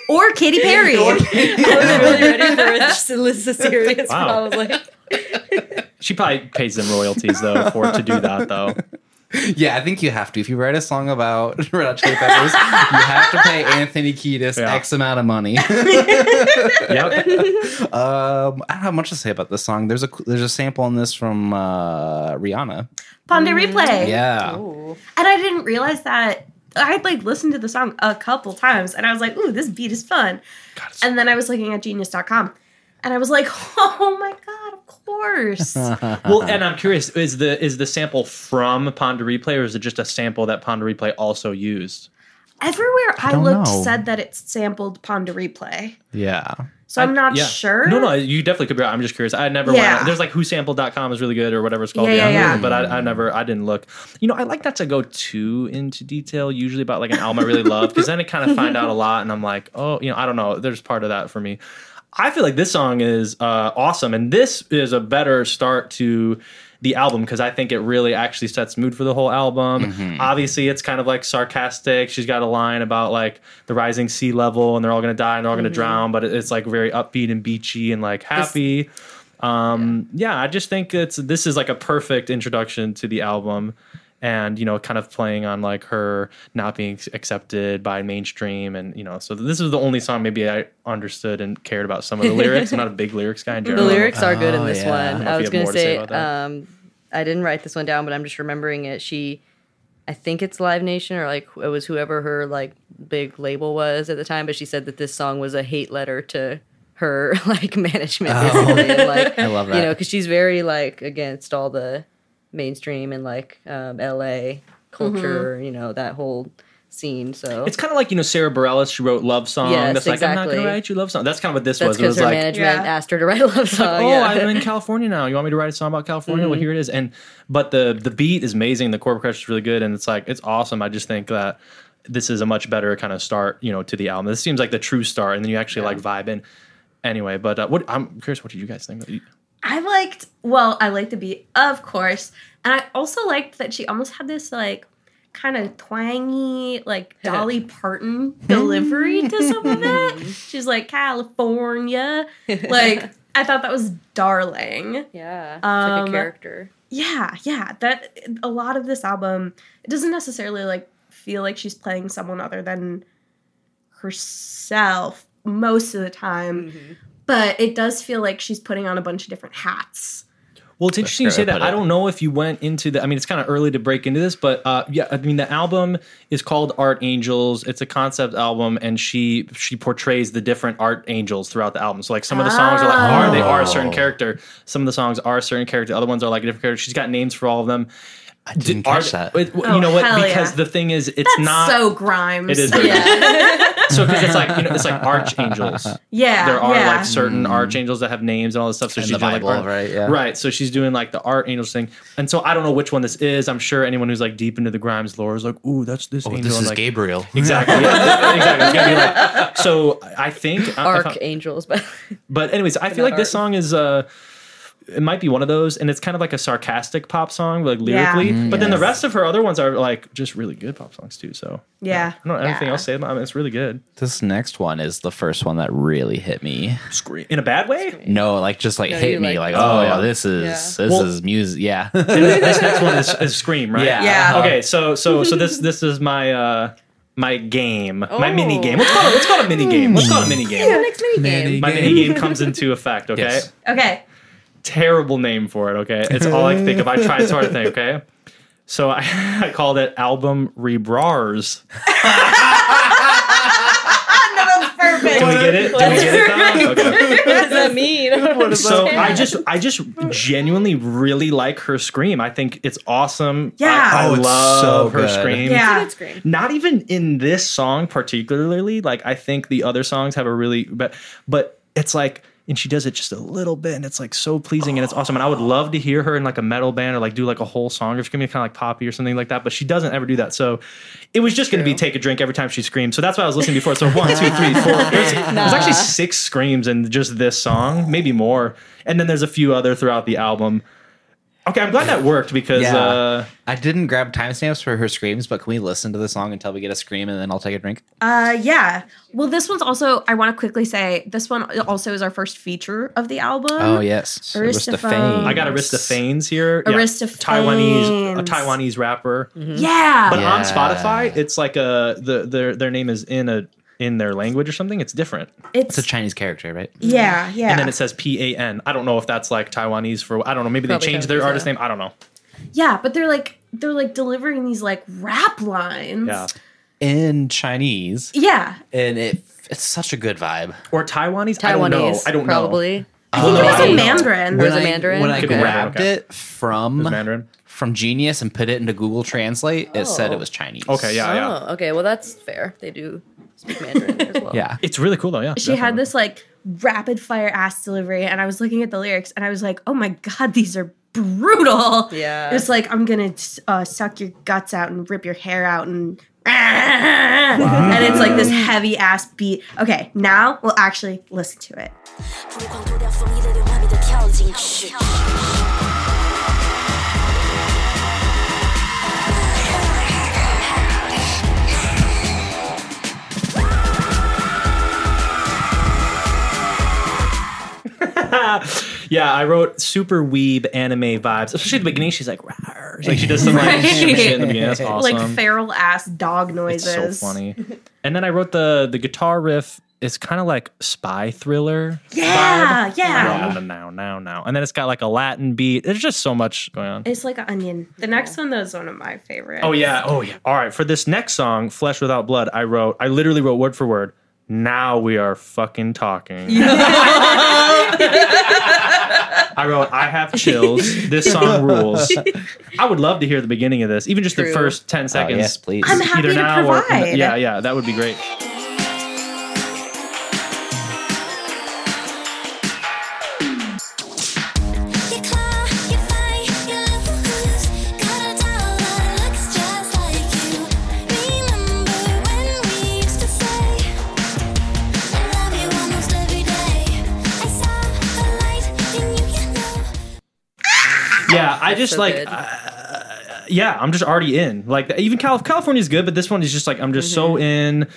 [SPEAKER 2] or Katy Perry. [LAUGHS]
[SPEAKER 5] I was really ready for this, this is serious.
[SPEAKER 4] Wow.
[SPEAKER 5] Wow. I was like,
[SPEAKER 4] She probably pays them royalties though for to do that though.
[SPEAKER 3] yeah, I think you have to. If you write a song about [LAUGHS] Red Hot Chili Peppers, you have to pay Anthony Kiedis
[SPEAKER 4] Yeah.
[SPEAKER 3] X amount of money. [LAUGHS]
[SPEAKER 4] Yep.
[SPEAKER 3] Um, I don't have much to say about this song. There's a there's a sample in this from uh, Rihanna.
[SPEAKER 2] Ponder replay.
[SPEAKER 3] Yeah,
[SPEAKER 5] ooh.
[SPEAKER 2] And I didn't realize that I had like listened to the song a couple times and I was like, ooh, this beat is fun. and then I was looking at genius.com and I was like, [LAUGHS] oh my God, of [LAUGHS] course.
[SPEAKER 4] Well, and I'm curious is the is the sample from Ponder Replay or is it just a sample that Ponder Replay also used?
[SPEAKER 2] Everywhere I,
[SPEAKER 3] don't
[SPEAKER 2] looked
[SPEAKER 3] know.
[SPEAKER 2] said that it sampled Ponder replay.
[SPEAKER 3] yeah.
[SPEAKER 2] So I'm not
[SPEAKER 4] Yeah.
[SPEAKER 2] sure.
[SPEAKER 4] No, no, you definitely could be right. I'm just curious. I never went.
[SPEAKER 2] Yeah.
[SPEAKER 4] There's like whosample.com is really good or whatever it's called.
[SPEAKER 2] Yeah, yeah, yeah.
[SPEAKER 4] But I, I never, I didn't look. You know, I like not to go too into detail usually about like an album I really love because then I kind
[SPEAKER 2] Mm-hmm.
[SPEAKER 4] of find out a lot and I'm like, oh, you know, I don't know. There's part of that for me. I feel like this song is uh, awesome and this is a better start to the album because I think it really actually sets mood for the whole album.
[SPEAKER 2] Mm-hmm.
[SPEAKER 4] Obviously, it's kind of like sarcastic. She's got a line about like the rising sea level and they're all gonna die and they're all
[SPEAKER 2] Mm-hmm.
[SPEAKER 4] gonna drown, but it- it's like very upbeat and beachy and like happy. Um, yeah. I just think it's this is like a perfect introduction to the album. And you know, kind of playing on like her not being accepted by mainstream, and you know, so this is the only song maybe I understood and cared about some of the lyrics. I'm not a big lyrics guy in
[SPEAKER 5] The
[SPEAKER 4] general.
[SPEAKER 5] lyrics are good in
[SPEAKER 3] Oh,
[SPEAKER 5] this
[SPEAKER 3] yeah. I don't
[SPEAKER 5] one.
[SPEAKER 4] know if
[SPEAKER 5] I
[SPEAKER 4] you
[SPEAKER 5] was
[SPEAKER 4] have
[SPEAKER 5] going
[SPEAKER 4] more
[SPEAKER 5] to
[SPEAKER 4] to say
[SPEAKER 5] say,
[SPEAKER 4] about that.
[SPEAKER 5] um, I didn't write this one down, but I'm just remembering it. She, I think it's Live Nation or like it was whoever her like big label was at the time, but she said that this song was a hate letter to her [LAUGHS] like management.
[SPEAKER 4] Oh.
[SPEAKER 5] basically,
[SPEAKER 4] [LAUGHS]
[SPEAKER 5] and, like,
[SPEAKER 6] I love
[SPEAKER 5] You
[SPEAKER 6] that.
[SPEAKER 5] know, because she's very like against all the mainstream and like um, LA culture, you know, that whole scene. So
[SPEAKER 4] It's kind of like you know Sarah Bareilles. She wrote love song.
[SPEAKER 5] Yes,
[SPEAKER 4] that's like I'm not gonna
[SPEAKER 5] exactly.
[SPEAKER 4] write you love song. That's kind of what this
[SPEAKER 5] that's
[SPEAKER 4] was. It
[SPEAKER 5] because
[SPEAKER 4] was
[SPEAKER 5] her
[SPEAKER 4] like,
[SPEAKER 5] management
[SPEAKER 2] Yeah.
[SPEAKER 5] asked her to write a love song.
[SPEAKER 4] oh,
[SPEAKER 5] [LAUGHS] yeah.
[SPEAKER 4] I'm in California now. You want me to write a song about California? Well, here it is. And but the the beat is amazing. The chord progression is really good, and it's like it's awesome. I just think that this is a much better kind of start, you know, to the album. This seems like the true start, and then you actually like vibe in. Anyway, but uh, what I'm curious, what did you guys think?
[SPEAKER 2] I liked, well, I liked the beat, of course. And I also liked that she almost had this like kind of twangy, like Dolly Parton delivery to some of it. She's like, California. Like, I thought that was darling.
[SPEAKER 5] [LAUGHS] Yeah, it's like
[SPEAKER 2] Um,
[SPEAKER 5] a character.
[SPEAKER 2] Yeah, yeah. That a lot of this album, it doesn't necessarily like feel like she's playing someone other than herself most of the time, but it does feel like she's putting on a bunch of different hats.
[SPEAKER 4] Well, it's interesting you
[SPEAKER 3] fair
[SPEAKER 4] say
[SPEAKER 3] to
[SPEAKER 4] that.
[SPEAKER 3] put it.
[SPEAKER 4] I don't know if you went into the. I mean, it's kind of early to break into this, but uh, yeah, I mean, the album is called Art Angels. It's a concept album, and she she portrays the different art angels throughout the album. So, like, some of the songs are like
[SPEAKER 2] Ah.
[SPEAKER 4] are they are a certain
[SPEAKER 3] Oh.
[SPEAKER 4] character. Some of the songs are a certain character. The other ones are like a different character. She's got names for all of them.
[SPEAKER 3] I didn't
[SPEAKER 4] Are-
[SPEAKER 3] catch that.
[SPEAKER 4] it-
[SPEAKER 2] Oh,
[SPEAKER 4] you know what?
[SPEAKER 2] hell yeah.
[SPEAKER 4] Because the thing is, it's not
[SPEAKER 2] so Grimes.
[SPEAKER 4] It is very- so because it's like you know, it's like
[SPEAKER 3] [LAUGHS]
[SPEAKER 4] archangels.
[SPEAKER 2] [LAUGHS] Yeah,
[SPEAKER 4] there are
[SPEAKER 2] Uh, yeah.
[SPEAKER 4] like certain archangels that have names and all this stuff. So
[SPEAKER 3] In
[SPEAKER 4] she's
[SPEAKER 3] the
[SPEAKER 4] doing, like,
[SPEAKER 3] Bible,
[SPEAKER 4] art-
[SPEAKER 3] right, yeah.
[SPEAKER 4] right. So she's doing like the art angels thing, and so I don't know which one this is. I'm sure anyone who's like deep into the Grimes lore is like, "Ooh, that's this
[SPEAKER 6] Oh,
[SPEAKER 4] angel."
[SPEAKER 6] this
[SPEAKER 4] and,
[SPEAKER 6] is
[SPEAKER 4] like,
[SPEAKER 6] Gabriel.
[SPEAKER 4] Exactly. Yeah, exactly. It's gonna
[SPEAKER 2] [LAUGHS]
[SPEAKER 4] be like- so I think, uh, if I-
[SPEAKER 5] Archangels, but [LAUGHS]
[SPEAKER 4] but anyways, I feel
[SPEAKER 5] not
[SPEAKER 4] like this
[SPEAKER 5] art.
[SPEAKER 4] song is. uh it might be one of those, and it's kind of like a sarcastic pop song, like
[SPEAKER 2] Yeah.
[SPEAKER 4] lyrically.
[SPEAKER 2] Mm,
[SPEAKER 4] but then the
[SPEAKER 2] yes.
[SPEAKER 4] rest of her other ones are like just really good pop songs too. So
[SPEAKER 2] Yeah.
[SPEAKER 4] I don't know anything
[SPEAKER 2] Yeah.
[SPEAKER 4] else to say about it. It's really good.
[SPEAKER 6] This next one is the first one that really hit me.
[SPEAKER 4] Scream in a bad way.
[SPEAKER 6] No, like just like
[SPEAKER 5] No,
[SPEAKER 6] hit
[SPEAKER 5] you
[SPEAKER 6] me,
[SPEAKER 5] like-
[SPEAKER 6] like, oh
[SPEAKER 4] Yeah.
[SPEAKER 6] yeah, this is
[SPEAKER 5] Yeah.
[SPEAKER 6] this
[SPEAKER 4] Well-
[SPEAKER 6] is
[SPEAKER 4] [LAUGHS]
[SPEAKER 6] music. Yeah,
[SPEAKER 4] this next one is, is Scream, right?
[SPEAKER 6] Yeah.
[SPEAKER 2] Yeah.
[SPEAKER 4] Okay, so so so this this is my uh my game, my
[SPEAKER 5] Oh.
[SPEAKER 4] mini game. Let's call it let's call it a mini game. Let's call it a mini
[SPEAKER 2] Yeah,
[SPEAKER 4] game.
[SPEAKER 2] next mini game.
[SPEAKER 4] My mini game comes into effect. Okay.
[SPEAKER 6] Yes.
[SPEAKER 2] Okay.
[SPEAKER 4] terrible name for it. Okay, it's all I can think of. I tried sort of thing. Okay, so I, [LAUGHS] I called it album rebrars.
[SPEAKER 2] Ah, no, that's
[SPEAKER 4] Do we
[SPEAKER 2] perfect.
[SPEAKER 4] get it? Do we get it? now? Okay.
[SPEAKER 5] What does that mean? [LAUGHS]
[SPEAKER 4] So I just, I just genuinely really like her scream. I think it's awesome.
[SPEAKER 2] Yeah.
[SPEAKER 4] I, I
[SPEAKER 6] Oh, it's
[SPEAKER 4] love
[SPEAKER 6] so
[SPEAKER 4] her
[SPEAKER 6] good.
[SPEAKER 4] scream.
[SPEAKER 2] Yeah.
[SPEAKER 5] It's a good scream.
[SPEAKER 4] Not even in this song particularly. Like I think the other songs have a really, but but it's like. And she does it just a little bit, and it's like so pleasing, and it's awesome. And I would love to hear her in like a metal band or like do like a whole song, or she's gonna be kind of like poppy or something like that. But she doesn't ever do that, so it was just gonna be take a drink every time she screamed. So that's why I was listening before. So one, two, three, four. There's, there's actually six screams in just this song, maybe more. And then there's a few other throughout the album. Okay, I'm glad that worked because
[SPEAKER 6] Yeah.
[SPEAKER 4] uh,
[SPEAKER 6] [LAUGHS] I didn't grab timestamps for her screams, but can we listen to the song until we get a scream and then I'll take a drink?
[SPEAKER 2] Uh, yeah. Well, this one's also. I want to quickly say this one also is our first feature of the album.
[SPEAKER 6] Oh yes,
[SPEAKER 2] Aristophane.
[SPEAKER 6] Aristophane.
[SPEAKER 4] I got Aristophanes here.
[SPEAKER 2] Aristophanes.
[SPEAKER 4] Taiwanese, a Taiwanese rapper.
[SPEAKER 2] Mm-hmm. Yeah.
[SPEAKER 4] But on
[SPEAKER 6] Yeah.
[SPEAKER 4] Spotify, it's like a the their their name is in a in their language or something. It's different,
[SPEAKER 2] it's
[SPEAKER 6] It's a Chinese character, right?
[SPEAKER 2] yeah, yeah.
[SPEAKER 4] and then it says P A N. I don't know if that's like Taiwanese for I don't know. Maybe they
[SPEAKER 5] Probably
[SPEAKER 4] changed their
[SPEAKER 5] Taiwanese,
[SPEAKER 4] artist
[SPEAKER 5] yeah.
[SPEAKER 4] name. I don't know.
[SPEAKER 2] yeah, but they're like they're like delivering these like rap lines.
[SPEAKER 4] Yeah,
[SPEAKER 6] In Chinese,
[SPEAKER 2] Yeah.
[SPEAKER 6] and it it's such a good vibe.
[SPEAKER 4] or Taiwanese. I don't know.
[SPEAKER 5] Taiwanese,
[SPEAKER 4] I don't know.
[SPEAKER 5] probably.
[SPEAKER 2] I think
[SPEAKER 6] Oh,
[SPEAKER 2] it was
[SPEAKER 6] I
[SPEAKER 2] in
[SPEAKER 6] don't know.
[SPEAKER 2] Mandarin.
[SPEAKER 5] Where-
[SPEAKER 6] when
[SPEAKER 5] There's a
[SPEAKER 6] I,
[SPEAKER 5] Mandarin?
[SPEAKER 6] When I
[SPEAKER 4] Could be
[SPEAKER 6] grabbed
[SPEAKER 4] Mandarin,
[SPEAKER 6] it from
[SPEAKER 4] Is Mandarin.
[SPEAKER 6] from Genius and put it into Google Translate, it said
[SPEAKER 5] Oh.
[SPEAKER 6] it was Chinese.
[SPEAKER 4] Okay, yeah, yeah.
[SPEAKER 5] Oh, okay. Well, that's fair. They do speak Mandarin as well.
[SPEAKER 6] Yeah.
[SPEAKER 4] It's really cool though. Yeah,
[SPEAKER 2] she had this like rapid fire ass delivery, and I was looking at the lyrics, and I was like, oh my god, these are brutal.
[SPEAKER 5] Yeah.
[SPEAKER 2] It's like I'm gonna uh, suck your guts out and rip your hair out and. [LAUGHS] And it's like this heavy ass beat. Okay, now we'll actually listen to it.
[SPEAKER 7] 疯狂脱掉风衣，泪流满面的跳进去。
[SPEAKER 4] definitely. yeah. I wrote super weeb anime vibes, especially at the beginning. She's like, "Rawr." It's like she does some like
[SPEAKER 2] Right.
[SPEAKER 4] shit in the beginning. That's awesome.
[SPEAKER 2] Like feral ass dog
[SPEAKER 4] it's
[SPEAKER 2] noises.
[SPEAKER 4] so [LAUGHS] funny. And then I wrote the the guitar riff. It's kind of like spy thriller.
[SPEAKER 2] Yeah, yeah.
[SPEAKER 4] Now, now, now, now, and then it's got like a Latin beat. There's just so much going on.
[SPEAKER 2] It's like an onion. The next one though is one of my favorites.
[SPEAKER 4] Oh yeah, oh yeah. All right, for this next song, "Flesh Without Blood," I wrote. I literally wrote word for word. Now we are fucking talking. I wrote, I have chills. This song rules. I would love to hear the beginning of this, even just the
[SPEAKER 5] True.
[SPEAKER 4] first 10 seconds.
[SPEAKER 6] Oh, yes, please.
[SPEAKER 2] I'm happy to provide.
[SPEAKER 4] yeah, yeah, that would be great.
[SPEAKER 7] You claw, you fight, you lose. Got a dollar, looks just like you. Remember when we used to say, I love you almost every day. I saw the light in you, you know.
[SPEAKER 4] Yeah, I just
[SPEAKER 5] so
[SPEAKER 4] like,
[SPEAKER 5] good.
[SPEAKER 4] uh, yeah, I'm just already in. Like, even Cal- California's good, but this one is just like, I'm just so in.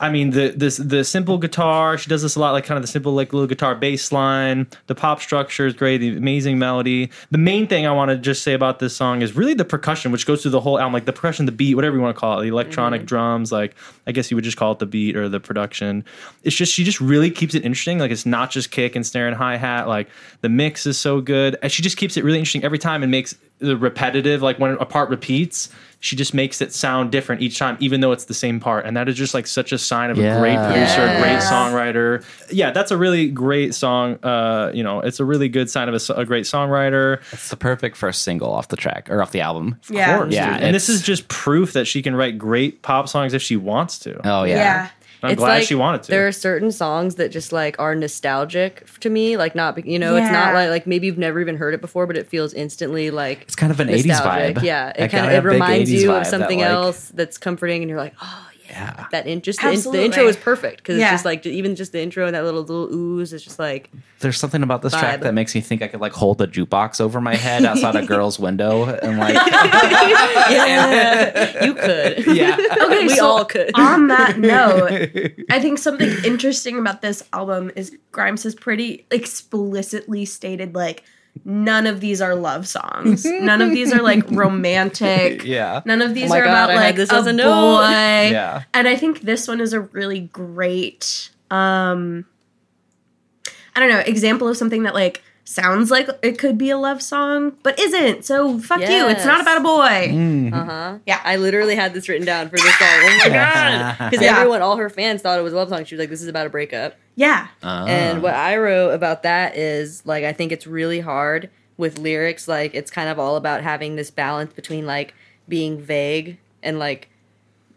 [SPEAKER 4] I mean, the this the simple guitar. She does this a lot, like kind of the simple, like little guitar bass line. The pop structure is great. The amazing melody. The main thing I want to just say about this song is really the percussion, which goes through the whole album. Like the percussion, the beat, whatever you want to call it, the electronic drums. Like I guess you would just call it the beat or the production. It's just she just really keeps it interesting. Like it's not just kick and snare and hi hat. Like the mix is so good, and she just keeps it really interesting every time and makes the repetitive. Like when a part repeats, she just makes it sound different each time, even though it's the same part. And that is just like such a sign of a great
[SPEAKER 6] Yeah.
[SPEAKER 4] producer, a great
[SPEAKER 5] Yes.
[SPEAKER 4] songwriter. Yeah, that's a really great song. Uh, you know, it's a really good sign of a s- a, great songwriter.
[SPEAKER 6] It's the perfect first single off the track or off the album.
[SPEAKER 2] Yeah.
[SPEAKER 4] Of course,
[SPEAKER 6] Yeah,
[SPEAKER 4] dude. and this
[SPEAKER 6] it's-
[SPEAKER 4] is just proof that she can write great pop songs if she wants to.
[SPEAKER 6] Oh yeah.
[SPEAKER 2] Yeah.
[SPEAKER 4] I'm glad she wanted to.
[SPEAKER 5] There are certain songs that just like are nostalgic f- to me. Like not, be- you know, it's
[SPEAKER 2] Yeah.
[SPEAKER 5] not like like maybe you've never even heard it before, but it feels instantly like
[SPEAKER 6] It's kind of an 80s
[SPEAKER 5] nostalgic.
[SPEAKER 6] vibe.
[SPEAKER 5] Yeah,
[SPEAKER 6] I
[SPEAKER 5] it kind
[SPEAKER 6] got
[SPEAKER 5] of
[SPEAKER 6] a
[SPEAKER 5] it
[SPEAKER 6] big
[SPEAKER 5] reminds
[SPEAKER 6] 80s
[SPEAKER 5] you
[SPEAKER 6] vibe
[SPEAKER 5] of
[SPEAKER 6] that,
[SPEAKER 5] something
[SPEAKER 6] like-
[SPEAKER 5] else that's comforting, and you're like, oh yeah,
[SPEAKER 3] Yeah.
[SPEAKER 5] that in just the, in- the
[SPEAKER 2] Absolutely.
[SPEAKER 5] intro is perfect because
[SPEAKER 2] Yeah.
[SPEAKER 5] it's just like even just the intro and that little little ooze is just like
[SPEAKER 6] There's something about this track
[SPEAKER 5] Vibe.
[SPEAKER 6] that makes me think I could like hold the jukebox over
[SPEAKER 5] [LAUGHS]
[SPEAKER 6] my head outside a girl's window and like
[SPEAKER 5] yeah [LAUGHS] you could
[SPEAKER 6] yeah.
[SPEAKER 2] Okay,
[SPEAKER 5] we
[SPEAKER 2] so
[SPEAKER 5] all could
[SPEAKER 2] on
[SPEAKER 5] [LAUGHS]
[SPEAKER 2] that note, I think something interesting about this album is Grimes has pretty explicitly stated like none of these are love
[SPEAKER 5] [LAUGHS]
[SPEAKER 2] songs. none of these are like romantic.
[SPEAKER 6] [LAUGHS] Yeah.
[SPEAKER 2] None of these
[SPEAKER 5] Oh my
[SPEAKER 2] are
[SPEAKER 5] God,
[SPEAKER 2] about
[SPEAKER 5] I had
[SPEAKER 2] like
[SPEAKER 5] this
[SPEAKER 2] a
[SPEAKER 5] as a
[SPEAKER 2] boy.
[SPEAKER 5] note.
[SPEAKER 6] Yeah.
[SPEAKER 2] And I think this one is a really great um I don't know, example of something that like sounds like it could be a love song, but isn't. So fuck you. It's not
[SPEAKER 5] Yes.
[SPEAKER 2] about a boy.
[SPEAKER 6] Mm.
[SPEAKER 5] uh-huh
[SPEAKER 2] Yeah.
[SPEAKER 5] I literally had this written down for this song oh [LAUGHS] my god because
[SPEAKER 2] Yeah.
[SPEAKER 5] everyone all her fans thought it was a love song she was like this is about a breakup
[SPEAKER 2] Yeah.
[SPEAKER 6] Ah.
[SPEAKER 5] And what I wrote about that is like I think it's really hard with lyrics. Like it's kind of all about having this balance between like being vague and like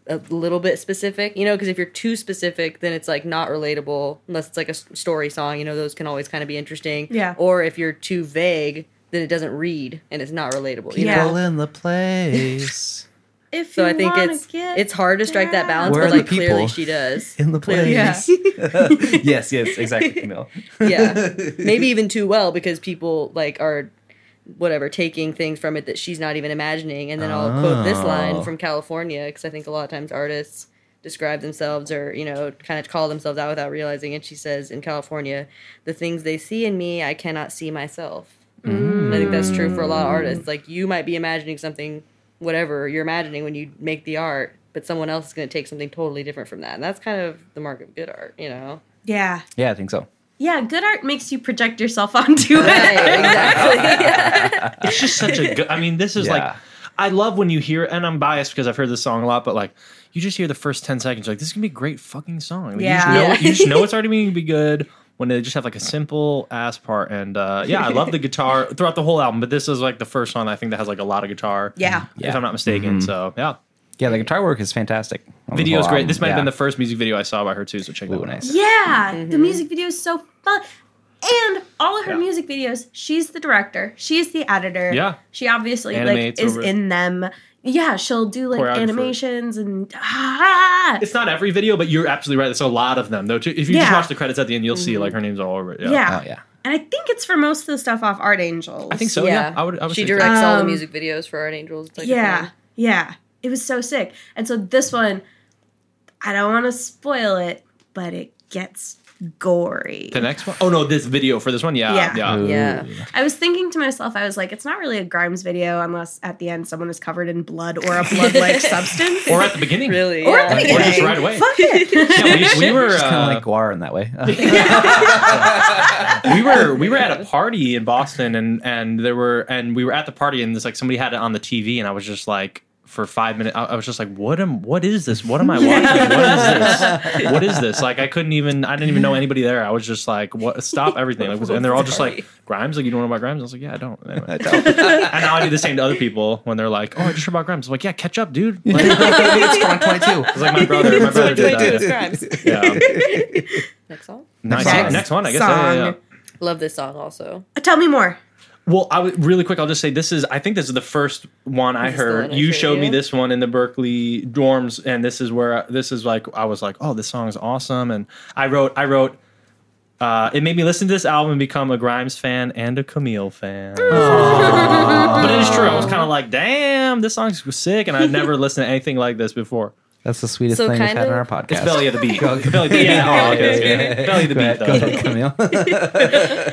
[SPEAKER 5] a little bit specific, you know, because if you're too specific, then it's like not relatable unless it's like a s- story song, you know, those can always kind of be interesting.
[SPEAKER 2] Yeah.
[SPEAKER 5] Or if you're too vague, then it doesn't read and it's not relatable. You
[SPEAKER 2] Yeah.
[SPEAKER 5] know?
[SPEAKER 6] people in the place.
[SPEAKER 2] If
[SPEAKER 5] So
[SPEAKER 2] you
[SPEAKER 5] I think
[SPEAKER 2] wanna
[SPEAKER 5] it's
[SPEAKER 2] get
[SPEAKER 5] it's hard to strike that
[SPEAKER 2] down.
[SPEAKER 5] balance,
[SPEAKER 6] Where
[SPEAKER 5] but
[SPEAKER 6] are the
[SPEAKER 5] like clearly
[SPEAKER 6] people?
[SPEAKER 5] she
[SPEAKER 6] [LAUGHS]
[SPEAKER 5] does.
[SPEAKER 6] in the
[SPEAKER 5] Clearly.
[SPEAKER 6] place. [LAUGHS] yes, yes, exactly, Camille.
[SPEAKER 5] [LAUGHS] yeah maybe even too well because people like are whatever taking things from it that she's not even imagining and then i'll quote this line
[SPEAKER 6] Oh.
[SPEAKER 5] from california because i think a lot of times artists describe themselves or you know kind of call themselves out without realizing and she says in california the things they see in me i cannot see myself And i think that's true for a lot of artists like you might be imagining something whatever you're imagining when you make the art but someone else is going to take something totally different from that and that's kind of the mark of good art you know
[SPEAKER 2] Yeah.
[SPEAKER 6] [LAUGHS] Yeah, I think so.
[SPEAKER 2] Yeah, good art makes you project yourself [LAUGHS] onto it.
[SPEAKER 5] exactly
[SPEAKER 4] It's just such a good. I mean, this is like,
[SPEAKER 6] Yeah.
[SPEAKER 4] I love when you hear, and I'm biased because I've heard this song a lot, but like, you just hear the first 10 seconds, like, this is going to be a great fucking song. Like,
[SPEAKER 2] Yeah.
[SPEAKER 4] You, just know,
[SPEAKER 5] Yeah.
[SPEAKER 4] you
[SPEAKER 2] [LAUGHS]
[SPEAKER 4] just know it's already going to be good when they just have like a simple ass part. And uh, yeah, I love the guitar throughout the whole album, but this is like the first song I think that has like a lot of guitar.
[SPEAKER 2] Yeah.
[SPEAKER 4] If I'm not mistaken. So yeah.
[SPEAKER 6] Yeah, the guitar work is fantastic. on Mm-hmm. the
[SPEAKER 4] Video's
[SPEAKER 6] whole
[SPEAKER 4] great.
[SPEAKER 6] album.
[SPEAKER 4] This might have been
[SPEAKER 6] Yeah.
[SPEAKER 4] the first music video I saw by her too, so check that
[SPEAKER 6] Ooh,
[SPEAKER 4] one out.
[SPEAKER 6] nice.
[SPEAKER 2] Yeah. The music video is so fun. And all of her
[SPEAKER 4] Yeah.
[SPEAKER 2] music videos, she's the director, she's the editor.
[SPEAKER 4] Yeah.
[SPEAKER 2] She obviously
[SPEAKER 4] Animates
[SPEAKER 2] like is
[SPEAKER 4] over-
[SPEAKER 2] in them. Yeah, she'll do like
[SPEAKER 4] Choreographer.
[SPEAKER 2] animations and ah,
[SPEAKER 4] It's not every video, but you're absolutely right. There's a lot of them though. Too. If you just
[SPEAKER 2] Yeah. Mm-hmm.
[SPEAKER 4] watch the credits at the end, you'll see like her name's all over it.
[SPEAKER 2] yeah.
[SPEAKER 6] Oh yeah.
[SPEAKER 2] And I think it's for most of the stuff off Art Angels.
[SPEAKER 4] I think so. Yeah, I would. I would
[SPEAKER 5] she
[SPEAKER 4] say so.
[SPEAKER 5] directs all the
[SPEAKER 2] Um,
[SPEAKER 5] music videos for Art Angels. It's like a
[SPEAKER 2] yeah,
[SPEAKER 5] thing.
[SPEAKER 2] yeah. It was so sick. And so this one, I don't want to spoil it, but it gets gory.
[SPEAKER 4] The next one? Oh no, this video for this one. Yeah,
[SPEAKER 2] Yeah.
[SPEAKER 4] yeah.
[SPEAKER 5] Yeah.
[SPEAKER 2] I was thinking to myself, I was like, it's not really a Grimes video unless at the end someone is covered in blood or a blood-like
[SPEAKER 4] [LAUGHS]
[SPEAKER 2] substance.
[SPEAKER 4] Or at the beginning.
[SPEAKER 5] Really.
[SPEAKER 2] Or
[SPEAKER 5] yeah.
[SPEAKER 2] at the
[SPEAKER 4] Or
[SPEAKER 2] beginning.
[SPEAKER 4] just right away.
[SPEAKER 2] Fuck it.
[SPEAKER 4] Yeah,
[SPEAKER 6] [LAUGHS]
[SPEAKER 4] we, we were
[SPEAKER 6] Just kind
[SPEAKER 4] uh,
[SPEAKER 6] of like Guar in
[SPEAKER 4] [LAUGHS]
[SPEAKER 6] that way. [LAUGHS]
[SPEAKER 4] we were we were at a party in Boston and and there were and we were at the party and it's like somebody had it on the TV and I was just like for five minutes I, I was just like what am what is this what am I watching what is this what is this like I couldn't even I didn't even know anybody there I was just like what stop everything like, and they're all just like Grimes like you don't know about Grimes I was like yeah I don't anyway.
[SPEAKER 6] [LAUGHS]
[SPEAKER 4] I don't and now I do the same to other people when they're like oh I just heard about Grimes I'm like yeah catch up dude like,
[SPEAKER 6] it's 2022.
[SPEAKER 4] it's like my brother my brother
[SPEAKER 5] [LAUGHS]
[SPEAKER 4] did
[SPEAKER 5] It's
[SPEAKER 4] that
[SPEAKER 5] crimes.
[SPEAKER 4] yeah
[SPEAKER 5] Next song.
[SPEAKER 4] nice
[SPEAKER 2] Next
[SPEAKER 4] next one I guess yeah, yeah, yeah.
[SPEAKER 2] song. Uh,
[SPEAKER 5] Love this song also.
[SPEAKER 2] Tell me more.
[SPEAKER 4] Well, I would really quick. I'll just say this is. I think this is the first one I
[SPEAKER 5] This is the
[SPEAKER 4] heard.
[SPEAKER 5] one I
[SPEAKER 4] you
[SPEAKER 5] showed
[SPEAKER 4] showed me
[SPEAKER 5] you?
[SPEAKER 4] this one in the Berkeley dorms, and this is where this is like I was like, oh, this song is awesome, and I wrote, I wrote. Uh, it made me listen to this album and become a Grimes fan and a Camille fan. But it is true. I was kind of like, damn, this song's sick, and I'd never [LAUGHS] listened to anything like this before.
[SPEAKER 6] That's the sweetest
[SPEAKER 5] So
[SPEAKER 6] thing we've
[SPEAKER 5] kind
[SPEAKER 6] had in
[SPEAKER 5] of-
[SPEAKER 6] our podcast.
[SPEAKER 4] It's belly of the beat. belly of the [LAUGHS] beat.
[SPEAKER 6] [LAUGHS] Yeah.
[SPEAKER 4] Oh, okay,
[SPEAKER 6] Yeah. [LAUGHS]
[SPEAKER 4] okay. Belly of the
[SPEAKER 6] Go
[SPEAKER 4] beat.
[SPEAKER 6] ahead, go
[SPEAKER 4] Though.
[SPEAKER 6] ahead, Camille.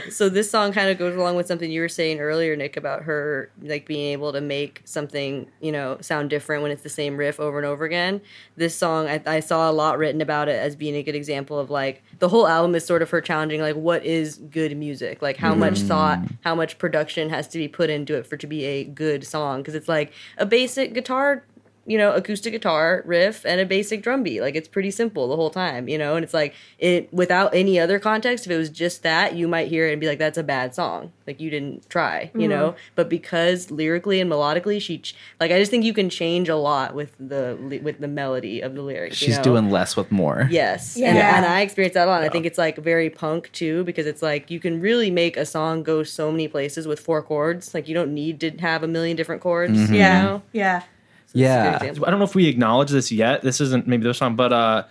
[SPEAKER 5] So this song kind of goes along with something you were saying earlier, Nick, about her like being able to make something, you know, sound different when it's the same riff over and over again. This song I, I saw a lot written about it as being a good example of like the whole album is sort of her challenging like what is good music? Like how
[SPEAKER 4] Mm.
[SPEAKER 5] much thought, how much production has to be put into it for it to be a good song because it's like a basic guitar you know, acoustic guitar riff and a basic drum beat. Like it's pretty simple the whole time, you know. And it's like it without any other context. If it was just that, you might hear it and be like, "That's a bad song. Like you didn't try," you know. But because lyrically and melodically, she ch- like I just think you can change a lot with the ly- with the melody of the lyrics. you
[SPEAKER 6] She's
[SPEAKER 5] know?
[SPEAKER 6] doing less with more.
[SPEAKER 5] Yes. And,
[SPEAKER 2] Yeah.
[SPEAKER 5] and I experienced that a lot. And I think it's like very punk too, because it's like you can really make a song go
[SPEAKER 6] Mm-hmm.
[SPEAKER 4] Oh
[SPEAKER 5] so many places with four chords. Like you don't need to have a million different chords. You know?
[SPEAKER 2] Yeah.
[SPEAKER 5] Good
[SPEAKER 6] yeah.
[SPEAKER 5] example.
[SPEAKER 4] I don't know if we acknowledge this yet. This isn't maybe their song, but uh,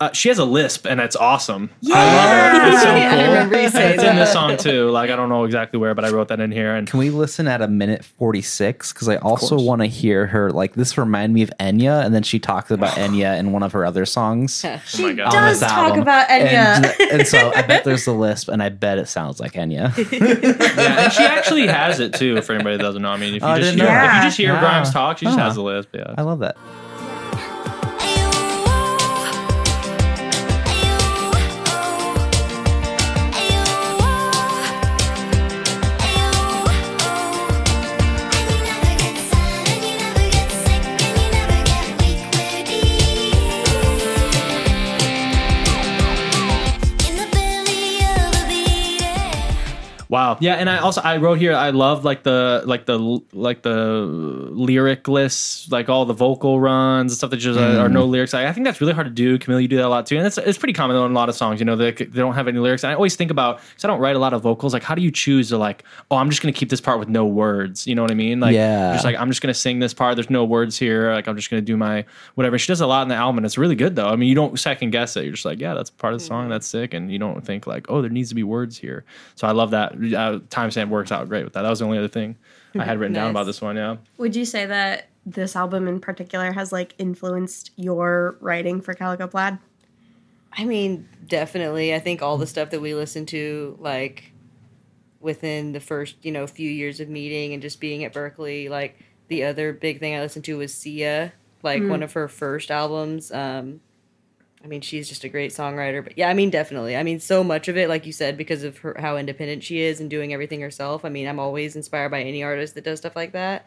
[SPEAKER 4] uh she has a lisp and it's awesome. It's so
[SPEAKER 5] I
[SPEAKER 4] cool.
[SPEAKER 5] remember you saying
[SPEAKER 4] It's in this
[SPEAKER 5] that.
[SPEAKER 4] song too. Like I don't know exactly where, but I wrote that in here. And
[SPEAKER 6] Can we listen at a minute 46? Because I also
[SPEAKER 4] course.
[SPEAKER 6] want to hear her. Like, this remind me of Enya. And then she talks about Enya in one of her other songs.
[SPEAKER 4] oh my god,
[SPEAKER 6] on
[SPEAKER 2] does
[SPEAKER 6] this
[SPEAKER 2] talk
[SPEAKER 6] album.
[SPEAKER 2] about
[SPEAKER 6] And-
[SPEAKER 2] Enya.
[SPEAKER 6] and so I bet there's a lisp, and I bet it sounds like Enya.
[SPEAKER 4] yeah, and she actually has it too. For anybody that doesn't know, I mean, if you
[SPEAKER 6] Oh, I
[SPEAKER 4] just
[SPEAKER 6] didn't
[SPEAKER 4] hear,
[SPEAKER 2] know
[SPEAKER 4] if
[SPEAKER 2] that.
[SPEAKER 4] you just hear
[SPEAKER 6] Yeah.
[SPEAKER 4] Grimes talk, she just
[SPEAKER 6] Huh.
[SPEAKER 4] has a lisp. Yeah,
[SPEAKER 6] I love that.
[SPEAKER 4] Wow. Yeah, and I also I wrote here I love like the like the like the lyricless like all the vocal runs and stuff that just uh are no lyrics. I, I think that's really hard to do. Camille, you do that a lot too, and it's it's pretty common on a lot of songs. You know, they, they don't have any lyrics. And I always think about because I don't write a lot of vocals. Like, how do you choose to like? Oh, I'm just gonna keep this part with no words. You know what I mean? Like,
[SPEAKER 6] Yeah.
[SPEAKER 4] just like I'm just gonna sing this part. There's no words here. Like, I'm just gonna do my whatever. She does a lot in the album, and it's really good though. I mean, you don't second guess it. You're just like, yeah, that's part of the
[SPEAKER 5] Mm-hmm.
[SPEAKER 4] song. That's sick, and you don't think like, oh, there needs to be words here. So I love that. Uh, timestamp works out great with that. That was the only other thing I had written down
[SPEAKER 5] Nice.
[SPEAKER 4] about this one. Yeah.
[SPEAKER 2] Would you say that this album in particular has like influenced your writing for Calico Plaid?
[SPEAKER 5] I mean, definitely. I think all the stuff that we listened to, like within the first, you know, few years of meeting and just being at Berkeley, like the other big thing I listened to was Sia, like one of her first albums. Um I mean, she's just a great songwriter, but yeah, I mean, definitely. I mean, so much of it, like you said, because of her, how independent she is and doing everything herself. I mean, I'm always inspired by any artist that does stuff like that.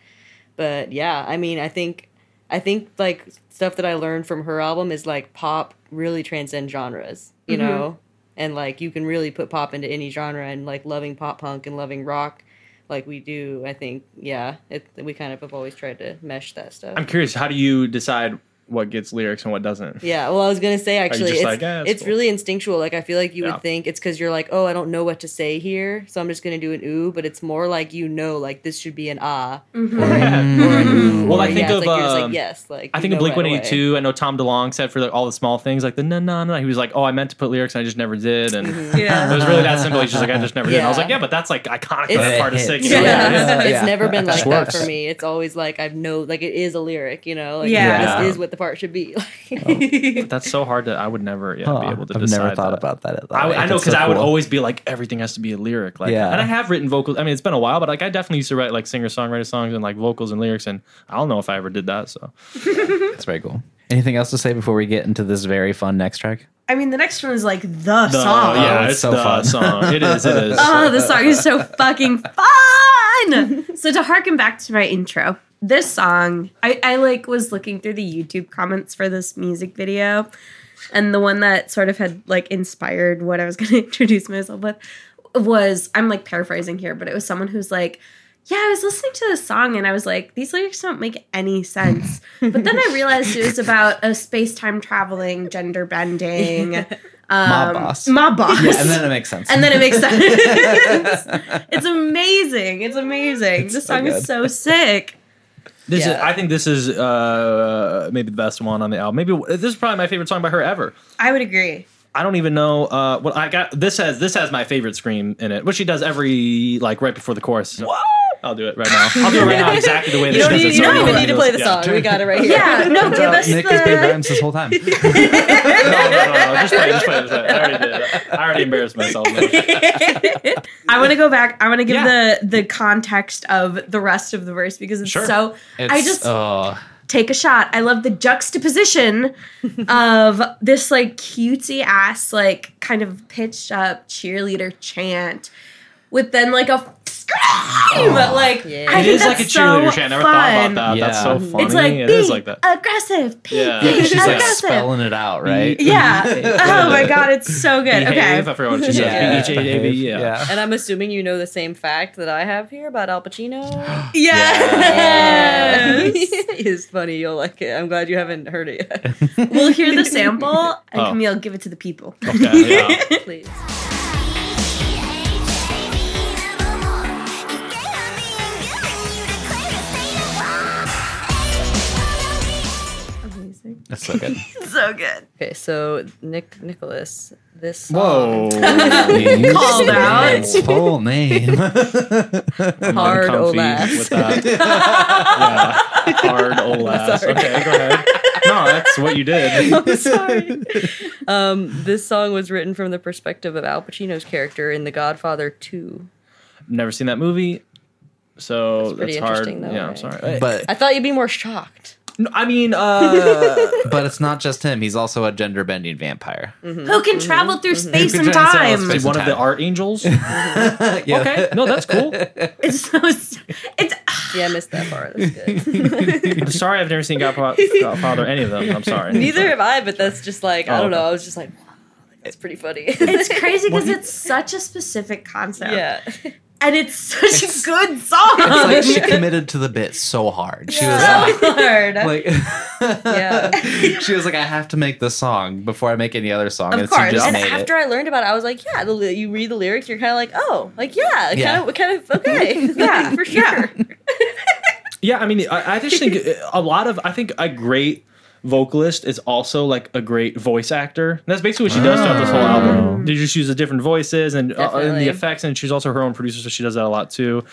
[SPEAKER 5] But yeah, I mean, I think I think like stuff that I learned from her album is like pop really transcends genres, you know? And like you can really put pop into any genre and like loving pop punk and loving rock like we do, I think, yeah, it, we kind of have always tried to mesh that stuff.
[SPEAKER 4] I'm curious. How do you decide what gets lyrics and what doesn't?
[SPEAKER 5] Yeah, well, I was gonna say actually,
[SPEAKER 4] just
[SPEAKER 5] it's,
[SPEAKER 4] like, "Eh, it's
[SPEAKER 5] it's
[SPEAKER 4] cool."
[SPEAKER 5] really instinctual. Like I feel like you
[SPEAKER 4] Yeah.
[SPEAKER 5] would think it's because you're like, oh, I don't know what to say here, so I'm just gonna do an ooh. But it's more like you know, like this should be an ah.
[SPEAKER 2] Mm-hmm.
[SPEAKER 4] [LAUGHS] well,
[SPEAKER 5] Or
[SPEAKER 4] I think
[SPEAKER 5] yes.
[SPEAKER 4] of
[SPEAKER 5] like, you're just
[SPEAKER 4] um,
[SPEAKER 5] like yes, like
[SPEAKER 4] I
[SPEAKER 5] you
[SPEAKER 4] think of
[SPEAKER 5] know
[SPEAKER 4] Blink
[SPEAKER 5] right away.
[SPEAKER 4] 182. I know Tom DeLonge said for like, all the small things, like the na na na. He was like, "Oh, I meant to put lyrics, and I just never did." And it
[SPEAKER 2] Yeah.
[SPEAKER 4] was really that simple. He's just like, "I just never did." And I was
[SPEAKER 5] Mm-hmm. Yeah.
[SPEAKER 4] like, "Yeah, but that's like iconic.
[SPEAKER 5] It's-
[SPEAKER 4] That's part of
[SPEAKER 6] It
[SPEAKER 4] sick."
[SPEAKER 6] hits.
[SPEAKER 4] You know, [LAUGHS]
[SPEAKER 5] Yeah.
[SPEAKER 4] yeah.
[SPEAKER 6] Yeah.
[SPEAKER 5] it's
[SPEAKER 6] Yeah.
[SPEAKER 5] never been like that
[SPEAKER 6] works.
[SPEAKER 5] for me. It's always like I've no like it is a lyric, you know. Like
[SPEAKER 2] Yeah.
[SPEAKER 5] this is what the part should be. [LAUGHS]
[SPEAKER 4] Oh. That's so hard to. I would never yeah,
[SPEAKER 6] Huh,
[SPEAKER 4] be able to
[SPEAKER 6] I've
[SPEAKER 4] decide
[SPEAKER 6] never thought
[SPEAKER 4] that.
[SPEAKER 6] about that. At all.
[SPEAKER 4] I, would- I know
[SPEAKER 6] That's
[SPEAKER 4] because
[SPEAKER 6] so
[SPEAKER 4] I would
[SPEAKER 6] cool.
[SPEAKER 4] always be like everything has to be a lyric, like,
[SPEAKER 6] Yeah.
[SPEAKER 4] and I have written vocals. I mean, it's been a while, but like I definitely used to write like singer songwriter songs and like vocals and lyrics, and I don't know if I ever did that. So
[SPEAKER 6] That's very cool. Anything else to say before we get into this very fun next track?
[SPEAKER 2] I mean, the next one is like the, song.
[SPEAKER 4] yeah,
[SPEAKER 6] it's
[SPEAKER 4] it's
[SPEAKER 6] Oh, so
[SPEAKER 4] the
[SPEAKER 6] fun.
[SPEAKER 4] song. It is. It
[SPEAKER 6] [LAUGHS]
[SPEAKER 4] is.
[SPEAKER 2] Oh, this song is so fucking fun. So to harken back to my intro, this song, I, I like was looking through the YouTube comments for this music video, and the one that sort of had like inspired what I was [LAUGHS] gonna introduce myself with was I'm like paraphrasing here, but it was someone who's like, Yeah, I was listening to this song and I was like, these lyrics don't make any sense. but then I
[SPEAKER 6] [LAUGHS]
[SPEAKER 2] realized it was about a space-time traveling, gender bending,
[SPEAKER 6] [LAUGHS]
[SPEAKER 2] um,
[SPEAKER 6] Mob boss.
[SPEAKER 2] Mob boss.
[SPEAKER 6] Yeah, and then it makes sense.
[SPEAKER 2] And then it makes sense. it's amazing. It's amazing. this
[SPEAKER 6] so
[SPEAKER 2] song
[SPEAKER 6] good.
[SPEAKER 2] is so sick.
[SPEAKER 4] This is,
[SPEAKER 5] Yeah.
[SPEAKER 4] I think this is uh, maybe the best one on the album. Maybe this is probably my favorite song by her ever.
[SPEAKER 2] I would agree.
[SPEAKER 4] I don't even know uh, what I got. This has this has my favorite scream in it, which she does every like right before the chorus. So I'll do it right now. I'll do it right
[SPEAKER 5] [LAUGHS]
[SPEAKER 4] now exactly the way
[SPEAKER 5] you
[SPEAKER 4] that
[SPEAKER 5] don't,
[SPEAKER 4] she
[SPEAKER 5] need,
[SPEAKER 4] does it.
[SPEAKER 5] you
[SPEAKER 4] So
[SPEAKER 5] don't even
[SPEAKER 4] everyone
[SPEAKER 5] need to
[SPEAKER 4] knows-
[SPEAKER 5] play the
[SPEAKER 4] yeah.
[SPEAKER 5] song. We got it right here.
[SPEAKER 2] Yeah, no, give us
[SPEAKER 6] Nick has been
[SPEAKER 2] the.
[SPEAKER 6] rhymes this
[SPEAKER 2] [LAUGHS]
[SPEAKER 6] whole time.
[SPEAKER 4] No, no, no, no, just play, just play, just play. I already did. it. I already embarrassed [LAUGHS] myself. man.
[SPEAKER 2] [LAUGHS] I want to go back. I want to give
[SPEAKER 4] Yeah.
[SPEAKER 2] the the context of the rest of the verse because it's
[SPEAKER 4] Sure. uh,
[SPEAKER 2] so. I
[SPEAKER 6] It's-
[SPEAKER 2] just [LAUGHS]
[SPEAKER 6] oh,
[SPEAKER 2] take a shot. I love the juxtaposition of this like cutesy ass, like kind of pitched up cheerleader chant with then like a scream. like
[SPEAKER 5] Yeah.
[SPEAKER 2] I
[SPEAKER 4] It
[SPEAKER 2] think
[SPEAKER 4] is
[SPEAKER 2] that's
[SPEAKER 4] like a cheerleaner
[SPEAKER 2] so
[SPEAKER 4] chant. I never thought
[SPEAKER 2] fun.
[SPEAKER 4] about that. That's so
[SPEAKER 6] Yeah.
[SPEAKER 4] funny.
[SPEAKER 2] It's like
[SPEAKER 4] it
[SPEAKER 2] be
[SPEAKER 4] is like that.
[SPEAKER 2] aggressive, be,
[SPEAKER 4] Yeah.
[SPEAKER 2] be
[SPEAKER 4] Yeah,
[SPEAKER 6] she's like
[SPEAKER 2] aggressive.
[SPEAKER 6] spelling it out,
[SPEAKER 4] [LAUGHS]
[SPEAKER 6] right?
[SPEAKER 2] yeah. Oh my god, it's so good.
[SPEAKER 4] Behave. I
[SPEAKER 2] Okay.
[SPEAKER 4] forgot what she says.
[SPEAKER 6] Yeah.
[SPEAKER 4] B-H-A-V, yeah.
[SPEAKER 6] Yeah.
[SPEAKER 5] [LAUGHS] And I'm assuming you know the same fact that I have here about Al Pacino. [GASPS]
[SPEAKER 2] Yes.
[SPEAKER 5] [LAUGHS] it's funny. You'll like it. I'm glad you haven't heard it yet.
[SPEAKER 2] [LAUGHS] we'll hear the
[SPEAKER 4] [LAUGHS]
[SPEAKER 2] sample and
[SPEAKER 4] Oh.
[SPEAKER 2] Camille give it to the people. [LAUGHS]
[SPEAKER 4] Okay, yeah.
[SPEAKER 5] [LAUGHS] Please.
[SPEAKER 7] Nevermore, you gave me and you declared a state of war.
[SPEAKER 6] That's
[SPEAKER 2] [LAUGHS]
[SPEAKER 6] so good.
[SPEAKER 2] so good.
[SPEAKER 5] Okay, so Nick Nicholas, this
[SPEAKER 3] Whoa.
[SPEAKER 5] song,
[SPEAKER 4] Oh. [LAUGHS]
[SPEAKER 2] Called out. [LAUGHS]
[SPEAKER 6] Full name. [LAUGHS]
[SPEAKER 5] hard
[SPEAKER 4] Comfy
[SPEAKER 5] Olaf.
[SPEAKER 4] with [LAUGHS] that. yeah. Hard Olaf.
[SPEAKER 5] sorry.
[SPEAKER 4] Okay, go ahead. No, that's what you did.
[SPEAKER 5] [LAUGHS] I'm sorry. um, this song was written from the perspective of Al Pacino's character in The Godfather 2.
[SPEAKER 4] Never seen that movie. So that's,
[SPEAKER 5] pretty
[SPEAKER 4] hard.
[SPEAKER 5] interesting, though,
[SPEAKER 4] yeah, I'm
[SPEAKER 5] right?
[SPEAKER 4] sorry.
[SPEAKER 6] But
[SPEAKER 5] I thought you'd be more shocked.
[SPEAKER 4] No, I mean, uh,
[SPEAKER 6] but it's not just him. He's also a gender bending vampire. [LAUGHS]
[SPEAKER 2] Who can travel through space
[SPEAKER 6] can
[SPEAKER 2] and
[SPEAKER 6] travel through
[SPEAKER 2] time?
[SPEAKER 6] space.
[SPEAKER 4] uh, one of the art angels.
[SPEAKER 6] [LAUGHS]
[SPEAKER 4] Okay, no, that's [LAUGHS] cool.
[SPEAKER 2] It's so. It's ah,
[SPEAKER 5] Yeah, I missed that part. That's good.
[SPEAKER 4] I'm sorry, I've never seen
[SPEAKER 5] [LAUGHS]
[SPEAKER 4] Godfa- Godfather any of them. I'm sorry.
[SPEAKER 5] Neither have I, but that's just like, I
[SPEAKER 4] Oh,
[SPEAKER 5] don't know.
[SPEAKER 4] okay.
[SPEAKER 5] I was just like, wow, that's pretty funny. [LAUGHS]
[SPEAKER 2] it's crazy because it's such a specific concept.
[SPEAKER 5] yeah.
[SPEAKER 2] and [LAUGHS] it's such a good song.
[SPEAKER 6] It's
[SPEAKER 2] [LAUGHS]
[SPEAKER 6] like she committed to the bit so hard. She was
[SPEAKER 2] so
[SPEAKER 5] [LAUGHS]
[SPEAKER 2] hard.
[SPEAKER 6] like, like
[SPEAKER 5] Yeah.
[SPEAKER 6] [LAUGHS] she was like, I have to make this song before I make any other song.
[SPEAKER 2] Of
[SPEAKER 6] and
[SPEAKER 2] course.
[SPEAKER 6] she just
[SPEAKER 5] And
[SPEAKER 6] made
[SPEAKER 5] after I learned about it, I was like, yeah, the, li- you read the lyrics, you're kind of like, oh, like, yeah,
[SPEAKER 6] Yeah.
[SPEAKER 5] kind of, kind of, [LAUGHS] okay. Like,
[SPEAKER 2] Yeah,
[SPEAKER 5] for sure.
[SPEAKER 4] Yeah, I mean, I, I just think a lot of, I think a great vocalist is also like a great voice actor. And that's basically what she does throughout this whole album. They just use the different voices and, uh, and
[SPEAKER 5] Definitely.
[SPEAKER 4] the effects, and she's also her own producer, so she does that a lot too,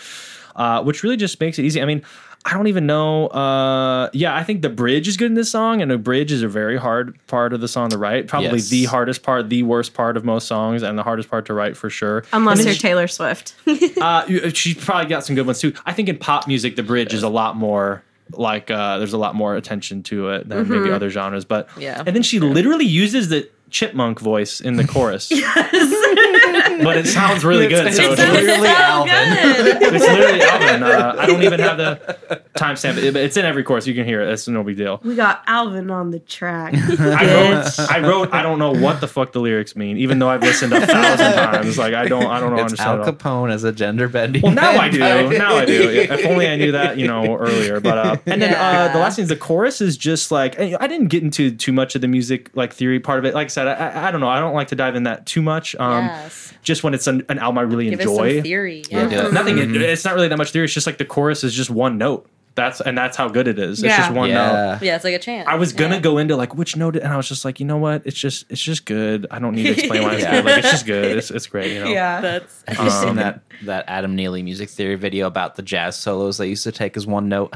[SPEAKER 4] uh, which really just makes it easy. I mean, I don't even know. Uh, yeah, I think the bridge is good in this song, and the bridge is a very hard part of the song to write. Probably
[SPEAKER 6] Yes.
[SPEAKER 4] the hardest part, the worst part of most songs, and the hardest part to write for sure.
[SPEAKER 2] Unless
[SPEAKER 4] And
[SPEAKER 2] you're
[SPEAKER 4] then
[SPEAKER 2] Taylor Swift.
[SPEAKER 4] uh, you- she's probably got some good ones too. I think in pop music, the bridge is a lot more like uh, there's a lot more attention to it than maybe other genres. But
[SPEAKER 5] Yeah.
[SPEAKER 4] and then she literally uses the chipmunk voice in the chorus. [LAUGHS] but it sounds really good. So it's,
[SPEAKER 6] It's
[SPEAKER 4] literally-
[SPEAKER 6] literally Alvin.
[SPEAKER 4] it's literally Alvin. Uh, I don't even have the timestamp. It, but it's in every chorus. You can hear it. It's no big deal.
[SPEAKER 2] we got Alvin on the track.
[SPEAKER 4] [LAUGHS] I [LAUGHS] wrote. I wrote. I don't know what the fuck the lyrics mean, even though I've listened a thousand times. Like I don't. I don't know.
[SPEAKER 6] It's Al
[SPEAKER 4] understand. at all.
[SPEAKER 6] Capone as a gender bending.
[SPEAKER 4] Well,
[SPEAKER 6] [LAUGHS]
[SPEAKER 4] now I do. Now I do. If only I knew that, you know, earlier. But
[SPEAKER 5] [LAUGHS]
[SPEAKER 4] uh, and then uh,
[SPEAKER 5] Yeah.
[SPEAKER 4] the last thing is the chorus is just like I I didn't get into too much of the music like theory part of it. Like I said, I, I- I don't know. I don't like to dive in that too much.
[SPEAKER 5] [LAUGHS]
[SPEAKER 4] Um,
[SPEAKER 5] Yes.
[SPEAKER 4] just when it's an, an album I really
[SPEAKER 5] Give us
[SPEAKER 4] enjoy.
[SPEAKER 5] some theory.
[SPEAKER 6] Yeah,
[SPEAKER 5] Yeah.
[SPEAKER 6] do it.
[SPEAKER 4] Nothing. it- it's not really that much theory. It's just like the chorus is just one note. That's and that's how good it is. It's
[SPEAKER 2] Yeah.
[SPEAKER 4] just one note.
[SPEAKER 6] Yeah.
[SPEAKER 5] Yeah, it's like a chance.
[SPEAKER 4] I was gonna
[SPEAKER 5] Yeah.
[SPEAKER 4] go into like which note, and I was just like, you know what? It's just it's just good. I don't need to explain
[SPEAKER 5] [LAUGHS]
[SPEAKER 4] why it's good. Like it's just good. It's, it's great. You know.
[SPEAKER 5] That's
[SPEAKER 6] You seen that that Adam Neely music theory video about the jazz solos they used to take as one note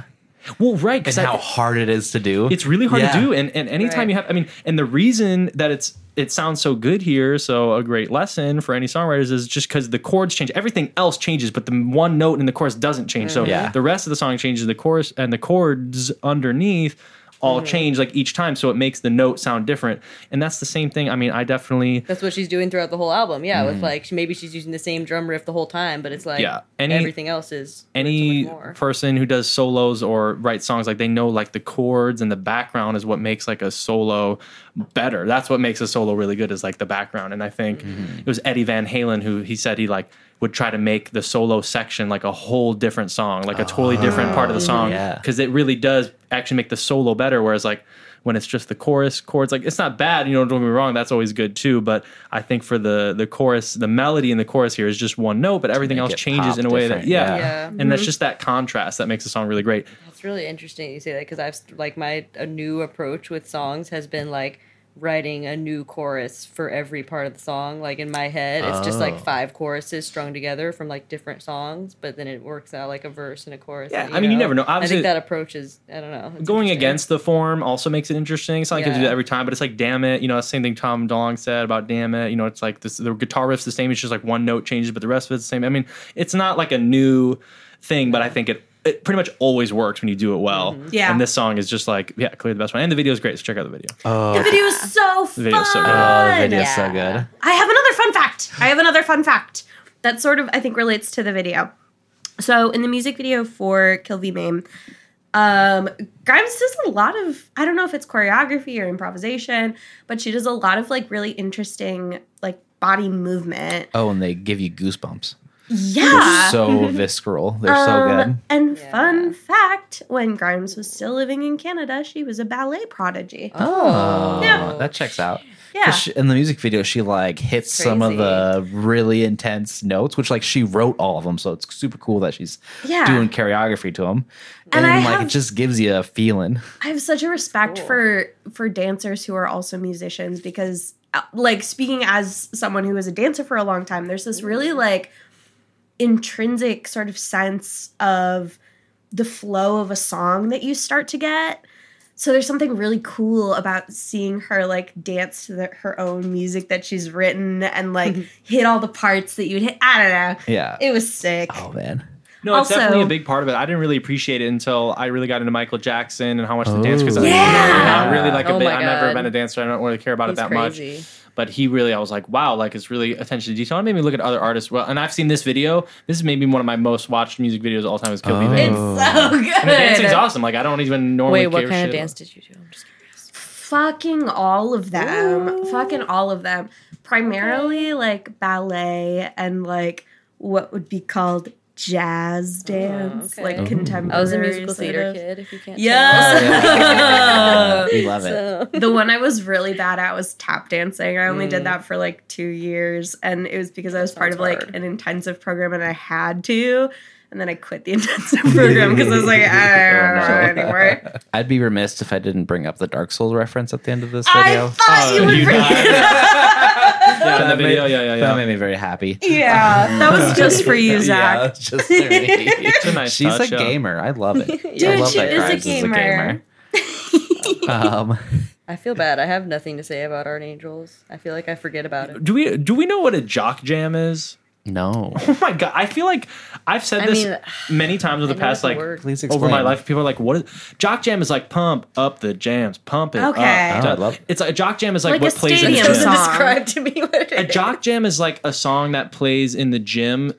[SPEAKER 4] Well, right.
[SPEAKER 6] and
[SPEAKER 4] Because
[SPEAKER 6] how hard it is to do?
[SPEAKER 4] it's really hard to
[SPEAKER 6] Yeah.
[SPEAKER 4] do and and anytime
[SPEAKER 5] Right.
[SPEAKER 4] you have i mean and the reason that it's it sounds so good here so a great lesson for any songwriters is just because the chords change everything else changes but the one note in the chorus doesn't change so
[SPEAKER 6] Yeah.
[SPEAKER 4] the rest of the song changes the chorus and the chords underneath all change like each time so it makes the note sound different and that's the same thing i mean i definitely
[SPEAKER 5] that's what she's doing throughout the whole album. Yeah, with like she- maybe she's using the same drum riff the whole time, but it's like
[SPEAKER 4] Yeah, any-
[SPEAKER 5] everything else is
[SPEAKER 4] any
[SPEAKER 5] so much more.
[SPEAKER 4] person who does solos or writes songs like they know like the chords and the background is what makes like a solo better that's what makes a solo really good is like the background and i think
[SPEAKER 6] Mm-hmm.
[SPEAKER 4] it was eddie van halen who he said he like would try to make the solo section like a whole different song like a totally different part of the song
[SPEAKER 6] Oh, yeah.
[SPEAKER 4] because it really does actually make the solo better whereas like when it's just the chorus chords like it's not bad you know don't get me wrong that's always good too but i think for the the chorus the melody in the chorus here is just one note but everything
[SPEAKER 6] make
[SPEAKER 4] else
[SPEAKER 6] it
[SPEAKER 4] changes
[SPEAKER 6] pop
[SPEAKER 4] in a way that
[SPEAKER 6] different,
[SPEAKER 4] yeah,
[SPEAKER 5] Yeah.
[SPEAKER 4] and that's just that contrast that makes the song really great.
[SPEAKER 5] It's really interesting you say that because I've like my a new approach with songs has been like writing a new chorus for every part of the song. Like in my head, it's just
[SPEAKER 6] Oh.
[SPEAKER 5] like five choruses strung together from like different songs, but then it works out like a verse and a chorus.
[SPEAKER 4] Yeah,
[SPEAKER 5] and,
[SPEAKER 4] I mean, you never know.
[SPEAKER 5] I
[SPEAKER 4] Obviously-
[SPEAKER 5] think that approach is I don't know it's
[SPEAKER 4] Going
[SPEAKER 5] interesting.
[SPEAKER 4] against the form also makes it interesting. It's not like you have to do
[SPEAKER 5] Yeah.
[SPEAKER 4] that every time, but it's like damn it, you know, the same thing Tom DeLonge said about damn it. You know, it's like this the guitar riff's the same, it's just like one note changes, but the rest of it's the same. I mean, it's not like a new thing, but I think it it pretty much always works when you do it well.
[SPEAKER 5] Mm-hmm.
[SPEAKER 2] Yeah.
[SPEAKER 4] And this song is just like, yeah, clearly the best one. And the video is great, so check out the video.
[SPEAKER 5] Uh,
[SPEAKER 2] The video is so
[SPEAKER 4] The
[SPEAKER 2] fun.
[SPEAKER 4] video is so good.
[SPEAKER 6] oh, the video's so
[SPEAKER 5] Yeah.
[SPEAKER 6] good.
[SPEAKER 2] I have another fun fact. I have another fun fact that sort of I think relates to the video. So in the music video for Kill V Mame, um, Grimes does a lot of I don't know if it's choreography or improvisation, but she does a lot of like really interesting like body movement.
[SPEAKER 6] Oh, and they give you goosebumps.
[SPEAKER 4] Ah.
[SPEAKER 2] Yeah.
[SPEAKER 6] So visceral. They're so good.
[SPEAKER 2] Um, and
[SPEAKER 5] Yeah.
[SPEAKER 2] fun fact, when Grimes was still living in Canada, she was a ballet prodigy.
[SPEAKER 5] Oh,
[SPEAKER 6] Oh, that checks out.
[SPEAKER 5] Yeah.
[SPEAKER 6] 'Cause she- in the music video, she like hits
[SPEAKER 5] It's
[SPEAKER 6] some of
[SPEAKER 5] crazy.
[SPEAKER 6] the really intense notes, which like she wrote all of them. So it's super cool that she's
[SPEAKER 2] Yeah.
[SPEAKER 6] doing choreography to them.
[SPEAKER 2] And
[SPEAKER 6] And,
[SPEAKER 2] I
[SPEAKER 6] like
[SPEAKER 2] have-
[SPEAKER 6] it just gives you a feeling.
[SPEAKER 2] I have such a respect
[SPEAKER 5] Cool.
[SPEAKER 2] for for dancers who are also musicians because uh, like speaking as someone who was a dancer for a long time there's this really like intrinsic sort of sense of the flow of a song that you start to get so there's something really cool about seeing her like dance to the, her own music that she's written and like hit all the parts that you'd hit i don't know
[SPEAKER 6] Yeah.
[SPEAKER 2] it was sick [LAUGHS]
[SPEAKER 6] oh man.
[SPEAKER 4] No, it's
[SPEAKER 2] Also-
[SPEAKER 4] definitely a big part of it. I didn't really appreciate it until I really got into Michael Jackson and how much the dance because I,
[SPEAKER 2] Yeah.
[SPEAKER 4] am not really like a
[SPEAKER 5] Oh
[SPEAKER 4] big.
[SPEAKER 5] my
[SPEAKER 4] I've never
[SPEAKER 5] God.
[SPEAKER 4] been a dancer. I don't really care about
[SPEAKER 5] He's
[SPEAKER 4] it that
[SPEAKER 5] crazy.
[SPEAKER 4] much. But he really, I was like, wow, like it's really attention to detail. And it made me look at other artists. Well, and I've seen this video. This is maybe one of my most watched music videos of all time. Is Kill Me
[SPEAKER 6] Oh.
[SPEAKER 4] Baby.
[SPEAKER 2] it's so good
[SPEAKER 4] And the dancing's awesome. Like I don't even normally.
[SPEAKER 5] Wait, what
[SPEAKER 4] give a
[SPEAKER 5] kind of
[SPEAKER 4] shit.
[SPEAKER 5] dance did you do? I'm just curious.
[SPEAKER 2] fucking all of them fucking all of them primarily like ballet and like what would be called jazz dance
[SPEAKER 5] Oh, okay.
[SPEAKER 2] like
[SPEAKER 5] Ooh.
[SPEAKER 2] contemporary
[SPEAKER 5] I was a musical
[SPEAKER 2] sort
[SPEAKER 5] theater
[SPEAKER 2] of.
[SPEAKER 5] kid. If you can't,
[SPEAKER 2] Yeah. [LAUGHS]
[SPEAKER 5] [LAUGHS] tell.
[SPEAKER 6] We Oh, love it.
[SPEAKER 5] So-
[SPEAKER 2] the one i was really bad at was tap dancing i only
[SPEAKER 5] Mm.
[SPEAKER 2] did that for like two years and it was because i was part of like
[SPEAKER 5] hard.
[SPEAKER 2] an intensive program and i had to and then i quit the [LAUGHS] intensive program because i was like
[SPEAKER 5] [LAUGHS]
[SPEAKER 2] i don't know anymore
[SPEAKER 6] I'd be remiss if I didn't bring up the Dark Souls reference at the end of this
[SPEAKER 2] i
[SPEAKER 6] video.
[SPEAKER 2] thought
[SPEAKER 4] Oh,
[SPEAKER 2] you would
[SPEAKER 4] you
[SPEAKER 2] bring
[SPEAKER 4] got
[SPEAKER 2] it
[SPEAKER 4] it.
[SPEAKER 2] up
[SPEAKER 4] Yeah, in the video.
[SPEAKER 6] made,
[SPEAKER 4] Yeah, yeah,
[SPEAKER 6] That
[SPEAKER 4] yeah.
[SPEAKER 6] made me very happy.
[SPEAKER 2] [LAUGHS] yeah that was just for you zach
[SPEAKER 6] [LAUGHS] Yeah, it's just for me.
[SPEAKER 4] It's a nice
[SPEAKER 6] She's
[SPEAKER 4] touch,
[SPEAKER 6] a
[SPEAKER 4] yeah.
[SPEAKER 6] gamer. I
[SPEAKER 2] [LAUGHS]
[SPEAKER 6] love it. I
[SPEAKER 2] Dude,
[SPEAKER 6] love
[SPEAKER 2] she
[SPEAKER 6] that
[SPEAKER 2] is a
[SPEAKER 6] Grimes
[SPEAKER 2] gamer. [LAUGHS]
[SPEAKER 6] gamer. um,
[SPEAKER 5] I feel bad. I have nothing to say about Art Angels. I feel like I forget about it.
[SPEAKER 4] Do we do we know what a jock jam is? [LAUGHS]
[SPEAKER 6] no.
[SPEAKER 4] Oh my god! I feel like I've said
[SPEAKER 5] I
[SPEAKER 4] this
[SPEAKER 5] mean,
[SPEAKER 4] many times over
[SPEAKER 5] I
[SPEAKER 4] the
[SPEAKER 5] know
[SPEAKER 4] past
[SPEAKER 5] the
[SPEAKER 4] like
[SPEAKER 5] word.
[SPEAKER 6] Please explain.
[SPEAKER 4] over my life. People are like, "What is jock jam?" Is like pump up the jams, pump it
[SPEAKER 2] Okay.
[SPEAKER 4] up.
[SPEAKER 6] Oh, I love-
[SPEAKER 4] It's like a jock jam is like,
[SPEAKER 2] Like
[SPEAKER 4] what
[SPEAKER 2] a
[SPEAKER 4] plays in the
[SPEAKER 2] stadium
[SPEAKER 4] gym.
[SPEAKER 2] song.
[SPEAKER 5] describe to me what it is.
[SPEAKER 4] A jock jam is like a song that plays in the gym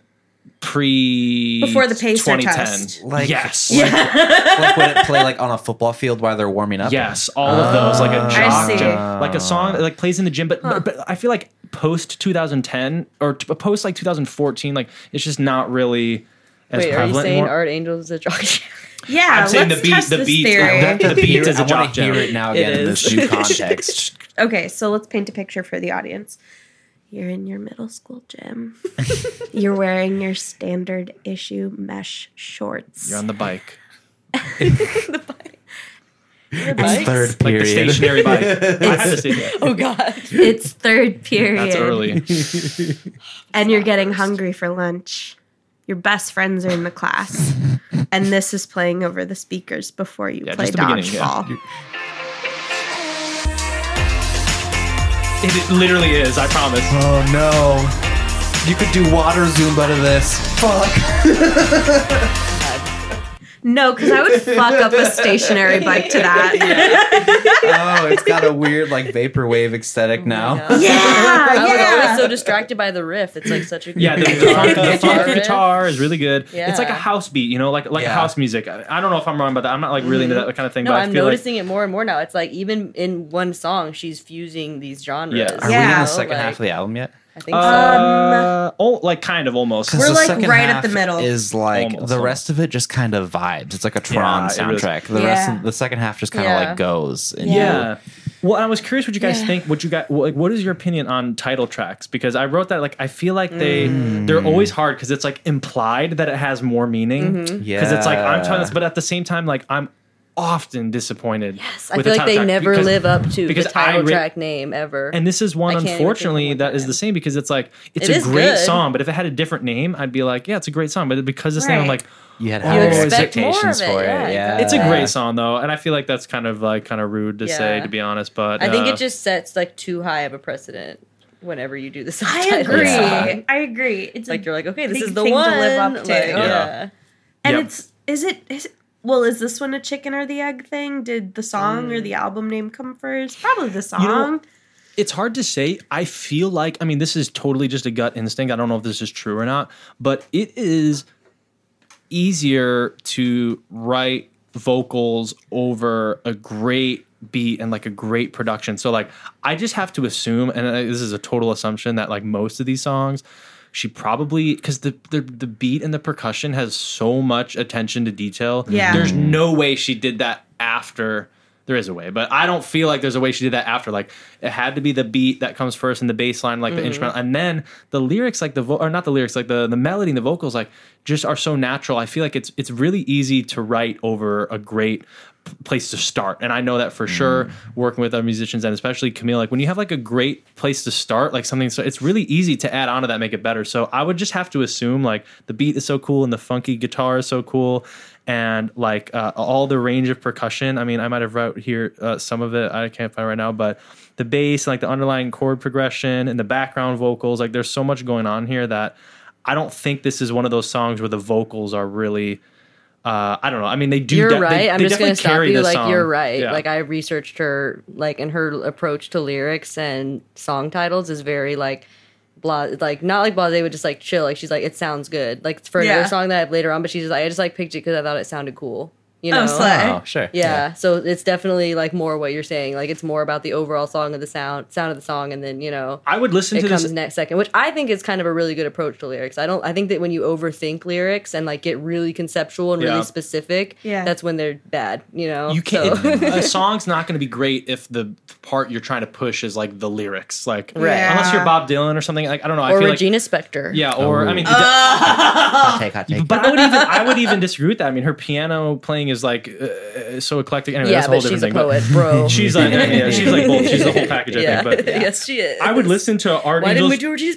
[SPEAKER 4] pre
[SPEAKER 2] Before the pacer
[SPEAKER 4] 2010.
[SPEAKER 2] test.
[SPEAKER 6] Like-
[SPEAKER 4] yes.
[SPEAKER 6] like when it play like on a football field while they're warming up.
[SPEAKER 4] Yes, all of those, like
[SPEAKER 6] Ah.
[SPEAKER 4] a jock
[SPEAKER 2] see.
[SPEAKER 4] jam, like a song that like plays in the gym. But but I feel like post 2010 or t- post like 2014, like it's just not really as
[SPEAKER 5] Wait, are you
[SPEAKER 4] prevalent.
[SPEAKER 5] saying
[SPEAKER 4] anymore.
[SPEAKER 5] Art Angels is a
[SPEAKER 6] [LAUGHS]
[SPEAKER 5] jock jam?
[SPEAKER 2] Yeah,
[SPEAKER 4] I'm saying
[SPEAKER 2] let's
[SPEAKER 4] the beat-
[SPEAKER 2] test
[SPEAKER 4] the
[SPEAKER 2] this
[SPEAKER 4] beat. [LAUGHS]
[SPEAKER 2] theory.
[SPEAKER 4] I want the beat is a
[SPEAKER 6] I want
[SPEAKER 4] jock
[SPEAKER 6] to hear
[SPEAKER 4] jam.
[SPEAKER 6] it now again
[SPEAKER 4] It
[SPEAKER 6] in
[SPEAKER 4] is.
[SPEAKER 6] this new context.
[SPEAKER 2] Okay, so let's paint a picture for the audience. You're in your middle school
[SPEAKER 4] [LAUGHS]
[SPEAKER 2] gym. You're wearing your standard issue mesh shorts.
[SPEAKER 4] You're on the bike,
[SPEAKER 5] Bikes?
[SPEAKER 6] Third
[SPEAKER 4] like
[SPEAKER 6] period.
[SPEAKER 4] the stationary
[SPEAKER 6] [LAUGHS]
[SPEAKER 4] bike. I have to say that.
[SPEAKER 5] Oh God.
[SPEAKER 4] [LAUGHS]
[SPEAKER 2] it's third period.
[SPEAKER 4] That's early.
[SPEAKER 2] And you're getting hungry for lunch. Your best friends are in the
[SPEAKER 4] [LAUGHS]
[SPEAKER 2] class. And this is playing over the speakers before you
[SPEAKER 4] Yeah,
[SPEAKER 2] play
[SPEAKER 4] just the beginning, yeah.
[SPEAKER 2] dodgeball.
[SPEAKER 4] It, it literally is. I promise.
[SPEAKER 6] oh no! You could do water zumba to this.
[SPEAKER 2] No, because I would fuck up a stationary bike to
[SPEAKER 4] [LAUGHS]
[SPEAKER 2] that.
[SPEAKER 6] Oh, it's got a weird like vaporwave aesthetic now.
[SPEAKER 5] Yeah. I was
[SPEAKER 2] Yeah,
[SPEAKER 5] always so
[SPEAKER 2] yeah.
[SPEAKER 5] distracted by the riff. It's like such a good
[SPEAKER 4] Yeah, the, the, funk, the funk guitar is really good. It's like a
[SPEAKER 5] Yeah.
[SPEAKER 4] house beat, you know, like like
[SPEAKER 6] Yeah.
[SPEAKER 4] house music. I, I don't know if I'm wrong about that. I'm not like really into that kind of thing,
[SPEAKER 5] Mm-hmm. No,
[SPEAKER 4] but
[SPEAKER 5] I'm
[SPEAKER 4] I feel like
[SPEAKER 5] noticing it more and more now. It's like even in one song, she's fusing these genres.
[SPEAKER 4] Yeah. Are
[SPEAKER 6] Are we in
[SPEAKER 2] Yeah.
[SPEAKER 6] the second half of the album yet?
[SPEAKER 5] I think
[SPEAKER 4] Uh, oh, like kind of almost.
[SPEAKER 6] 'Cause
[SPEAKER 2] We're
[SPEAKER 6] the
[SPEAKER 2] like
[SPEAKER 6] second
[SPEAKER 2] right at
[SPEAKER 6] half
[SPEAKER 2] the middle.
[SPEAKER 6] Is like
[SPEAKER 4] Almost,
[SPEAKER 6] the
[SPEAKER 4] almost.
[SPEAKER 6] rest of it just kind of vibes. It's like a Tron
[SPEAKER 4] Yeah, it is.
[SPEAKER 6] soundtrack. The rest,
[SPEAKER 2] Yeah.
[SPEAKER 6] of, the second half just kind of
[SPEAKER 5] Yeah.
[SPEAKER 6] like goes. And you-
[SPEAKER 4] Yeah. Well, I was curious what you guys think. What you guys, like, what is your opinion on title tracks? Because I wrote that like I feel like they
[SPEAKER 2] Mm.
[SPEAKER 4] they're always hard because it's like implied that it has more meaning.
[SPEAKER 5] Mm-hmm.
[SPEAKER 4] Because it's like I'm telling this, but at the same time, like I'm often disappointed.
[SPEAKER 5] so. I
[SPEAKER 4] with
[SPEAKER 5] feel
[SPEAKER 4] the
[SPEAKER 5] like they
[SPEAKER 4] title track
[SPEAKER 5] never
[SPEAKER 4] because-
[SPEAKER 5] live up to the
[SPEAKER 4] because
[SPEAKER 5] title
[SPEAKER 4] I re-
[SPEAKER 5] track name ever.
[SPEAKER 4] And this is one,
[SPEAKER 5] I can't even think of
[SPEAKER 4] unfortunately,
[SPEAKER 5] one
[SPEAKER 4] that is
[SPEAKER 5] that
[SPEAKER 4] the
[SPEAKER 5] is.
[SPEAKER 4] same because it's like it's
[SPEAKER 5] It
[SPEAKER 4] a
[SPEAKER 5] is
[SPEAKER 4] great
[SPEAKER 5] good.
[SPEAKER 4] song, but if it had a different name, I'd be like, yeah, it's a great song. But because this name, I'm
[SPEAKER 2] Right.
[SPEAKER 4] like,
[SPEAKER 6] You had
[SPEAKER 4] You
[SPEAKER 6] high
[SPEAKER 5] expect more of
[SPEAKER 6] expectations
[SPEAKER 5] it,
[SPEAKER 6] for it.
[SPEAKER 5] yeah,
[SPEAKER 6] Yeah,
[SPEAKER 5] exactly.
[SPEAKER 4] it's a great song though, and I feel like that's kind of like kind of rude to say,
[SPEAKER 5] Uh. Yeah.
[SPEAKER 4] to be honest. But
[SPEAKER 5] I think
[SPEAKER 4] uh,
[SPEAKER 5] it just sets like too high of a precedent whenever you do the song.
[SPEAKER 2] I
[SPEAKER 5] title.
[SPEAKER 2] agree.
[SPEAKER 6] Yeah.
[SPEAKER 2] I agree. It's
[SPEAKER 5] Like
[SPEAKER 2] like
[SPEAKER 5] you're like, okay, this
[SPEAKER 2] Big
[SPEAKER 5] is the
[SPEAKER 2] thing to
[SPEAKER 5] one
[SPEAKER 2] live up to.
[SPEAKER 5] Like,
[SPEAKER 2] Yeah.
[SPEAKER 5] yeah.
[SPEAKER 2] And
[SPEAKER 4] Yep.
[SPEAKER 2] it's is it is well is this one a chicken or the egg thing? Did the song or the album name come first? Probably the song.
[SPEAKER 4] it's hard to say. I feel like I mean this is totally just a gut instinct. I don't know if this is true or not, but it is easier to write vocals over a great beat and like a great production. So like I just have to assume and I- this is a total assumption that like most of these songs she probably cuz the, the the beat and the percussion has so much attention to detail.
[SPEAKER 2] Yeah.
[SPEAKER 4] There's no way she did that after There is a way, but I don't feel like there's a way she did that after. Like it had to be the beat that comes first and the bass line, like the instrumental, and then the lyrics, like the vo- or not the lyrics, like the the melody and the vocals, like just are so natural. I feel like it's it's really easy to write over a great p- place to start and i know that for sure working with other musicians and especially camille like when you have like a great place to start like something so it's really easy to add on to that make it better so i would just have to assume like the beat is so cool and the funky guitar is so cool and like uh, all the range of percussion i mean i might have wrote here uh, some of it i can't find right now but the bass and like the underlying chord progression and the background vocals like there's so much going on here that i don't think this is one of those songs where the vocals are really uh, I don't know. I mean, they do.
[SPEAKER 5] You're
[SPEAKER 4] de- they-
[SPEAKER 5] right. I'm
[SPEAKER 4] they
[SPEAKER 5] just gonna
[SPEAKER 4] definitely
[SPEAKER 5] stop
[SPEAKER 4] carry
[SPEAKER 5] you.
[SPEAKER 4] this
[SPEAKER 5] Like
[SPEAKER 4] song.
[SPEAKER 5] you're right.
[SPEAKER 4] Yeah.
[SPEAKER 5] Like I researched her, like and her approach to lyrics and song titles is very like blah, like not like Blase would just like chill. Like she's like it sounds good. Like for
[SPEAKER 2] Yeah.
[SPEAKER 5] another song that I have later on, but she's just like I just like picked it because I thought it sounded cool. You know.
[SPEAKER 2] Oh, slay.
[SPEAKER 6] Oh, sure.
[SPEAKER 5] Yeah. So it's definitely like more what you're saying. Like it's more about the overall song of the sound, sound of the song, and then you know
[SPEAKER 4] I would listen
[SPEAKER 5] it
[SPEAKER 4] to
[SPEAKER 5] comes
[SPEAKER 4] this.
[SPEAKER 5] next second, which I think is kind of a really good approach to lyrics. I don't. I think that when you overthink lyrics and like get really conceptual and
[SPEAKER 4] Yeah.
[SPEAKER 5] really specific,
[SPEAKER 2] Yeah.
[SPEAKER 5] that's when they're bad. You know,
[SPEAKER 4] You can't. [LAUGHS]
[SPEAKER 5] So-
[SPEAKER 4] a song's not going to be great if the part you're trying to push is like the lyrics, like
[SPEAKER 2] Right.
[SPEAKER 4] unless you're Bob Dylan or something. Like I don't know. I
[SPEAKER 5] [LAUGHS] or
[SPEAKER 4] feel
[SPEAKER 5] Regina Spektor.
[SPEAKER 4] like yeah. Or I mean,
[SPEAKER 6] Hot take, hot take.
[SPEAKER 4] [LAUGHS] but I would even I would
[SPEAKER 5] [LAUGHS]
[SPEAKER 4] even disagree with that. I mean, her piano playing is like uh, so eclectic. Anyway, that's a
[SPEAKER 5] yeah,
[SPEAKER 4] whole
[SPEAKER 5] but
[SPEAKER 4] different
[SPEAKER 5] she's
[SPEAKER 4] thing.
[SPEAKER 5] a
[SPEAKER 4] but
[SPEAKER 5] poet,
[SPEAKER 4] [LAUGHS]
[SPEAKER 5] bro.
[SPEAKER 4] she's like I mean, yeah, she's like both. She's the whole package. I
[SPEAKER 5] [LAUGHS] yeah.
[SPEAKER 4] think. But
[SPEAKER 5] yes, she is.
[SPEAKER 4] I would listen to Art
[SPEAKER 5] Why
[SPEAKER 4] Angels.
[SPEAKER 5] didn't we do Regina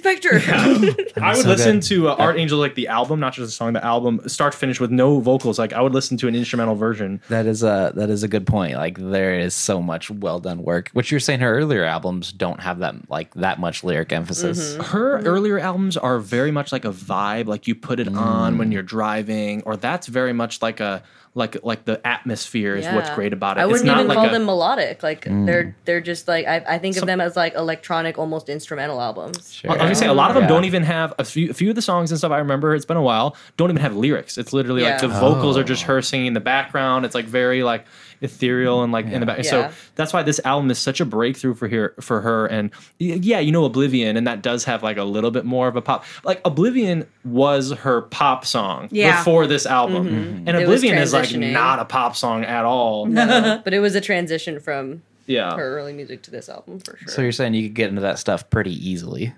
[SPEAKER 4] [LAUGHS]
[SPEAKER 5] Spektor?
[SPEAKER 4] I would
[SPEAKER 6] so
[SPEAKER 4] listen
[SPEAKER 6] good.
[SPEAKER 4] to uh, Art Angel like the album, not just the song, the album start to finish with no vocals. Like I would listen to an instrumental version.
[SPEAKER 6] That is a that is a good point. Like there is so much well done work. Which you're saying her earlier albums don't have that like that much lyric emphasis.
[SPEAKER 4] Her earlier albums are very much like a vibe, like you put it on
[SPEAKER 6] Mm.
[SPEAKER 4] when you're driving, or that's very much like a like like the atmosphere is what's
[SPEAKER 5] Yeah.
[SPEAKER 4] great about it.
[SPEAKER 5] I
[SPEAKER 4] it's
[SPEAKER 5] wouldn't
[SPEAKER 4] not
[SPEAKER 5] even
[SPEAKER 4] like
[SPEAKER 5] call
[SPEAKER 4] a, Mm.
[SPEAKER 5] them melodic. Like they're they're just like I, I think of them as like electronic, almost instrumental albums.
[SPEAKER 6] Sure.
[SPEAKER 4] I was gonna say a lot of them
[SPEAKER 6] Yeah.
[SPEAKER 4] don't even have a few, a few of the songs and stuff. I remember it's been a while. Don't even have lyrics. It's literally like the
[SPEAKER 5] Yeah.
[SPEAKER 4] vocals are just her singing in the background. It's like very like ethereal and like in the back.
[SPEAKER 5] Yeah.
[SPEAKER 4] So that's why this album is such a breakthrough for here for her. And y- yeah, you know Oblivion, and that does have like a little bit more of a pop. Like Oblivion was her pop song
[SPEAKER 2] Yeah.
[SPEAKER 4] before this album, and
[SPEAKER 5] Mm-hmm. It was
[SPEAKER 4] Oblivion is like
[SPEAKER 5] transitioning.
[SPEAKER 4] not a pop song at
[SPEAKER 5] [LAUGHS]
[SPEAKER 4] all.
[SPEAKER 5] but it was a transition from
[SPEAKER 4] yeah,
[SPEAKER 5] her early music to this album for sure.
[SPEAKER 6] So you're saying you could get into that stuff pretty easily.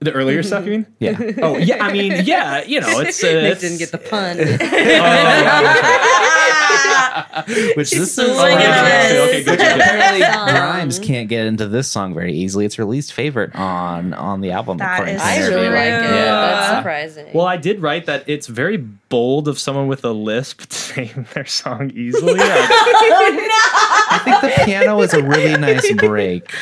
[SPEAKER 4] the earlier stuff you mean?
[SPEAKER 6] Yeah.
[SPEAKER 4] Oh yeah, I mean yeah, you know it's. Uh, it's-
[SPEAKER 5] Nick
[SPEAKER 4] uh,
[SPEAKER 5] didn't get the [LAUGHS] pun.
[SPEAKER 2] [LAUGHS]
[SPEAKER 6] Which this
[SPEAKER 2] so
[SPEAKER 6] is
[SPEAKER 2] good.
[SPEAKER 4] Okay, good job.
[SPEAKER 6] apparently
[SPEAKER 5] Song.
[SPEAKER 6] Grimes can't get into this song very easily. It's her least favorite on on the album.
[SPEAKER 2] That
[SPEAKER 6] according
[SPEAKER 2] is
[SPEAKER 6] to
[SPEAKER 5] I
[SPEAKER 6] Interview.
[SPEAKER 5] really
[SPEAKER 2] True.
[SPEAKER 5] like it. That's
[SPEAKER 2] Yeah.
[SPEAKER 5] surprising.
[SPEAKER 4] Well, I did write that it's very bold of someone with a lisp to [LAUGHS] name their song easily. Uh, Like,
[SPEAKER 6] I think the piano is a really nice break.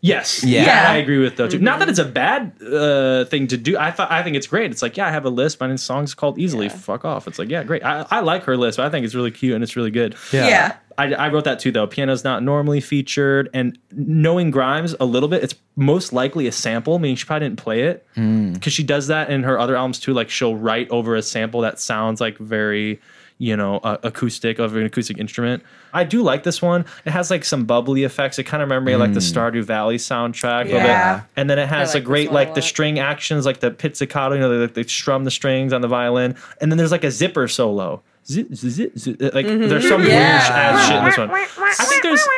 [SPEAKER 4] yes,
[SPEAKER 6] Yeah.
[SPEAKER 4] yeah, I agree with though too. Not that it's a bad uh, thing to do. I thought I think it's great. It's like yeah, I have a lisp, and his song's called Easily. Fuck off. It's like yeah, great. I, I like her lisp. I think it's really cute and it's really good.
[SPEAKER 2] Yeah.
[SPEAKER 4] I, I wrote that too though. Piano's not normally featured, and knowing Grimes a little bit, it's most likely a sample. Meaning she probably didn't play it because she does that in her other albums too. Like she'll write over a sample that sounds like very, you know, uh, acoustic of an acoustic instrument. I do like this one. It has like some bubbly effects. It kind of reminded me of, like the Stardew Valley soundtrack. a little bit.
[SPEAKER 2] Yeah.
[SPEAKER 4] And then it has
[SPEAKER 5] like
[SPEAKER 4] a
[SPEAKER 5] this
[SPEAKER 4] great
[SPEAKER 5] one a
[SPEAKER 4] like the
[SPEAKER 5] lot.
[SPEAKER 4] string actions, like the pizzicato. You know, they, they strum the strings on the violin, and then there's like a zipper solo. Zip, zip, zip, like there's some
[SPEAKER 5] Mm-hmm. Yeah.
[SPEAKER 4] weird ass shit in this one. I think there's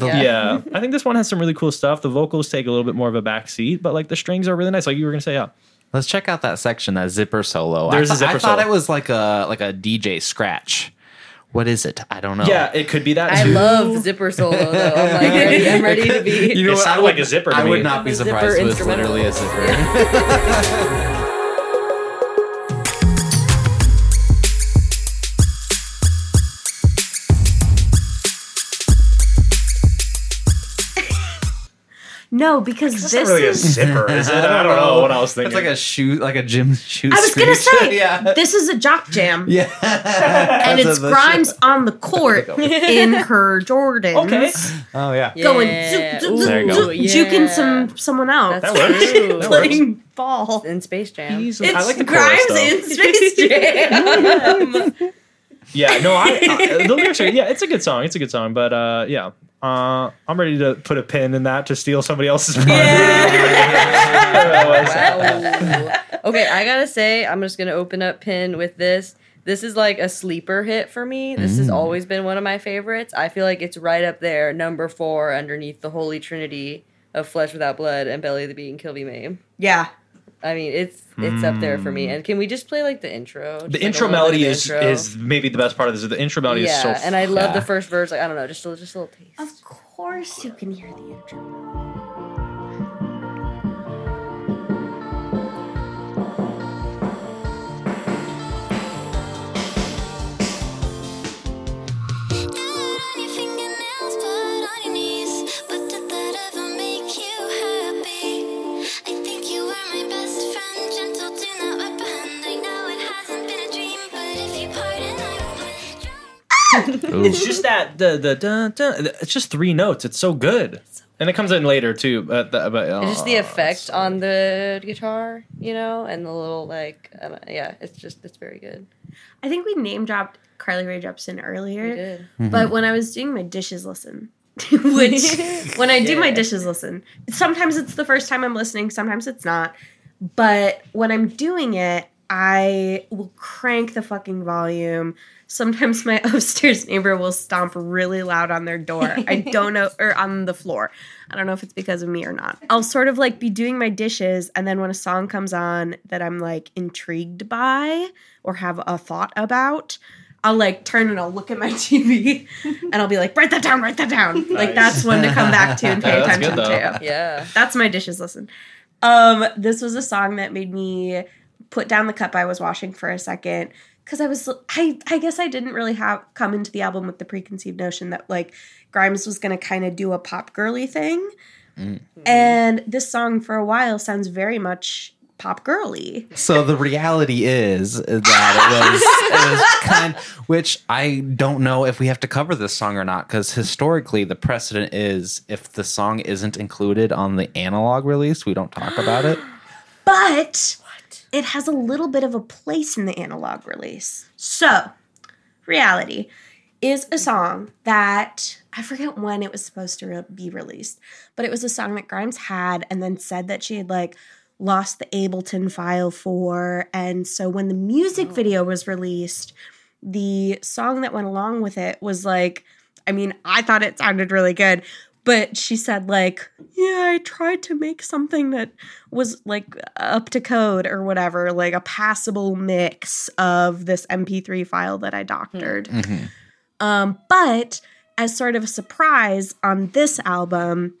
[SPEAKER 4] yeah.
[SPEAKER 5] Yeah.
[SPEAKER 4] I think this one has some really cool stuff. The vocals take a little bit more of a backseat, but like the strings are really nice. Like you were gonna say, yeah,
[SPEAKER 6] Let's check out that section, that zipper solo.
[SPEAKER 4] There's
[SPEAKER 6] I
[SPEAKER 4] a
[SPEAKER 6] thought-
[SPEAKER 4] zipper
[SPEAKER 6] I thought
[SPEAKER 4] solo.
[SPEAKER 6] it was like a like a DJ scratch. What is it? I don't know.
[SPEAKER 4] yeah, it could be that.
[SPEAKER 5] I
[SPEAKER 4] too.
[SPEAKER 5] love zipper solo though. I'm like ready, [LAUGHS] I'm ready to be.
[SPEAKER 4] You know
[SPEAKER 6] It
[SPEAKER 4] what? I
[SPEAKER 6] sounded
[SPEAKER 4] like a zipper. To
[SPEAKER 6] I
[SPEAKER 4] me.
[SPEAKER 6] would not be
[SPEAKER 5] Zipper
[SPEAKER 6] surprised if it was
[SPEAKER 5] instrumental.
[SPEAKER 6] literally a zipper.
[SPEAKER 2] No, because this is.
[SPEAKER 4] zipper, is it? [LAUGHS] I don't know what I was thinking.
[SPEAKER 6] [LAUGHS] It's like a shoe, like a gym shoe.
[SPEAKER 2] I was gonna
[SPEAKER 6] screech.
[SPEAKER 2] say
[SPEAKER 6] [LAUGHS] yeah.
[SPEAKER 2] this is a jock jam. [LAUGHS]
[SPEAKER 6] Yeah.
[SPEAKER 2] and it's
[SPEAKER 6] Because of the
[SPEAKER 2] Grimes on the court [LAUGHS] in her Jordans.
[SPEAKER 4] okay.
[SPEAKER 6] Oh yeah.
[SPEAKER 5] [LAUGHS]
[SPEAKER 2] Going
[SPEAKER 5] Yeah.
[SPEAKER 2] zoop, zoop, zoop,
[SPEAKER 6] There you go.
[SPEAKER 2] zoop,
[SPEAKER 5] Ooh, yeah.
[SPEAKER 2] juking some someone else.
[SPEAKER 5] That's
[SPEAKER 4] works.
[SPEAKER 5] true.
[SPEAKER 4] That works.
[SPEAKER 2] playing ball.
[SPEAKER 5] in Space Jam. [LAUGHS]
[SPEAKER 4] I like the chorus,
[SPEAKER 2] Grimes
[SPEAKER 4] though.
[SPEAKER 2] in Space
[SPEAKER 4] [LAUGHS]
[SPEAKER 2] Jam.
[SPEAKER 5] [LAUGHS]
[SPEAKER 4] Yeah, no, I, I the lyrics are yeah, it's a good song. It's a good song, but uh, yeah, uh, I'm ready to put a pin in that to steal somebody else's. pun. [LAUGHS]
[SPEAKER 5] [LAUGHS] Wow. okay, I gotta say, I'm just gonna open up pin with this. This is like a sleeper hit for me. This
[SPEAKER 6] Mm.
[SPEAKER 5] has always been one of my favorites. I feel like it's right up there, number four, underneath the holy trinity of Flesh Without Blood and Belly of the Beat and Kill Be Mame.
[SPEAKER 2] Yeah.
[SPEAKER 5] I mean, it's it's up there for me. And can we just play like the intro? Just,
[SPEAKER 4] Hmm. The
[SPEAKER 5] like, oh, a
[SPEAKER 4] intro
[SPEAKER 5] little bit of
[SPEAKER 4] melody is
[SPEAKER 5] intro?
[SPEAKER 4] is maybe the best part of this. The intro melody is
[SPEAKER 5] yeah,
[SPEAKER 4] so
[SPEAKER 5] and I love the
[SPEAKER 6] yeah.
[SPEAKER 5] first verse. Like I don't know, just a, just a little taste.
[SPEAKER 2] Of course you can hear the intro.
[SPEAKER 7] on your fingernails, blood on your knees. But did that ever make you happy? I think you were my best friend, gentle, do not apprehend. I know it hasn't been a dream, but if you pardon, I will.
[SPEAKER 4] it's just that the the dun, dun, it's just three notes. It's so good, and it comes in later too. But, the, but oh,
[SPEAKER 5] It's just the effect on the guitar, you know, and the little like, I don't- yeah, it's just it's very good.
[SPEAKER 2] I think we name dropped Carly Rae Jepsen earlier,
[SPEAKER 5] Very good.
[SPEAKER 2] but when I was doing my dishes, listen. [LAUGHS] Which when I do my
[SPEAKER 5] Yeah.
[SPEAKER 2] dishes, listen. Sometimes it's the first time I'm listening, sometimes it's not. But when I'm doing it, I will crank the fucking volume. Sometimes my [LAUGHS] upstairs neighbor will stomp really loud on their door. I don't know, or on the floor. I don't know if it's because of me or not. I'll sort of like be doing my dishes, and then when a song comes on that I'm like intrigued by or have a thought about, I'll like turn and I'll look at my [LAUGHS] TV and I'll be like, write that down, write that down. Like that's one to come back
[SPEAKER 4] [LAUGHS]
[SPEAKER 2] to and pay
[SPEAKER 4] Yeah, that's
[SPEAKER 2] attention
[SPEAKER 4] good,
[SPEAKER 2] to.
[SPEAKER 4] though. [LAUGHS]
[SPEAKER 5] yeah,
[SPEAKER 2] That's my dishes listen. Um, this was a song that made me put down the cup I was washing for a second because I was I I guess I didn't really have come into the album with the preconceived notion that like Grimes was gonna kind of do a pop girly thing,
[SPEAKER 4] Mm.
[SPEAKER 2] and this song for a while sounds very much pop girly.
[SPEAKER 6] So the reality is that it was, it was kind, which I don't know if we have to cover this song or not, because historically the precedent is if the song isn't included on the analog release, we don't talk about it.
[SPEAKER 2] but it has a little bit of a place in the analog release. So, reality is a song that I forget when it was supposed to re- be released, but it was a song that Grimes had and then said that she had like lost the Ableton file for. And so when the music video was released, the song that went along with it was like, I mean, I thought it sounded really good, but she said like, yeah, I tried to make something that was like up to code or whatever, like a passable mix of this MP3 file that I doctored.
[SPEAKER 6] Mm-hmm.
[SPEAKER 2] Um, but as sort of a surprise on this album,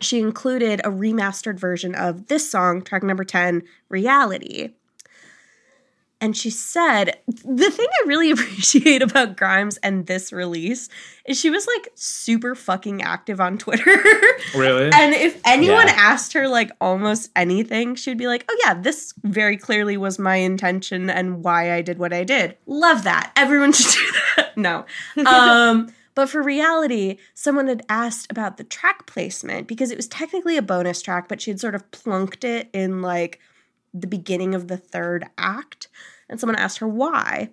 [SPEAKER 2] she included a remastered version of this song, track number 10, Reality. And she said, the thing I really [LAUGHS] appreciate about Grimes and this release is she was like super fucking active on Twitter. [LAUGHS]
[SPEAKER 4] Really?
[SPEAKER 2] And if anyone
[SPEAKER 6] Yeah.
[SPEAKER 2] asked her like almost anything, she'd be like, "Oh yeah, this very clearly was my intention and why I did what I did." Love that. Everyone [LAUGHS] should do that. No. Um But for reality, someone had asked about the track placement because it was technically a bonus track, but she had sort of plunked it in like the beginning of the third act. And someone asked her why.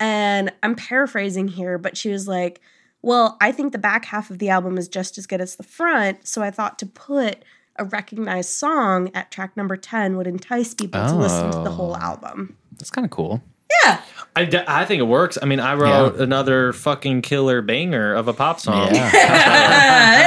[SPEAKER 2] And I'm paraphrasing here, but she was like, Well, I think the back half of the album is just as good as the front. So I thought to put a recognized song at track number 10 would entice people to listen to the whole
[SPEAKER 6] Oh.
[SPEAKER 2] album.
[SPEAKER 6] That's kind of cool.
[SPEAKER 4] I, d- I think it works. I mean, I wrote
[SPEAKER 6] Yeah.
[SPEAKER 4] another fucking killer banger of a pop song. Ah,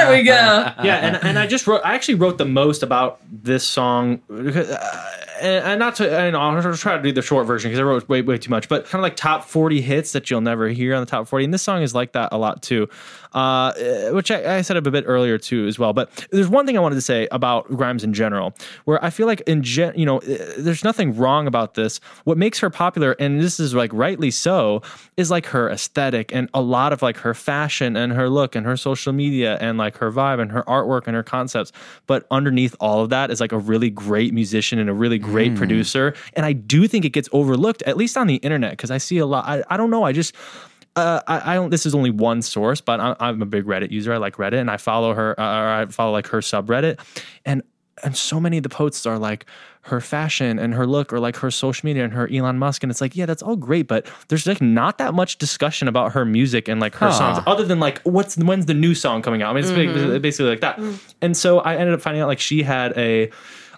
[SPEAKER 2] there
[SPEAKER 5] [LAUGHS]
[SPEAKER 2] we go.
[SPEAKER 4] yeah, and, and I just wrote. I actually wrote the most about this song, because, uh, and, and not to. And I'll just try to do the short version because I wrote way way too much. But kind of like top forty hits that you'll never hear on the top forty, and this song is like that a lot too, uh, uh, which I, I said up a bit earlier too as well. But there's one thing I wanted to say about Grimes in general, where I feel like in gen, you know, uh, there's nothing wrong about this. What makes her popular, and this is like rightly so, is like her aesthetic and a lot of like her fashion and her look and her social media and like her vibe and her artwork and her concepts. But underneath all of that is like a really great musician and a really great producer. And I do think it gets overlooked, at least on the internet, because I see a lot. I, I don't know. I just. Uh, I, I don't. This is only one source, but I, I'm a big Reddit user. I like Reddit, and I follow her, uh, or I follow like her subreddit, and and so many of the posts are like her fashion and her look or like her social media and her Elon Musk and it's like yeah that's all great but there's like not that much discussion about her music and like her songs other than like what's when's the new song coming out I mean it's ba- basically like that and so I ended up finding out like she had a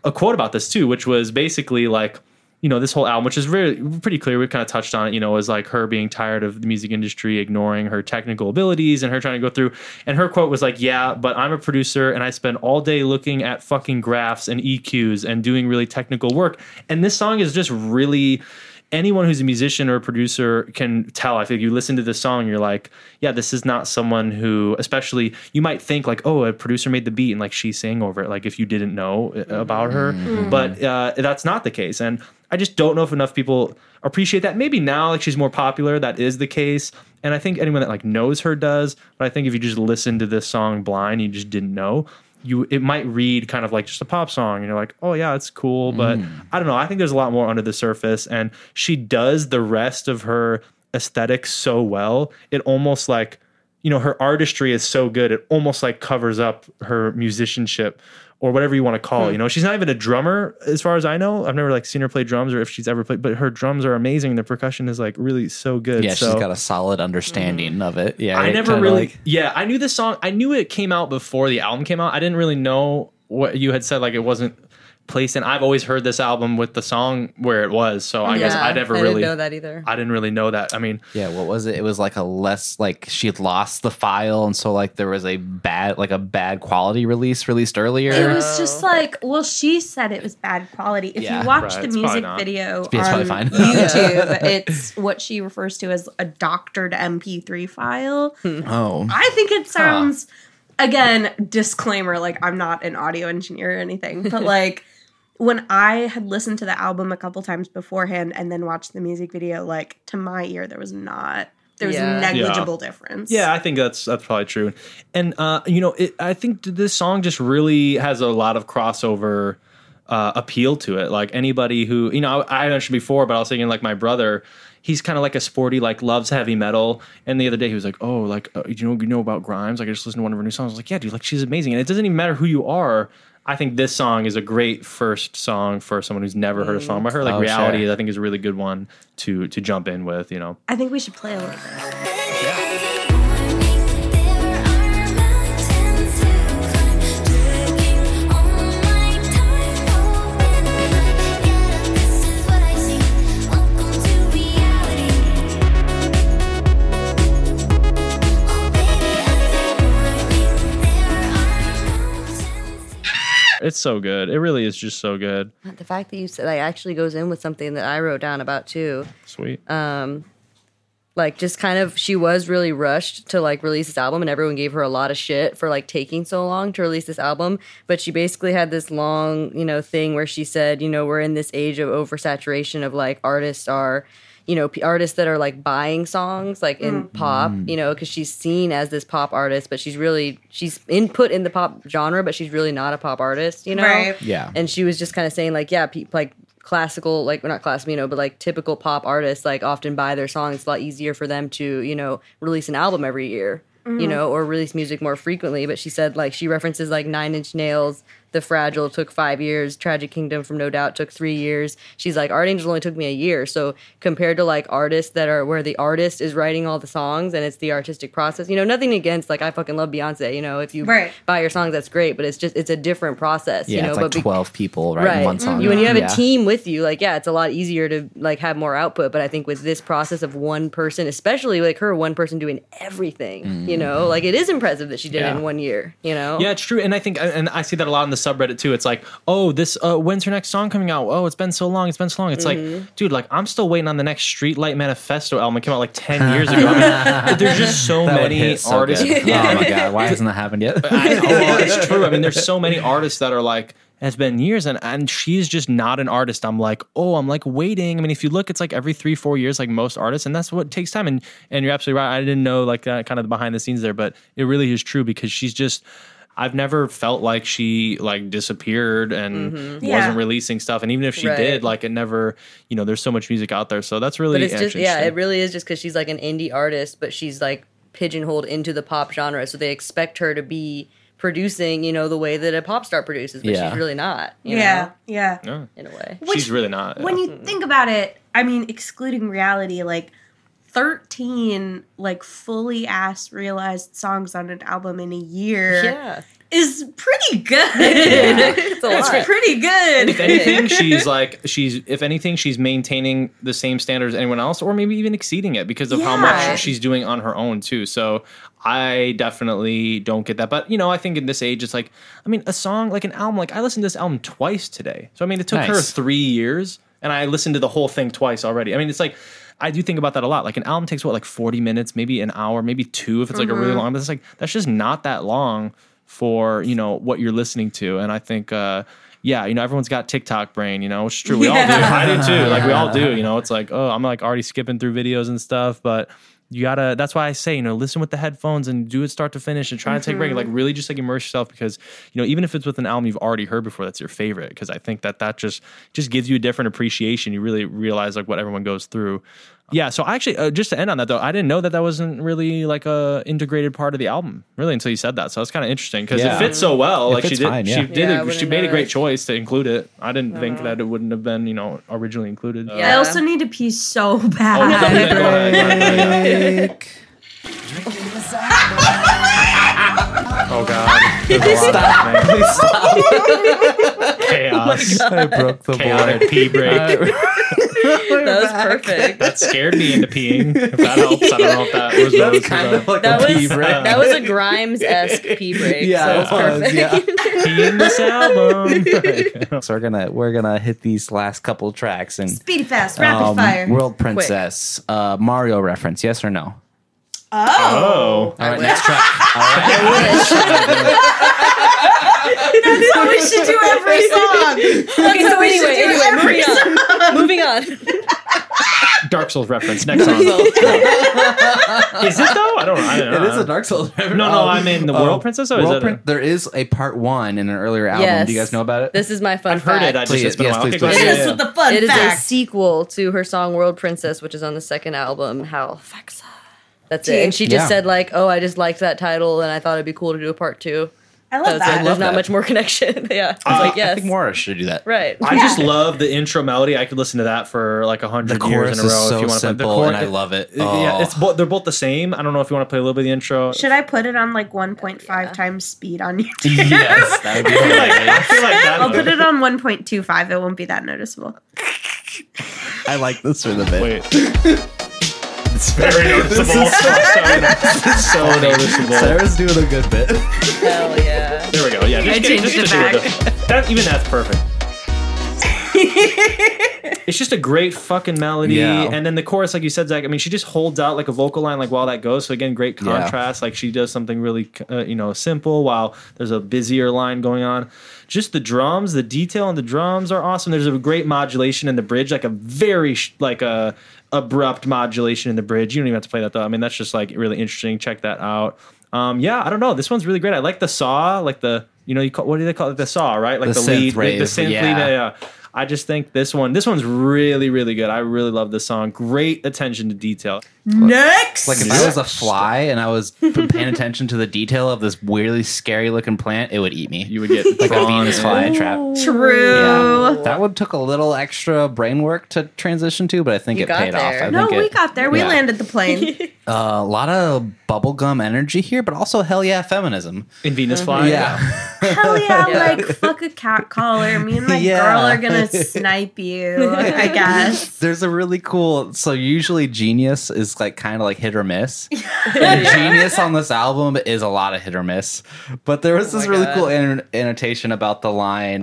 [SPEAKER 4] a quote about this too which was basically like you know, this whole album, which is very pretty clear, we've kind of touched on it, you know, is like her being tired of the music industry ignoring her technical abilities and her trying to go through. And her quote was like, Yeah, but I'm a producer and I spend all day looking at fucking graphs and EQs and doing really technical work. And this song is just really anyone who's a musician or a producer can tell. I think you listen to this song, you're like, yeah, this is not someone who, especially, you might think like, oh, a producer made the beat and like she sang over it, like if you didn't know uh, about her. But uh, that's not the case. And I just don't know if enough people appreciate that. Maybe now, like she's more popular, that is the case. And I think anyone that like knows her does. But I think if you just listen to this song blind, you just didn't know. You it might read kind of like just a pop song, and you're like, oh yeah, it's cool. But
[SPEAKER 6] Mm.
[SPEAKER 4] I don't know. I think there's a lot more under the surface, and she does the rest of her aesthetic so well. It almost like you know her artistry is so good it almost like covers up her musicianship or whatever you want to
[SPEAKER 6] Hmm.
[SPEAKER 4] call it you know she's not even a drummer as far as i know i've never like seen her play drums or if she's ever played but her drums are amazing the percussion is like really so good
[SPEAKER 6] Yeah,
[SPEAKER 4] so
[SPEAKER 6] she's got a solid understanding
[SPEAKER 5] Mm.
[SPEAKER 6] of it. Yeah,
[SPEAKER 4] i
[SPEAKER 6] right?
[SPEAKER 4] never
[SPEAKER 6] Kinda
[SPEAKER 4] really
[SPEAKER 6] like-
[SPEAKER 4] yeah i knew this song i knew it came out before the album came out i didn't really know what you had said like it wasn't placed in i've always heard this album with the song where it was so i guess i never really
[SPEAKER 5] didn't know that either.
[SPEAKER 4] i didn't really know that i mean
[SPEAKER 6] yeah, what was it? It was like a less like she lost the file, and so like there was a bad like a bad quality release released earlier.
[SPEAKER 2] It was just like, well, she said it was bad quality. If
[SPEAKER 6] Yeah,
[SPEAKER 2] you watch
[SPEAKER 4] right,
[SPEAKER 2] the
[SPEAKER 4] it's probably
[SPEAKER 2] music
[SPEAKER 4] not.
[SPEAKER 2] video
[SPEAKER 6] Yeah, it's
[SPEAKER 2] on
[SPEAKER 6] probably
[SPEAKER 2] [LAUGHS]
[SPEAKER 6] fine. [LAUGHS]
[SPEAKER 2] YouTube, it's what she refers to as a doctored MP3 file.
[SPEAKER 6] oh,
[SPEAKER 2] I think it sounds, again, disclaimer like I'm not an audio engineer or anything,
[SPEAKER 5] [LAUGHS]
[SPEAKER 2] but like when I had listened to the album a couple times beforehand and then watched the music video, like to my ear, there was not, there was
[SPEAKER 5] Yeah.
[SPEAKER 2] negligible difference.
[SPEAKER 4] Yeah, I think that's that's probably true. And uh, you know, it, I think th- this song just really has a lot of crossover uh, appeal to it. Like anybody who you know, I, I mentioned before, but I was thinking like my brother. He's kind of like a sporty, like loves heavy metal. And the other day he was like, "Oh, like uh, you know, you know about Grimes? Like I just listened to one of her new songs. I was like, yeah, dude, like she's amazing. And it doesn't even matter who you are. I think this song is a great first song for someone who's never heard a song by her. Like
[SPEAKER 6] Oh,
[SPEAKER 4] Reality,
[SPEAKER 6] sure.
[SPEAKER 4] I think is a really good one to to jump in with. You know,
[SPEAKER 2] I think we should play a little bit.
[SPEAKER 4] it's so good. It really is just so good.
[SPEAKER 5] The fact that you said like actually goes in with something that I wrote down about too.
[SPEAKER 4] Sweet.
[SPEAKER 5] like just kind of she was really rushed to like release this album and everyone gave her a lot of shit for like taking so long to release this album but she basically had this long you know thing where she said you know we're in this age of oversaturation of like artists are you know p- artists that are like buying songs like in pop you know because she's seen as this pop artist but she's really she's input in the pop genre but she's really not a pop artist you know
[SPEAKER 2] Right.
[SPEAKER 6] yeah.
[SPEAKER 5] and she was just kind of saying like yeah pe- like classical like well, not classical you know but like typical pop artists like often buy their songs it's a lot easier for them to you know release an album every year you
[SPEAKER 6] Mm-hmm.
[SPEAKER 5] know or release music more frequently but she said like she references like nine inch nails the fragile took five years tragic kingdom from no doubt took three years she's like art angel only took me a year so compared to like artists that are where the artist is writing all the songs and it's the artistic process you know nothing against like i fucking love beyonce you know if you
[SPEAKER 2] Right.
[SPEAKER 5] buy your songs that's great but it's just it's a different process
[SPEAKER 6] yeah,
[SPEAKER 5] you know
[SPEAKER 6] it's
[SPEAKER 5] but
[SPEAKER 6] like
[SPEAKER 5] be-
[SPEAKER 6] twelve people right, in
[SPEAKER 5] right
[SPEAKER 6] one song.
[SPEAKER 5] You- when you have
[SPEAKER 6] Yeah.
[SPEAKER 5] a team with you like yeah it's a lot easier to like have more output but i think with this process of one person especially like her one person doing everything
[SPEAKER 6] Mm-hmm.
[SPEAKER 5] you know like it is impressive that she did it
[SPEAKER 4] Yeah.
[SPEAKER 5] in one year you know
[SPEAKER 4] Yeah, it's true, and I think, uh, and I see that a lot in the subreddit too. It's like, oh, this, uh, when's her next song coming out? Oh, it's been so long, it's been so long. It's like, dude, like I'm still waiting on the next Streetlight Manifesto album. It came out like
[SPEAKER 6] [LAUGHS]
[SPEAKER 4] ten years ago. I mean, [LAUGHS] there's just so
[SPEAKER 6] That would
[SPEAKER 4] many
[SPEAKER 6] hit so
[SPEAKER 4] artists.
[SPEAKER 6] good.
[SPEAKER 5] [LAUGHS]
[SPEAKER 6] Oh my god, why hasn't that happened yet?
[SPEAKER 4] [LAUGHS] I know, well, it's true. I mean, there's so
[SPEAKER 5] [LAUGHS]
[SPEAKER 4] many artists that are like, it's been years, and and she's just not an artist. I'm like, oh, I'm like waiting. I mean, if you look, it's like every three, four years, like most artists, and that's what takes time. And and you're absolutely right. I didn't know like that kind of the behind the scenes there, but it really is true because she's just. I've never felt like she like disappeared and wasn't
[SPEAKER 2] Yeah.
[SPEAKER 4] releasing stuff, and even if she
[SPEAKER 5] Mm-hmm. Right.
[SPEAKER 4] did, like it never, you know, there's so much music out there, so that's really
[SPEAKER 5] but it's just
[SPEAKER 4] actually
[SPEAKER 5] yeah
[SPEAKER 4] interesting.
[SPEAKER 5] it really is just because she's like an indie artist but she's like pigeonholed into the pop genre so they expect her to be producing you know the way that a pop star produces but
[SPEAKER 6] Yeah.
[SPEAKER 5] she's really not you
[SPEAKER 2] Yeah. Yeah.
[SPEAKER 4] Yeah.
[SPEAKER 5] know in a way
[SPEAKER 2] Which-
[SPEAKER 4] she's really not.
[SPEAKER 2] when
[SPEAKER 4] yeah.
[SPEAKER 2] you think about it, I mean, excluding reality, like 13 like fully ass realized songs on an album in a year
[SPEAKER 5] yeah
[SPEAKER 2] is pretty good.
[SPEAKER 5] [LAUGHS] It's a lot.
[SPEAKER 2] It's pretty
[SPEAKER 4] [LAUGHS] if
[SPEAKER 2] good.
[SPEAKER 4] anything, she's like she's if anything, she's maintaining the same standard as anyone else, or maybe even exceeding it because of how
[SPEAKER 2] Yeah.
[SPEAKER 4] much she's doing on her own too. So I definitely don't get that. But you know, I think in this age, it's like I mean, a song like an album. Like I listened to this album twice today. So I mean, it took her
[SPEAKER 6] Nice.
[SPEAKER 4] three years, and I listened to the whole thing twice already. I mean, it's like. I do think about that a lot. Like an album takes what, like forty minutes, maybe an hour, maybe two, if it's like a really long. But it's like that's just not that long for you know what you're listening to. And I think, uh, yeah, you know, everyone's got TikTok brain, you know, which is true. We all do. I do too. Like we all do. You know, it's like oh, I'm like already skipping through videos and stuff, but. You gotta. That's why I say, you know, listen with the headphones and do it start to finish, and try to take break.
[SPEAKER 5] Mm-hmm.
[SPEAKER 4] Like really, just like immerse yourself because you know, even if it's with an album you've already heard before, that's your favorite. Because I think that that just just gives you a different appreciation. You really realize like what everyone goes through. Yeah, so I actually uh, just to end on that though, I didn't know that that wasn't really like a integrated part of the album really until you said that. So it's kind of interesting because
[SPEAKER 6] Yeah.
[SPEAKER 4] it fits so well. like she
[SPEAKER 6] fits
[SPEAKER 4] did,
[SPEAKER 6] fine,
[SPEAKER 4] she
[SPEAKER 6] yeah.
[SPEAKER 4] did,
[SPEAKER 5] Yeah, I
[SPEAKER 4] it, she
[SPEAKER 5] wouldn't
[SPEAKER 4] made a great
[SPEAKER 5] notice.
[SPEAKER 4] choice to include it. I didn't think that it wouldn't have been you know originally included.
[SPEAKER 2] I
[SPEAKER 5] Yeah.
[SPEAKER 2] also need to pee so [LAUGHS]
[SPEAKER 4] Oh, no,
[SPEAKER 2] bad.
[SPEAKER 4] [LAUGHS] yeah, [LAUGHS] go
[SPEAKER 5] [LAUGHS]
[SPEAKER 4] ahead, go ahead, go ahead, yeah.
[SPEAKER 1] Drinking lasagna.
[SPEAKER 4] Oh god, There's a lot of things. chaos,
[SPEAKER 6] I broke the board.
[SPEAKER 4] chaotic pee break.
[SPEAKER 5] [LAUGHS] that was
[SPEAKER 6] [LAUGHS]
[SPEAKER 5] perfect.
[SPEAKER 4] Uh, that scared me into peeing. If that helps, I don't know if that was that was
[SPEAKER 6] kind of like
[SPEAKER 5] That
[SPEAKER 6] a pee
[SPEAKER 5] was
[SPEAKER 6] break.
[SPEAKER 5] that was
[SPEAKER 4] [LAUGHS]
[SPEAKER 5] a Grimes esque pee break.
[SPEAKER 6] Yeah,
[SPEAKER 5] so it was
[SPEAKER 6] it was, yeah.
[SPEAKER 5] perfect.
[SPEAKER 4] peeing this
[SPEAKER 6] [LAUGHS]
[SPEAKER 4] album.
[SPEAKER 6] so we're gonna we're gonna hit these last couple tracks and
[SPEAKER 2] Speedy fast, rapid
[SPEAKER 6] um,
[SPEAKER 2] fire.
[SPEAKER 6] World Princess uh, Mario reference. Yes or no?
[SPEAKER 2] oh,
[SPEAKER 4] oh,
[SPEAKER 6] All right, next track. All right.
[SPEAKER 2] that's what we should do
[SPEAKER 5] [LAUGHS]
[SPEAKER 2] every song.
[SPEAKER 5] okay, so
[SPEAKER 2] we should
[SPEAKER 5] anyway,
[SPEAKER 2] do every
[SPEAKER 5] anyway, moving on.
[SPEAKER 4] Dark Souls reference. Next song.
[SPEAKER 5] Moving on.
[SPEAKER 4] Is it though? I don't. I don't know.
[SPEAKER 6] [LAUGHS] It is a Dark Souls reference.
[SPEAKER 4] No, no, I mean the
[SPEAKER 6] um,
[SPEAKER 4] World Princess. Or is
[SPEAKER 6] World
[SPEAKER 4] that a-
[SPEAKER 6] Prin- there is a part one in an earlier album.
[SPEAKER 5] Yes.
[SPEAKER 6] Do you guys know about it?
[SPEAKER 5] This is my fun
[SPEAKER 4] I've heard it. I just
[SPEAKER 5] fact.
[SPEAKER 6] Please,
[SPEAKER 4] it's been a
[SPEAKER 6] yes,
[SPEAKER 4] while.
[SPEAKER 6] please,
[SPEAKER 4] Okay, go
[SPEAKER 6] please.
[SPEAKER 4] ahead.
[SPEAKER 2] Hit
[SPEAKER 4] Yeah,
[SPEAKER 2] us
[SPEAKER 4] yeah,
[SPEAKER 2] with the fun
[SPEAKER 5] It is a
[SPEAKER 2] facts.
[SPEAKER 5] sequel to her song World Princess, which is on the second album, Halifax. That's it. And she just
[SPEAKER 6] Yeah.
[SPEAKER 5] said like, "Oh, I just liked that title, and I thought it'd be cool to do a part two.
[SPEAKER 2] I
[SPEAKER 5] So
[SPEAKER 2] love
[SPEAKER 5] it's like,
[SPEAKER 2] that.
[SPEAKER 5] there's not
[SPEAKER 6] that.
[SPEAKER 5] much more connection. [LAUGHS] yeah,
[SPEAKER 4] Uh,
[SPEAKER 5] it's
[SPEAKER 6] I
[SPEAKER 5] like
[SPEAKER 6] think- I
[SPEAKER 5] yes,
[SPEAKER 6] think Mora should do that.
[SPEAKER 5] right.
[SPEAKER 4] I just love the intro melody. I could listen to that for like a
[SPEAKER 6] The
[SPEAKER 4] hundred years
[SPEAKER 6] chorus
[SPEAKER 4] in a row.
[SPEAKER 6] is
[SPEAKER 4] if
[SPEAKER 6] so
[SPEAKER 4] you want to play.
[SPEAKER 6] simple,
[SPEAKER 4] the chor-
[SPEAKER 6] and I love it.
[SPEAKER 4] Yeah,
[SPEAKER 6] Oh. [LAUGHS]
[SPEAKER 4] it's both. They're both the same. I don't know if you want to play a little bit of the intro.
[SPEAKER 2] Should I put it on like 1.5 times speed on
[SPEAKER 6] [LAUGHS]
[SPEAKER 2] YouTube?
[SPEAKER 4] yes,
[SPEAKER 6] That would
[SPEAKER 4] I
[SPEAKER 6] be
[SPEAKER 4] feel like,
[SPEAKER 6] hilarious.
[SPEAKER 4] I feel like that.
[SPEAKER 2] I'll put it on 1.25. It won't be that noticeable.
[SPEAKER 6] [LAUGHS] I like this for the
[SPEAKER 4] [LAUGHS]
[SPEAKER 6] bit.
[SPEAKER 4] Wait. It's very noticeable. [LAUGHS] so, so noticeable.
[SPEAKER 6] Sarah's doing a good bit.
[SPEAKER 5] Hell yeah.
[SPEAKER 4] There we go. Yeah, just,
[SPEAKER 2] I
[SPEAKER 4] get, just,
[SPEAKER 2] changed it
[SPEAKER 4] just do it. That even that's perfect. it's just a great fucking melody,
[SPEAKER 6] Yeah.
[SPEAKER 4] and then the chorus, like you said, Zach. I mean, she just holds out like a vocal line, like while that goes. So again, great
[SPEAKER 6] Yeah.
[SPEAKER 4] contrast. Like she does something really, uh, you know, simple while there's a busier line going on. Just the drums, the detail on the drums are awesome. There's a great modulation in the bridge, like a very sh- like a abrupt modulation in the bridge. You don't even have to play that though. I mean, that's just like really interesting. Check that out. Um, yeah, I don't know. This one's really great. I like the saw, like the you know, you call, what do they call it? The saw, right? Like the,
[SPEAKER 6] The synth
[SPEAKER 4] lead, the,
[SPEAKER 6] rave,
[SPEAKER 4] the synth
[SPEAKER 6] yeah.
[SPEAKER 4] lead. Yeah, yeah. I just think this one, this one's really, really good. I really love this song. Great attention to detail.
[SPEAKER 2] Next.
[SPEAKER 6] Like if I was a fly and
[SPEAKER 5] [LAUGHS]
[SPEAKER 6] I was paying attention to the detail of this weirdly scary looking plant, it would eat me.
[SPEAKER 4] You would get
[SPEAKER 6] [LAUGHS] like a
[SPEAKER 4] drawn
[SPEAKER 6] Venus
[SPEAKER 4] in.
[SPEAKER 6] fly trap.
[SPEAKER 2] True.
[SPEAKER 6] Yeah. That one took a little extra brain work to transition to, but I think
[SPEAKER 5] You
[SPEAKER 6] it
[SPEAKER 5] got
[SPEAKER 6] paid off.
[SPEAKER 5] there.
[SPEAKER 6] I
[SPEAKER 2] No,
[SPEAKER 6] think
[SPEAKER 2] we
[SPEAKER 6] it-
[SPEAKER 2] got there. We
[SPEAKER 6] yeah.
[SPEAKER 2] landed the plane.
[SPEAKER 6] Uh, a lot of bubblegum energy here, but also hell yeah, feminism.
[SPEAKER 4] in Venus fly.
[SPEAKER 6] yeah.
[SPEAKER 2] Hell yeah,
[SPEAKER 5] Yeah.
[SPEAKER 2] like fuck a cat caller. Me and my
[SPEAKER 6] Yeah.
[SPEAKER 2] girl are
[SPEAKER 6] [LAUGHS]
[SPEAKER 2] gonna snipe you, I guess.
[SPEAKER 6] [LAUGHS] There's a really cool. So usually Genius is like kind of like hit or miss. and Genius on this album is a lot of hit or miss. But there was
[SPEAKER 5] Oh
[SPEAKER 6] this
[SPEAKER 5] my
[SPEAKER 6] really
[SPEAKER 5] God.
[SPEAKER 6] cool an- annotation about the line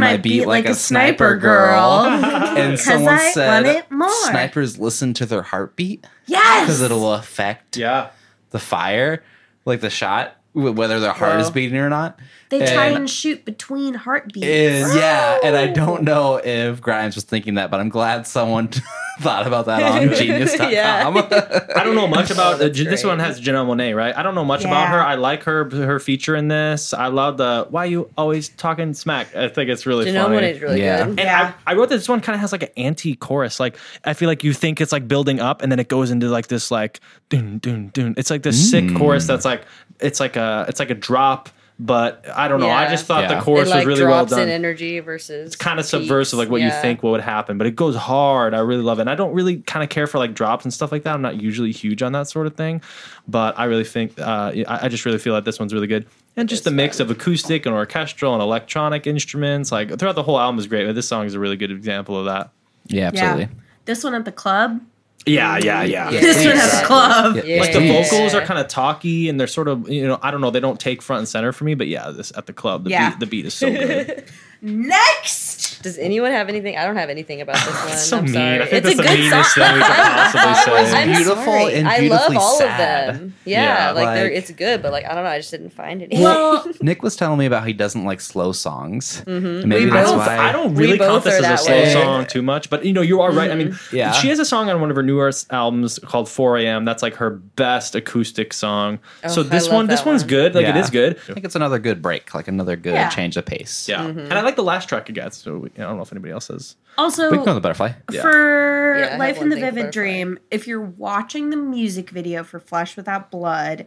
[SPEAKER 2] Feeling
[SPEAKER 6] my beat like, a sniper girl," and
[SPEAKER 2] 'Cause
[SPEAKER 6] someone
[SPEAKER 2] I
[SPEAKER 6] said
[SPEAKER 2] want it more.
[SPEAKER 6] snipers listen to their heartbeat because
[SPEAKER 2] Yes.
[SPEAKER 6] it'll affect
[SPEAKER 4] Yeah.
[SPEAKER 6] the fire, like the shot, wh- whether their heart is
[SPEAKER 5] Wow.
[SPEAKER 6] beating or not.
[SPEAKER 2] They try
[SPEAKER 6] and-
[SPEAKER 2] and shoot between heartbeats.
[SPEAKER 6] Is yeah, and I don't know if Grimes was thinking that, but I'm glad someone [LAUGHS] thought about that on genius.com.
[SPEAKER 4] I don't know much
[SPEAKER 5] [LAUGHS]
[SPEAKER 4] about uh, this
[SPEAKER 5] great.
[SPEAKER 4] one has Janelle Monet, right? I don't know much about
[SPEAKER 2] Yeah.
[SPEAKER 4] her. I like her her feature in this. I love the why you always talking smack. I think it's really
[SPEAKER 5] Janelle
[SPEAKER 4] funny.
[SPEAKER 5] one is really
[SPEAKER 6] Yeah.
[SPEAKER 5] good.
[SPEAKER 4] And
[SPEAKER 2] Yeah.
[SPEAKER 4] I, I wrote that this one kind of has like an anti-chorus. Like I feel like you think it's like building up, and then it goes into like this like dun dun dun. It's like this sick chorus that's like it's like a it's like a drop, but I don't know. I
[SPEAKER 5] Yeah.
[SPEAKER 4] just thought
[SPEAKER 6] Yeah.
[SPEAKER 4] the
[SPEAKER 5] It
[SPEAKER 4] chorus
[SPEAKER 5] like
[SPEAKER 4] was really well
[SPEAKER 5] drops in
[SPEAKER 4] done.
[SPEAKER 5] energy versus it's
[SPEAKER 4] Kind of subversive, like what you think what would happen, but it goes hard. I really love it. And I don't really kind of care for like drops and stuff like that. I'm not usually huge on that sort of thing, but I really think uh, I, I just really feel that this one's really good. and just the mix of acoustic and orchestral and electronic instruments. Like throughout the whole album is great, but this song is a really good example of that.
[SPEAKER 6] [LAUGHS] Yeah, absolutely.
[SPEAKER 2] Yeah. This one at the club.
[SPEAKER 4] Yeah, yeah, yeah.
[SPEAKER 2] This one at the club.
[SPEAKER 6] Yeah,
[SPEAKER 4] Like the
[SPEAKER 5] Yeah.
[SPEAKER 4] vocals are kind of talky and they're sort of you know I don't know they don't take front and center for me, but yeah, this at the club the
[SPEAKER 2] Yeah.
[SPEAKER 4] beat the beat is so
[SPEAKER 5] [LAUGHS]
[SPEAKER 4] good.
[SPEAKER 2] Next.
[SPEAKER 5] Does anyone have anything? I don't have anything about
[SPEAKER 4] [SIGHS]
[SPEAKER 5] this one.
[SPEAKER 4] so
[SPEAKER 5] I'm
[SPEAKER 4] mean.
[SPEAKER 5] sorry.
[SPEAKER 4] I think
[SPEAKER 5] it's
[SPEAKER 4] that's
[SPEAKER 5] a
[SPEAKER 4] the
[SPEAKER 5] good
[SPEAKER 4] meanest
[SPEAKER 5] song.
[SPEAKER 4] thing we
[SPEAKER 5] [LAUGHS]
[SPEAKER 4] could possibly say.
[SPEAKER 5] I'm
[SPEAKER 6] Beautiful
[SPEAKER 5] sorry.
[SPEAKER 6] and
[SPEAKER 5] I love
[SPEAKER 6] beautifully
[SPEAKER 5] all
[SPEAKER 6] sad.
[SPEAKER 5] of them. Yeah,
[SPEAKER 4] Yeah,
[SPEAKER 5] like, they're,
[SPEAKER 6] like-
[SPEAKER 5] it's good, but like I don't know. I just didn't find anything. [LAUGHS]
[SPEAKER 6] Well, Nick was telling me about how he doesn't like slow songs. And Maybe
[SPEAKER 5] We
[SPEAKER 6] that's
[SPEAKER 5] both-
[SPEAKER 6] why
[SPEAKER 4] I don't
[SPEAKER 5] We
[SPEAKER 4] really count
[SPEAKER 5] both
[SPEAKER 4] this
[SPEAKER 5] are
[SPEAKER 4] as a
[SPEAKER 5] that
[SPEAKER 4] slow
[SPEAKER 5] way.
[SPEAKER 4] song too much, but you know, you are right. I mean,
[SPEAKER 6] Mm-hmm. Yeah.
[SPEAKER 4] she has a song on one of her newer s- albums called 4 a.m. That's like her best acoustic song.
[SPEAKER 5] Oh,
[SPEAKER 4] so
[SPEAKER 5] I
[SPEAKER 4] this
[SPEAKER 5] love
[SPEAKER 4] one, this
[SPEAKER 5] that
[SPEAKER 4] one's
[SPEAKER 5] one.
[SPEAKER 4] good. Like it
[SPEAKER 6] Yeah.
[SPEAKER 4] is good.
[SPEAKER 6] I think it's another good break, like another good
[SPEAKER 2] Yeah.
[SPEAKER 6] change of pace.
[SPEAKER 4] Yeah,
[SPEAKER 5] Mm-hmm.
[SPEAKER 4] and I like the last track it gets. So we, I don't know if anybody else
[SPEAKER 5] [LAUGHS]
[SPEAKER 4] says.
[SPEAKER 2] Also,
[SPEAKER 6] We can go on the butterfly.
[SPEAKER 4] Yeah.
[SPEAKER 2] for
[SPEAKER 5] Yeah, I have
[SPEAKER 2] Life in
[SPEAKER 5] one
[SPEAKER 2] the
[SPEAKER 5] thing for
[SPEAKER 2] Vivid
[SPEAKER 5] Butterfly.
[SPEAKER 2] Dream, if you're watching the music video for Flesh Without Blood,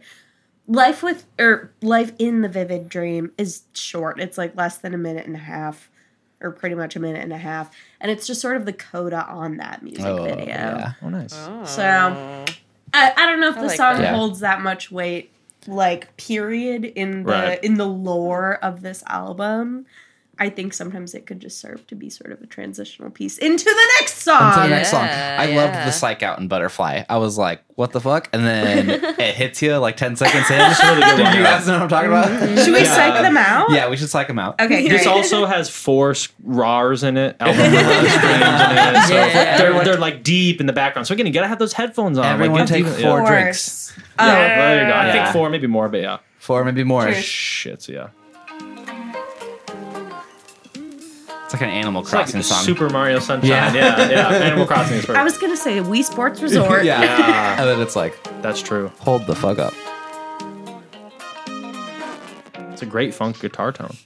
[SPEAKER 2] Life with or Life in the Vivid Dream is short. It's like less than a minute and a half or pretty much a minute and a half, and it's just sort of the coda on that music video.
[SPEAKER 6] yeah.
[SPEAKER 4] Oh, nice.
[SPEAKER 2] So I, I don't know if
[SPEAKER 5] I
[SPEAKER 2] the
[SPEAKER 5] like
[SPEAKER 2] song
[SPEAKER 5] that.
[SPEAKER 6] Yeah.
[SPEAKER 2] holds that much weight, like period in the
[SPEAKER 4] Right.
[SPEAKER 2] in the lore of this album. I think sometimes it could just serve to be sort of a transitional piece into the next song.
[SPEAKER 6] Into the next song.
[SPEAKER 5] yeah,
[SPEAKER 6] I loved
[SPEAKER 5] yeah.
[SPEAKER 6] the psych out in Butterfly. I was like, what the fuck? And
[SPEAKER 5] [LAUGHS]
[SPEAKER 6] then it hits you like 10 seconds in. Did you guys know what I'm talking
[SPEAKER 5] Mm-hmm.
[SPEAKER 6] [LAUGHS] about?
[SPEAKER 2] Should we
[SPEAKER 4] Yeah.
[SPEAKER 2] psych them out?
[SPEAKER 6] yeah, we should psych him out.
[SPEAKER 2] Okay.
[SPEAKER 4] This
[SPEAKER 2] great.
[SPEAKER 4] also has four s- rars in it. Album
[SPEAKER 5] [LAUGHS]
[SPEAKER 4] rars, strange in it. So
[SPEAKER 5] Yeah.
[SPEAKER 4] they're, they're like deep in the background. So again, you gotta have those headphones on.
[SPEAKER 6] Everyone
[SPEAKER 4] like,
[SPEAKER 6] take
[SPEAKER 4] yeah.
[SPEAKER 6] four
[SPEAKER 2] Four.
[SPEAKER 6] drinks.
[SPEAKER 2] Oh,
[SPEAKER 4] Yeah, there you go. I think
[SPEAKER 6] Yeah.
[SPEAKER 4] four, maybe more, but yeah.
[SPEAKER 6] Four, maybe more.
[SPEAKER 2] Cheers.
[SPEAKER 4] Shit, yeah.
[SPEAKER 6] It's like an Animal
[SPEAKER 4] It's like
[SPEAKER 6] Crossing
[SPEAKER 4] the
[SPEAKER 6] song.
[SPEAKER 4] Super Mario Sunshine.
[SPEAKER 6] Yeah.
[SPEAKER 4] Yeah, yeah. Animal Crossing
[SPEAKER 5] [LAUGHS]
[SPEAKER 4] is perfect.
[SPEAKER 2] I was gonna say Wii
[SPEAKER 6] [LAUGHS]
[SPEAKER 2] Sports Resort.
[SPEAKER 6] yeah.
[SPEAKER 4] Yeah.
[SPEAKER 6] [LAUGHS] And then it's like,
[SPEAKER 4] That's true.
[SPEAKER 6] hold the fuck up.
[SPEAKER 4] It's a great funk guitar tone.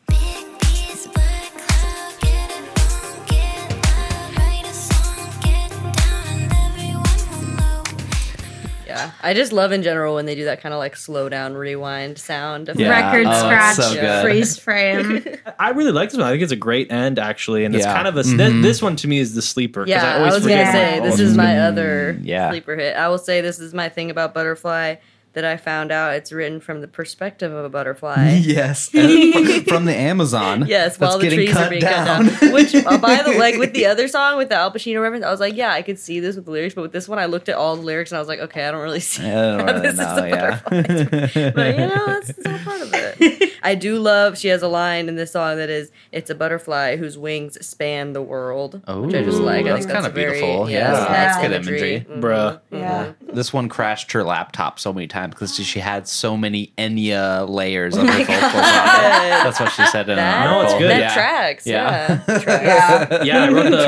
[SPEAKER 5] yeah, I just love in general when they do that kind of like slow down, rewind sound. effect.
[SPEAKER 6] Yeah.
[SPEAKER 2] Record
[SPEAKER 6] Oh, it's
[SPEAKER 2] scratch,
[SPEAKER 6] so good.
[SPEAKER 2] freeze frame.
[SPEAKER 4] I really like this one. I think it's a great end, actually. And it's
[SPEAKER 6] Yeah. Mm-hmm.
[SPEAKER 4] kind of a thi- this one to me is the sleeper. 'cause
[SPEAKER 5] Yeah, I,
[SPEAKER 4] always
[SPEAKER 5] was gonna
[SPEAKER 4] forget
[SPEAKER 5] say
[SPEAKER 4] about all
[SPEAKER 5] this
[SPEAKER 4] of
[SPEAKER 5] is
[SPEAKER 4] them. Mm,
[SPEAKER 5] my other
[SPEAKER 6] yeah.
[SPEAKER 5] sleeper hit. I will say this is my thing about Butterfly that I found out. It's written from the perspective of
[SPEAKER 4] [LAUGHS]
[SPEAKER 5] a butterfly.
[SPEAKER 6] Yes,
[SPEAKER 5] [LAUGHS]
[SPEAKER 6] and from the Amazon.
[SPEAKER 5] Yes,
[SPEAKER 6] that's
[SPEAKER 5] while the trees are being cut down. [LAUGHS] Which, uh, by the like, with the other song with the Al Pacino reference, I was like, yeah, I could see this with the lyrics, but with this one, I looked at all the lyrics and I was like, okay, I don't really see.
[SPEAKER 6] [LAUGHS] I [LAUGHS] don't
[SPEAKER 5] how
[SPEAKER 6] really
[SPEAKER 5] this is
[SPEAKER 6] know,
[SPEAKER 5] a
[SPEAKER 6] yeah.
[SPEAKER 5] butterfly. but you
[SPEAKER 6] [LAUGHS]
[SPEAKER 5] know, that's it's all part of it. I do love. She has a line in this song that is, "It's a butterfly whose wings span the world," which I just
[SPEAKER 6] Oh, Ooh,
[SPEAKER 5] like. I
[SPEAKER 6] that's
[SPEAKER 5] think that's
[SPEAKER 6] kinda
[SPEAKER 5] very-
[SPEAKER 6] beautiful. Yeah,
[SPEAKER 5] that's
[SPEAKER 2] that's
[SPEAKER 5] nice
[SPEAKER 2] good
[SPEAKER 6] imagery.
[SPEAKER 5] Mhm.
[SPEAKER 4] Bruh.
[SPEAKER 2] yeah.
[SPEAKER 6] this one crashed her laptop so many times because she had so many Enya layers of her vocals on it. That's what she said in an
[SPEAKER 5] Oh That,
[SPEAKER 4] No, it's
[SPEAKER 6] article.
[SPEAKER 4] good.
[SPEAKER 5] That
[SPEAKER 6] Yeah.
[SPEAKER 5] tracks.
[SPEAKER 6] Yeah.
[SPEAKER 5] Yeah. Tracks.
[SPEAKER 2] Yeah.
[SPEAKER 4] Yeah, I wrote
[SPEAKER 5] [LAUGHS]
[SPEAKER 4] the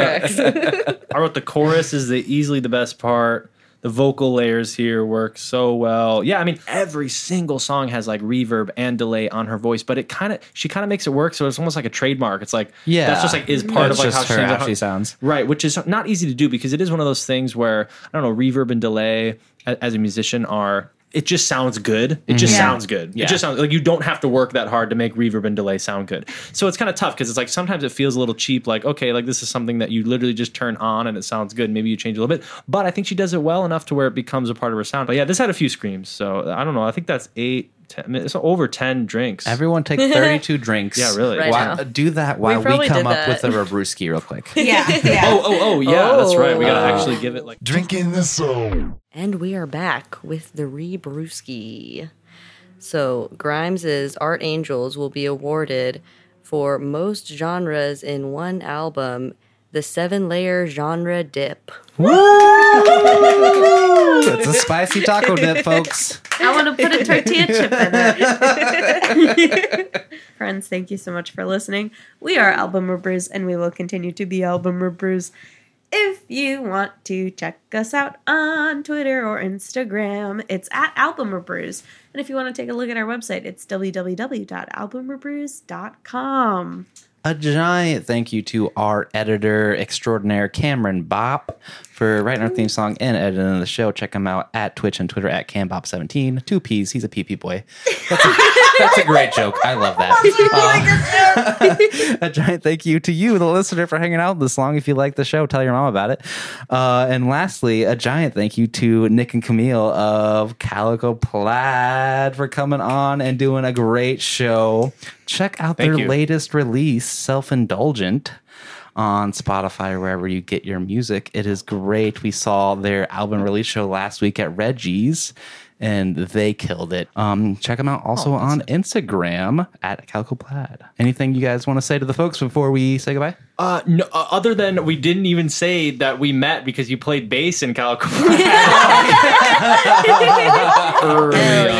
[SPEAKER 5] Tracks.
[SPEAKER 4] I wrote the chorus is the easily the best part. The vocal layers here work so well. Yeah, I mean every single song has like reverb and delay on her voice, but it kind of she kind of makes it work. So it's almost like a trademark. It's like
[SPEAKER 6] Yeah.
[SPEAKER 4] that's just like is part
[SPEAKER 6] That's
[SPEAKER 4] of like how
[SPEAKER 6] just
[SPEAKER 4] she,
[SPEAKER 6] her,
[SPEAKER 4] sings
[SPEAKER 6] how she sounds.
[SPEAKER 4] Right, which is not easy to do because it is one of those things where I don't know reverb and delay a- as a musician are it just sounds good. It just
[SPEAKER 2] Yeah.
[SPEAKER 4] sounds good.
[SPEAKER 6] Yeah.
[SPEAKER 4] It just sounds like you don't have to work that hard to make reverb and delay sound good. So it's kind of tough because it's like sometimes it feels a little cheap. Like okay, like this is something that you literally just turn on and it sounds good. Maybe you change a little bit, but I think she does it well enough to where it becomes a part of her sound. But yeah, this had a few screams. So I don't know. I think that's eight, ten, it's over ten drinks.
[SPEAKER 5] [LAUGHS]
[SPEAKER 6] Everyone take 32 drinks.
[SPEAKER 4] Yeah, really. Right
[SPEAKER 6] Why-
[SPEAKER 5] now.
[SPEAKER 6] do that while we,
[SPEAKER 5] probably
[SPEAKER 6] come
[SPEAKER 5] did
[SPEAKER 6] up with the
[SPEAKER 5] that.
[SPEAKER 6] Rabruski real quick.
[SPEAKER 5] [LAUGHS]
[SPEAKER 2] Yeah.
[SPEAKER 4] oh oh oh yeah, that's right. We gotta
[SPEAKER 5] Oh.
[SPEAKER 4] actually give it like.
[SPEAKER 1] Drinking the soul.
[SPEAKER 5] And we are back with the Rebruski. So Grimes's Art Angels will be awarded for most genres in one album, the seven layer genre dip.
[SPEAKER 6] That's a spicy taco dip, folks.
[SPEAKER 2] I want to put a tortilla chip in it. Friends, thank you so much for listening. We are Album Ribbers, and we will continue to be Album Ribbers. If you want to check us out on Twitter or Instagram, it's at Album Ribbers. And if you want to take a look at our website, it's www.albumribbers.com.
[SPEAKER 6] A giant thank you to our editor extraordinaire, Cameron Bopp, for writing our theme song and editing the show. Check him out at Twitch and Twitter at CamBop17. Two P's. He's a pee pee boy. That's a, that's a great joke. I love that. Uh, [LAUGHS] a giant thank you to you, the listener, for hanging out this long. If you like the show, tell your mom about it. Uh, and lastly, a giant thank you to Nick and Camille of Calico Plaid for coming on and doing a great show. Check out
[SPEAKER 4] Thank
[SPEAKER 6] their
[SPEAKER 4] you.
[SPEAKER 6] latest release, Self Indulgent. On Spotify, or wherever you get your music, it is great. We saw their album release show last week at Reggie's, and they killed it. Um, check them out
[SPEAKER 2] Oh,
[SPEAKER 6] also on Instagram at Calico Plaid. Anything you guys want to say to the folks before we say goodbye?
[SPEAKER 4] Uh, no, uh, other than we didn't even say that we met because you played bass in Calico.
[SPEAKER 5] [LAUGHS]
[SPEAKER 4] Early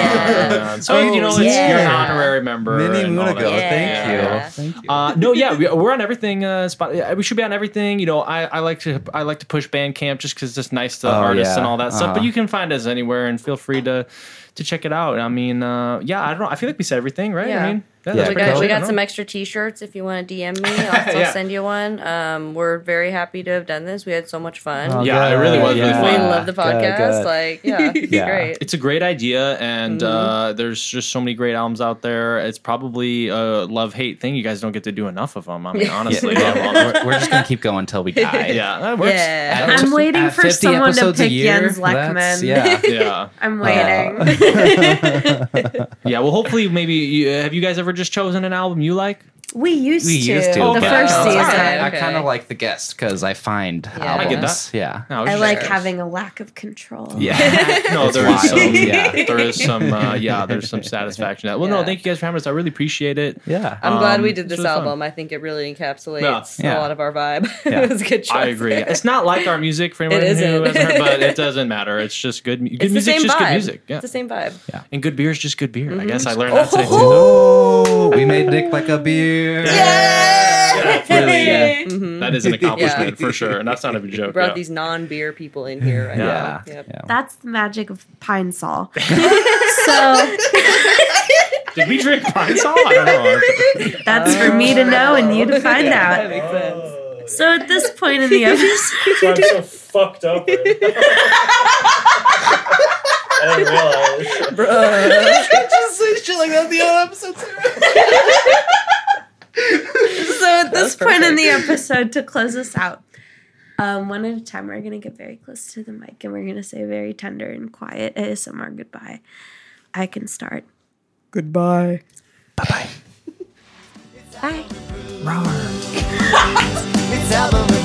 [SPEAKER 4] on. So you know, it's, you're an
[SPEAKER 6] yeah.
[SPEAKER 4] honorary member.
[SPEAKER 6] Many
[SPEAKER 4] and
[SPEAKER 6] moon
[SPEAKER 4] all that.
[SPEAKER 6] ago.
[SPEAKER 5] Yeah.
[SPEAKER 6] Thank you.
[SPEAKER 5] Yeah.
[SPEAKER 6] Thank you.
[SPEAKER 4] Uh, no, yeah, we, we're on everything. Uh, spot, yeah, we should be on everything. You know, I, I like to I like to push Bandcamp just because it's just nice to artists
[SPEAKER 6] Oh, yeah.
[SPEAKER 4] and all that stuff. But
[SPEAKER 6] Uh-huh.
[SPEAKER 4] you can find us anywhere, and feel free to to check it out. I mean, uh, yeah, I don't know. I feel like we said everything, right?
[SPEAKER 5] Yeah.
[SPEAKER 4] I mean,
[SPEAKER 6] Yeah,
[SPEAKER 4] that's
[SPEAKER 5] we
[SPEAKER 4] pretty
[SPEAKER 5] got,
[SPEAKER 4] much
[SPEAKER 5] we
[SPEAKER 4] it, I
[SPEAKER 5] got
[SPEAKER 4] don't
[SPEAKER 5] some
[SPEAKER 4] know.
[SPEAKER 5] extra t-shirts if you want to DM me. I'll still
[SPEAKER 4] Yeah.
[SPEAKER 5] send you one. Um, we're very happy to have done this. We had so much fun.
[SPEAKER 6] Oh,
[SPEAKER 4] Yeah, it really was really
[SPEAKER 5] We
[SPEAKER 4] yeah.
[SPEAKER 5] love the podcast.
[SPEAKER 6] Good, good.
[SPEAKER 5] Like, yeah,
[SPEAKER 4] [LAUGHS]
[SPEAKER 5] it's
[SPEAKER 6] Yeah.
[SPEAKER 5] great.
[SPEAKER 4] it's a great idea and
[SPEAKER 5] Mm-hmm.
[SPEAKER 4] uh, there's just so many great albums out there it's probably a love hate thing you guys don't get to do enough of them
[SPEAKER 5] [LAUGHS]
[SPEAKER 4] i mean honestly
[SPEAKER 6] Yeah,
[SPEAKER 4] yeah,
[SPEAKER 6] well, we're, we're just gonna keep going [LAUGHS] until we die.
[SPEAKER 4] yeah, that works
[SPEAKER 5] Yeah.
[SPEAKER 6] At-
[SPEAKER 2] I'm waiting
[SPEAKER 6] at
[SPEAKER 2] for
[SPEAKER 6] 50
[SPEAKER 2] someone to
[SPEAKER 6] episodes a
[SPEAKER 2] pick
[SPEAKER 6] year,
[SPEAKER 2] Jens
[SPEAKER 6] that's-
[SPEAKER 2] Lechman.
[SPEAKER 6] Yeah.
[SPEAKER 4] yeah
[SPEAKER 2] I'm waiting.
[SPEAKER 4] yeah well hopefully maybe you, have you guys ever just chosen an album you like
[SPEAKER 2] we used
[SPEAKER 6] We
[SPEAKER 2] to
[SPEAKER 6] used to.
[SPEAKER 2] the
[SPEAKER 4] but-
[SPEAKER 2] first
[SPEAKER 4] Oh,
[SPEAKER 2] season.
[SPEAKER 5] alright.
[SPEAKER 6] I
[SPEAKER 5] Okay.
[SPEAKER 6] kind of like the guest because I find
[SPEAKER 5] Yeah. I
[SPEAKER 6] albums.
[SPEAKER 4] get Oh.
[SPEAKER 6] Yeah.
[SPEAKER 4] No,
[SPEAKER 2] I
[SPEAKER 4] was just
[SPEAKER 2] like
[SPEAKER 4] curious.
[SPEAKER 2] having a lack of control.
[SPEAKER 6] [LAUGHS] Yeah.
[SPEAKER 4] [LAUGHS] no
[SPEAKER 6] It's
[SPEAKER 4] there is
[SPEAKER 6] wild,
[SPEAKER 4] some
[SPEAKER 6] yeah.
[SPEAKER 4] there is some uh, yeah there's some satisfaction in that well no
[SPEAKER 5] Yeah.
[SPEAKER 4] thank you guys for having us i really appreciate it
[SPEAKER 6] Yeah.
[SPEAKER 5] I'm glad we
[SPEAKER 4] Um,
[SPEAKER 5] did
[SPEAKER 4] it's
[SPEAKER 5] this
[SPEAKER 4] really fun.
[SPEAKER 5] album. I think it really encapsulates
[SPEAKER 6] Yeah.
[SPEAKER 5] a lot of our vibe. [LAUGHS]
[SPEAKER 6] Yeah.
[SPEAKER 5] it was a good choice.
[SPEAKER 4] I agree.
[SPEAKER 5] [LAUGHS]
[SPEAKER 4] It's not like our music for anyone who
[SPEAKER 5] isn't.
[SPEAKER 4] hasn't
[SPEAKER 5] [LAUGHS]
[SPEAKER 4] heard, but it doesn't matter. It's just good. mu- Good
[SPEAKER 5] It's the
[SPEAKER 4] music's
[SPEAKER 5] same
[SPEAKER 4] just good
[SPEAKER 5] vibe.
[SPEAKER 4] music. Yeah.
[SPEAKER 5] It's the Mm-hmm. same vibe.
[SPEAKER 4] And good beer is just good beer. I guess I learned that today. too.
[SPEAKER 5] [LAUGHS]
[SPEAKER 6] Oh, we made Nick like a beer.
[SPEAKER 5] [LAUGHS]
[SPEAKER 6] Really, yeah.
[SPEAKER 4] That is an accomplishment
[SPEAKER 5] Yeah.
[SPEAKER 4] for sure, and that's not even a joke.
[SPEAKER 5] Mm-hmm. Brought
[SPEAKER 4] yeah.
[SPEAKER 5] these non-beer people in here. Right
[SPEAKER 6] Yeah.
[SPEAKER 5] now. Yep.
[SPEAKER 6] Yeah.
[SPEAKER 2] That's the magic of Pine Sol. so
[SPEAKER 4] Did we
[SPEAKER 5] [LAUGHS]
[SPEAKER 4] drink pine salt? I don't know.
[SPEAKER 2] that's for me to know and you to find
[SPEAKER 5] That
[SPEAKER 2] out.
[SPEAKER 5] makes sense.
[SPEAKER 2] So at this point in the episode,
[SPEAKER 8] So I'm so fucked up. Right now. I didn't realize.
[SPEAKER 2] so at this
[SPEAKER 5] That's
[SPEAKER 2] point in the episode, to close us out, um, one at a time, we're gonna get very close to the mic and we're gonna say very tender and quiet ASMR goodbye. I can start. Goodbye.
[SPEAKER 1] It's album
[SPEAKER 3] Oh,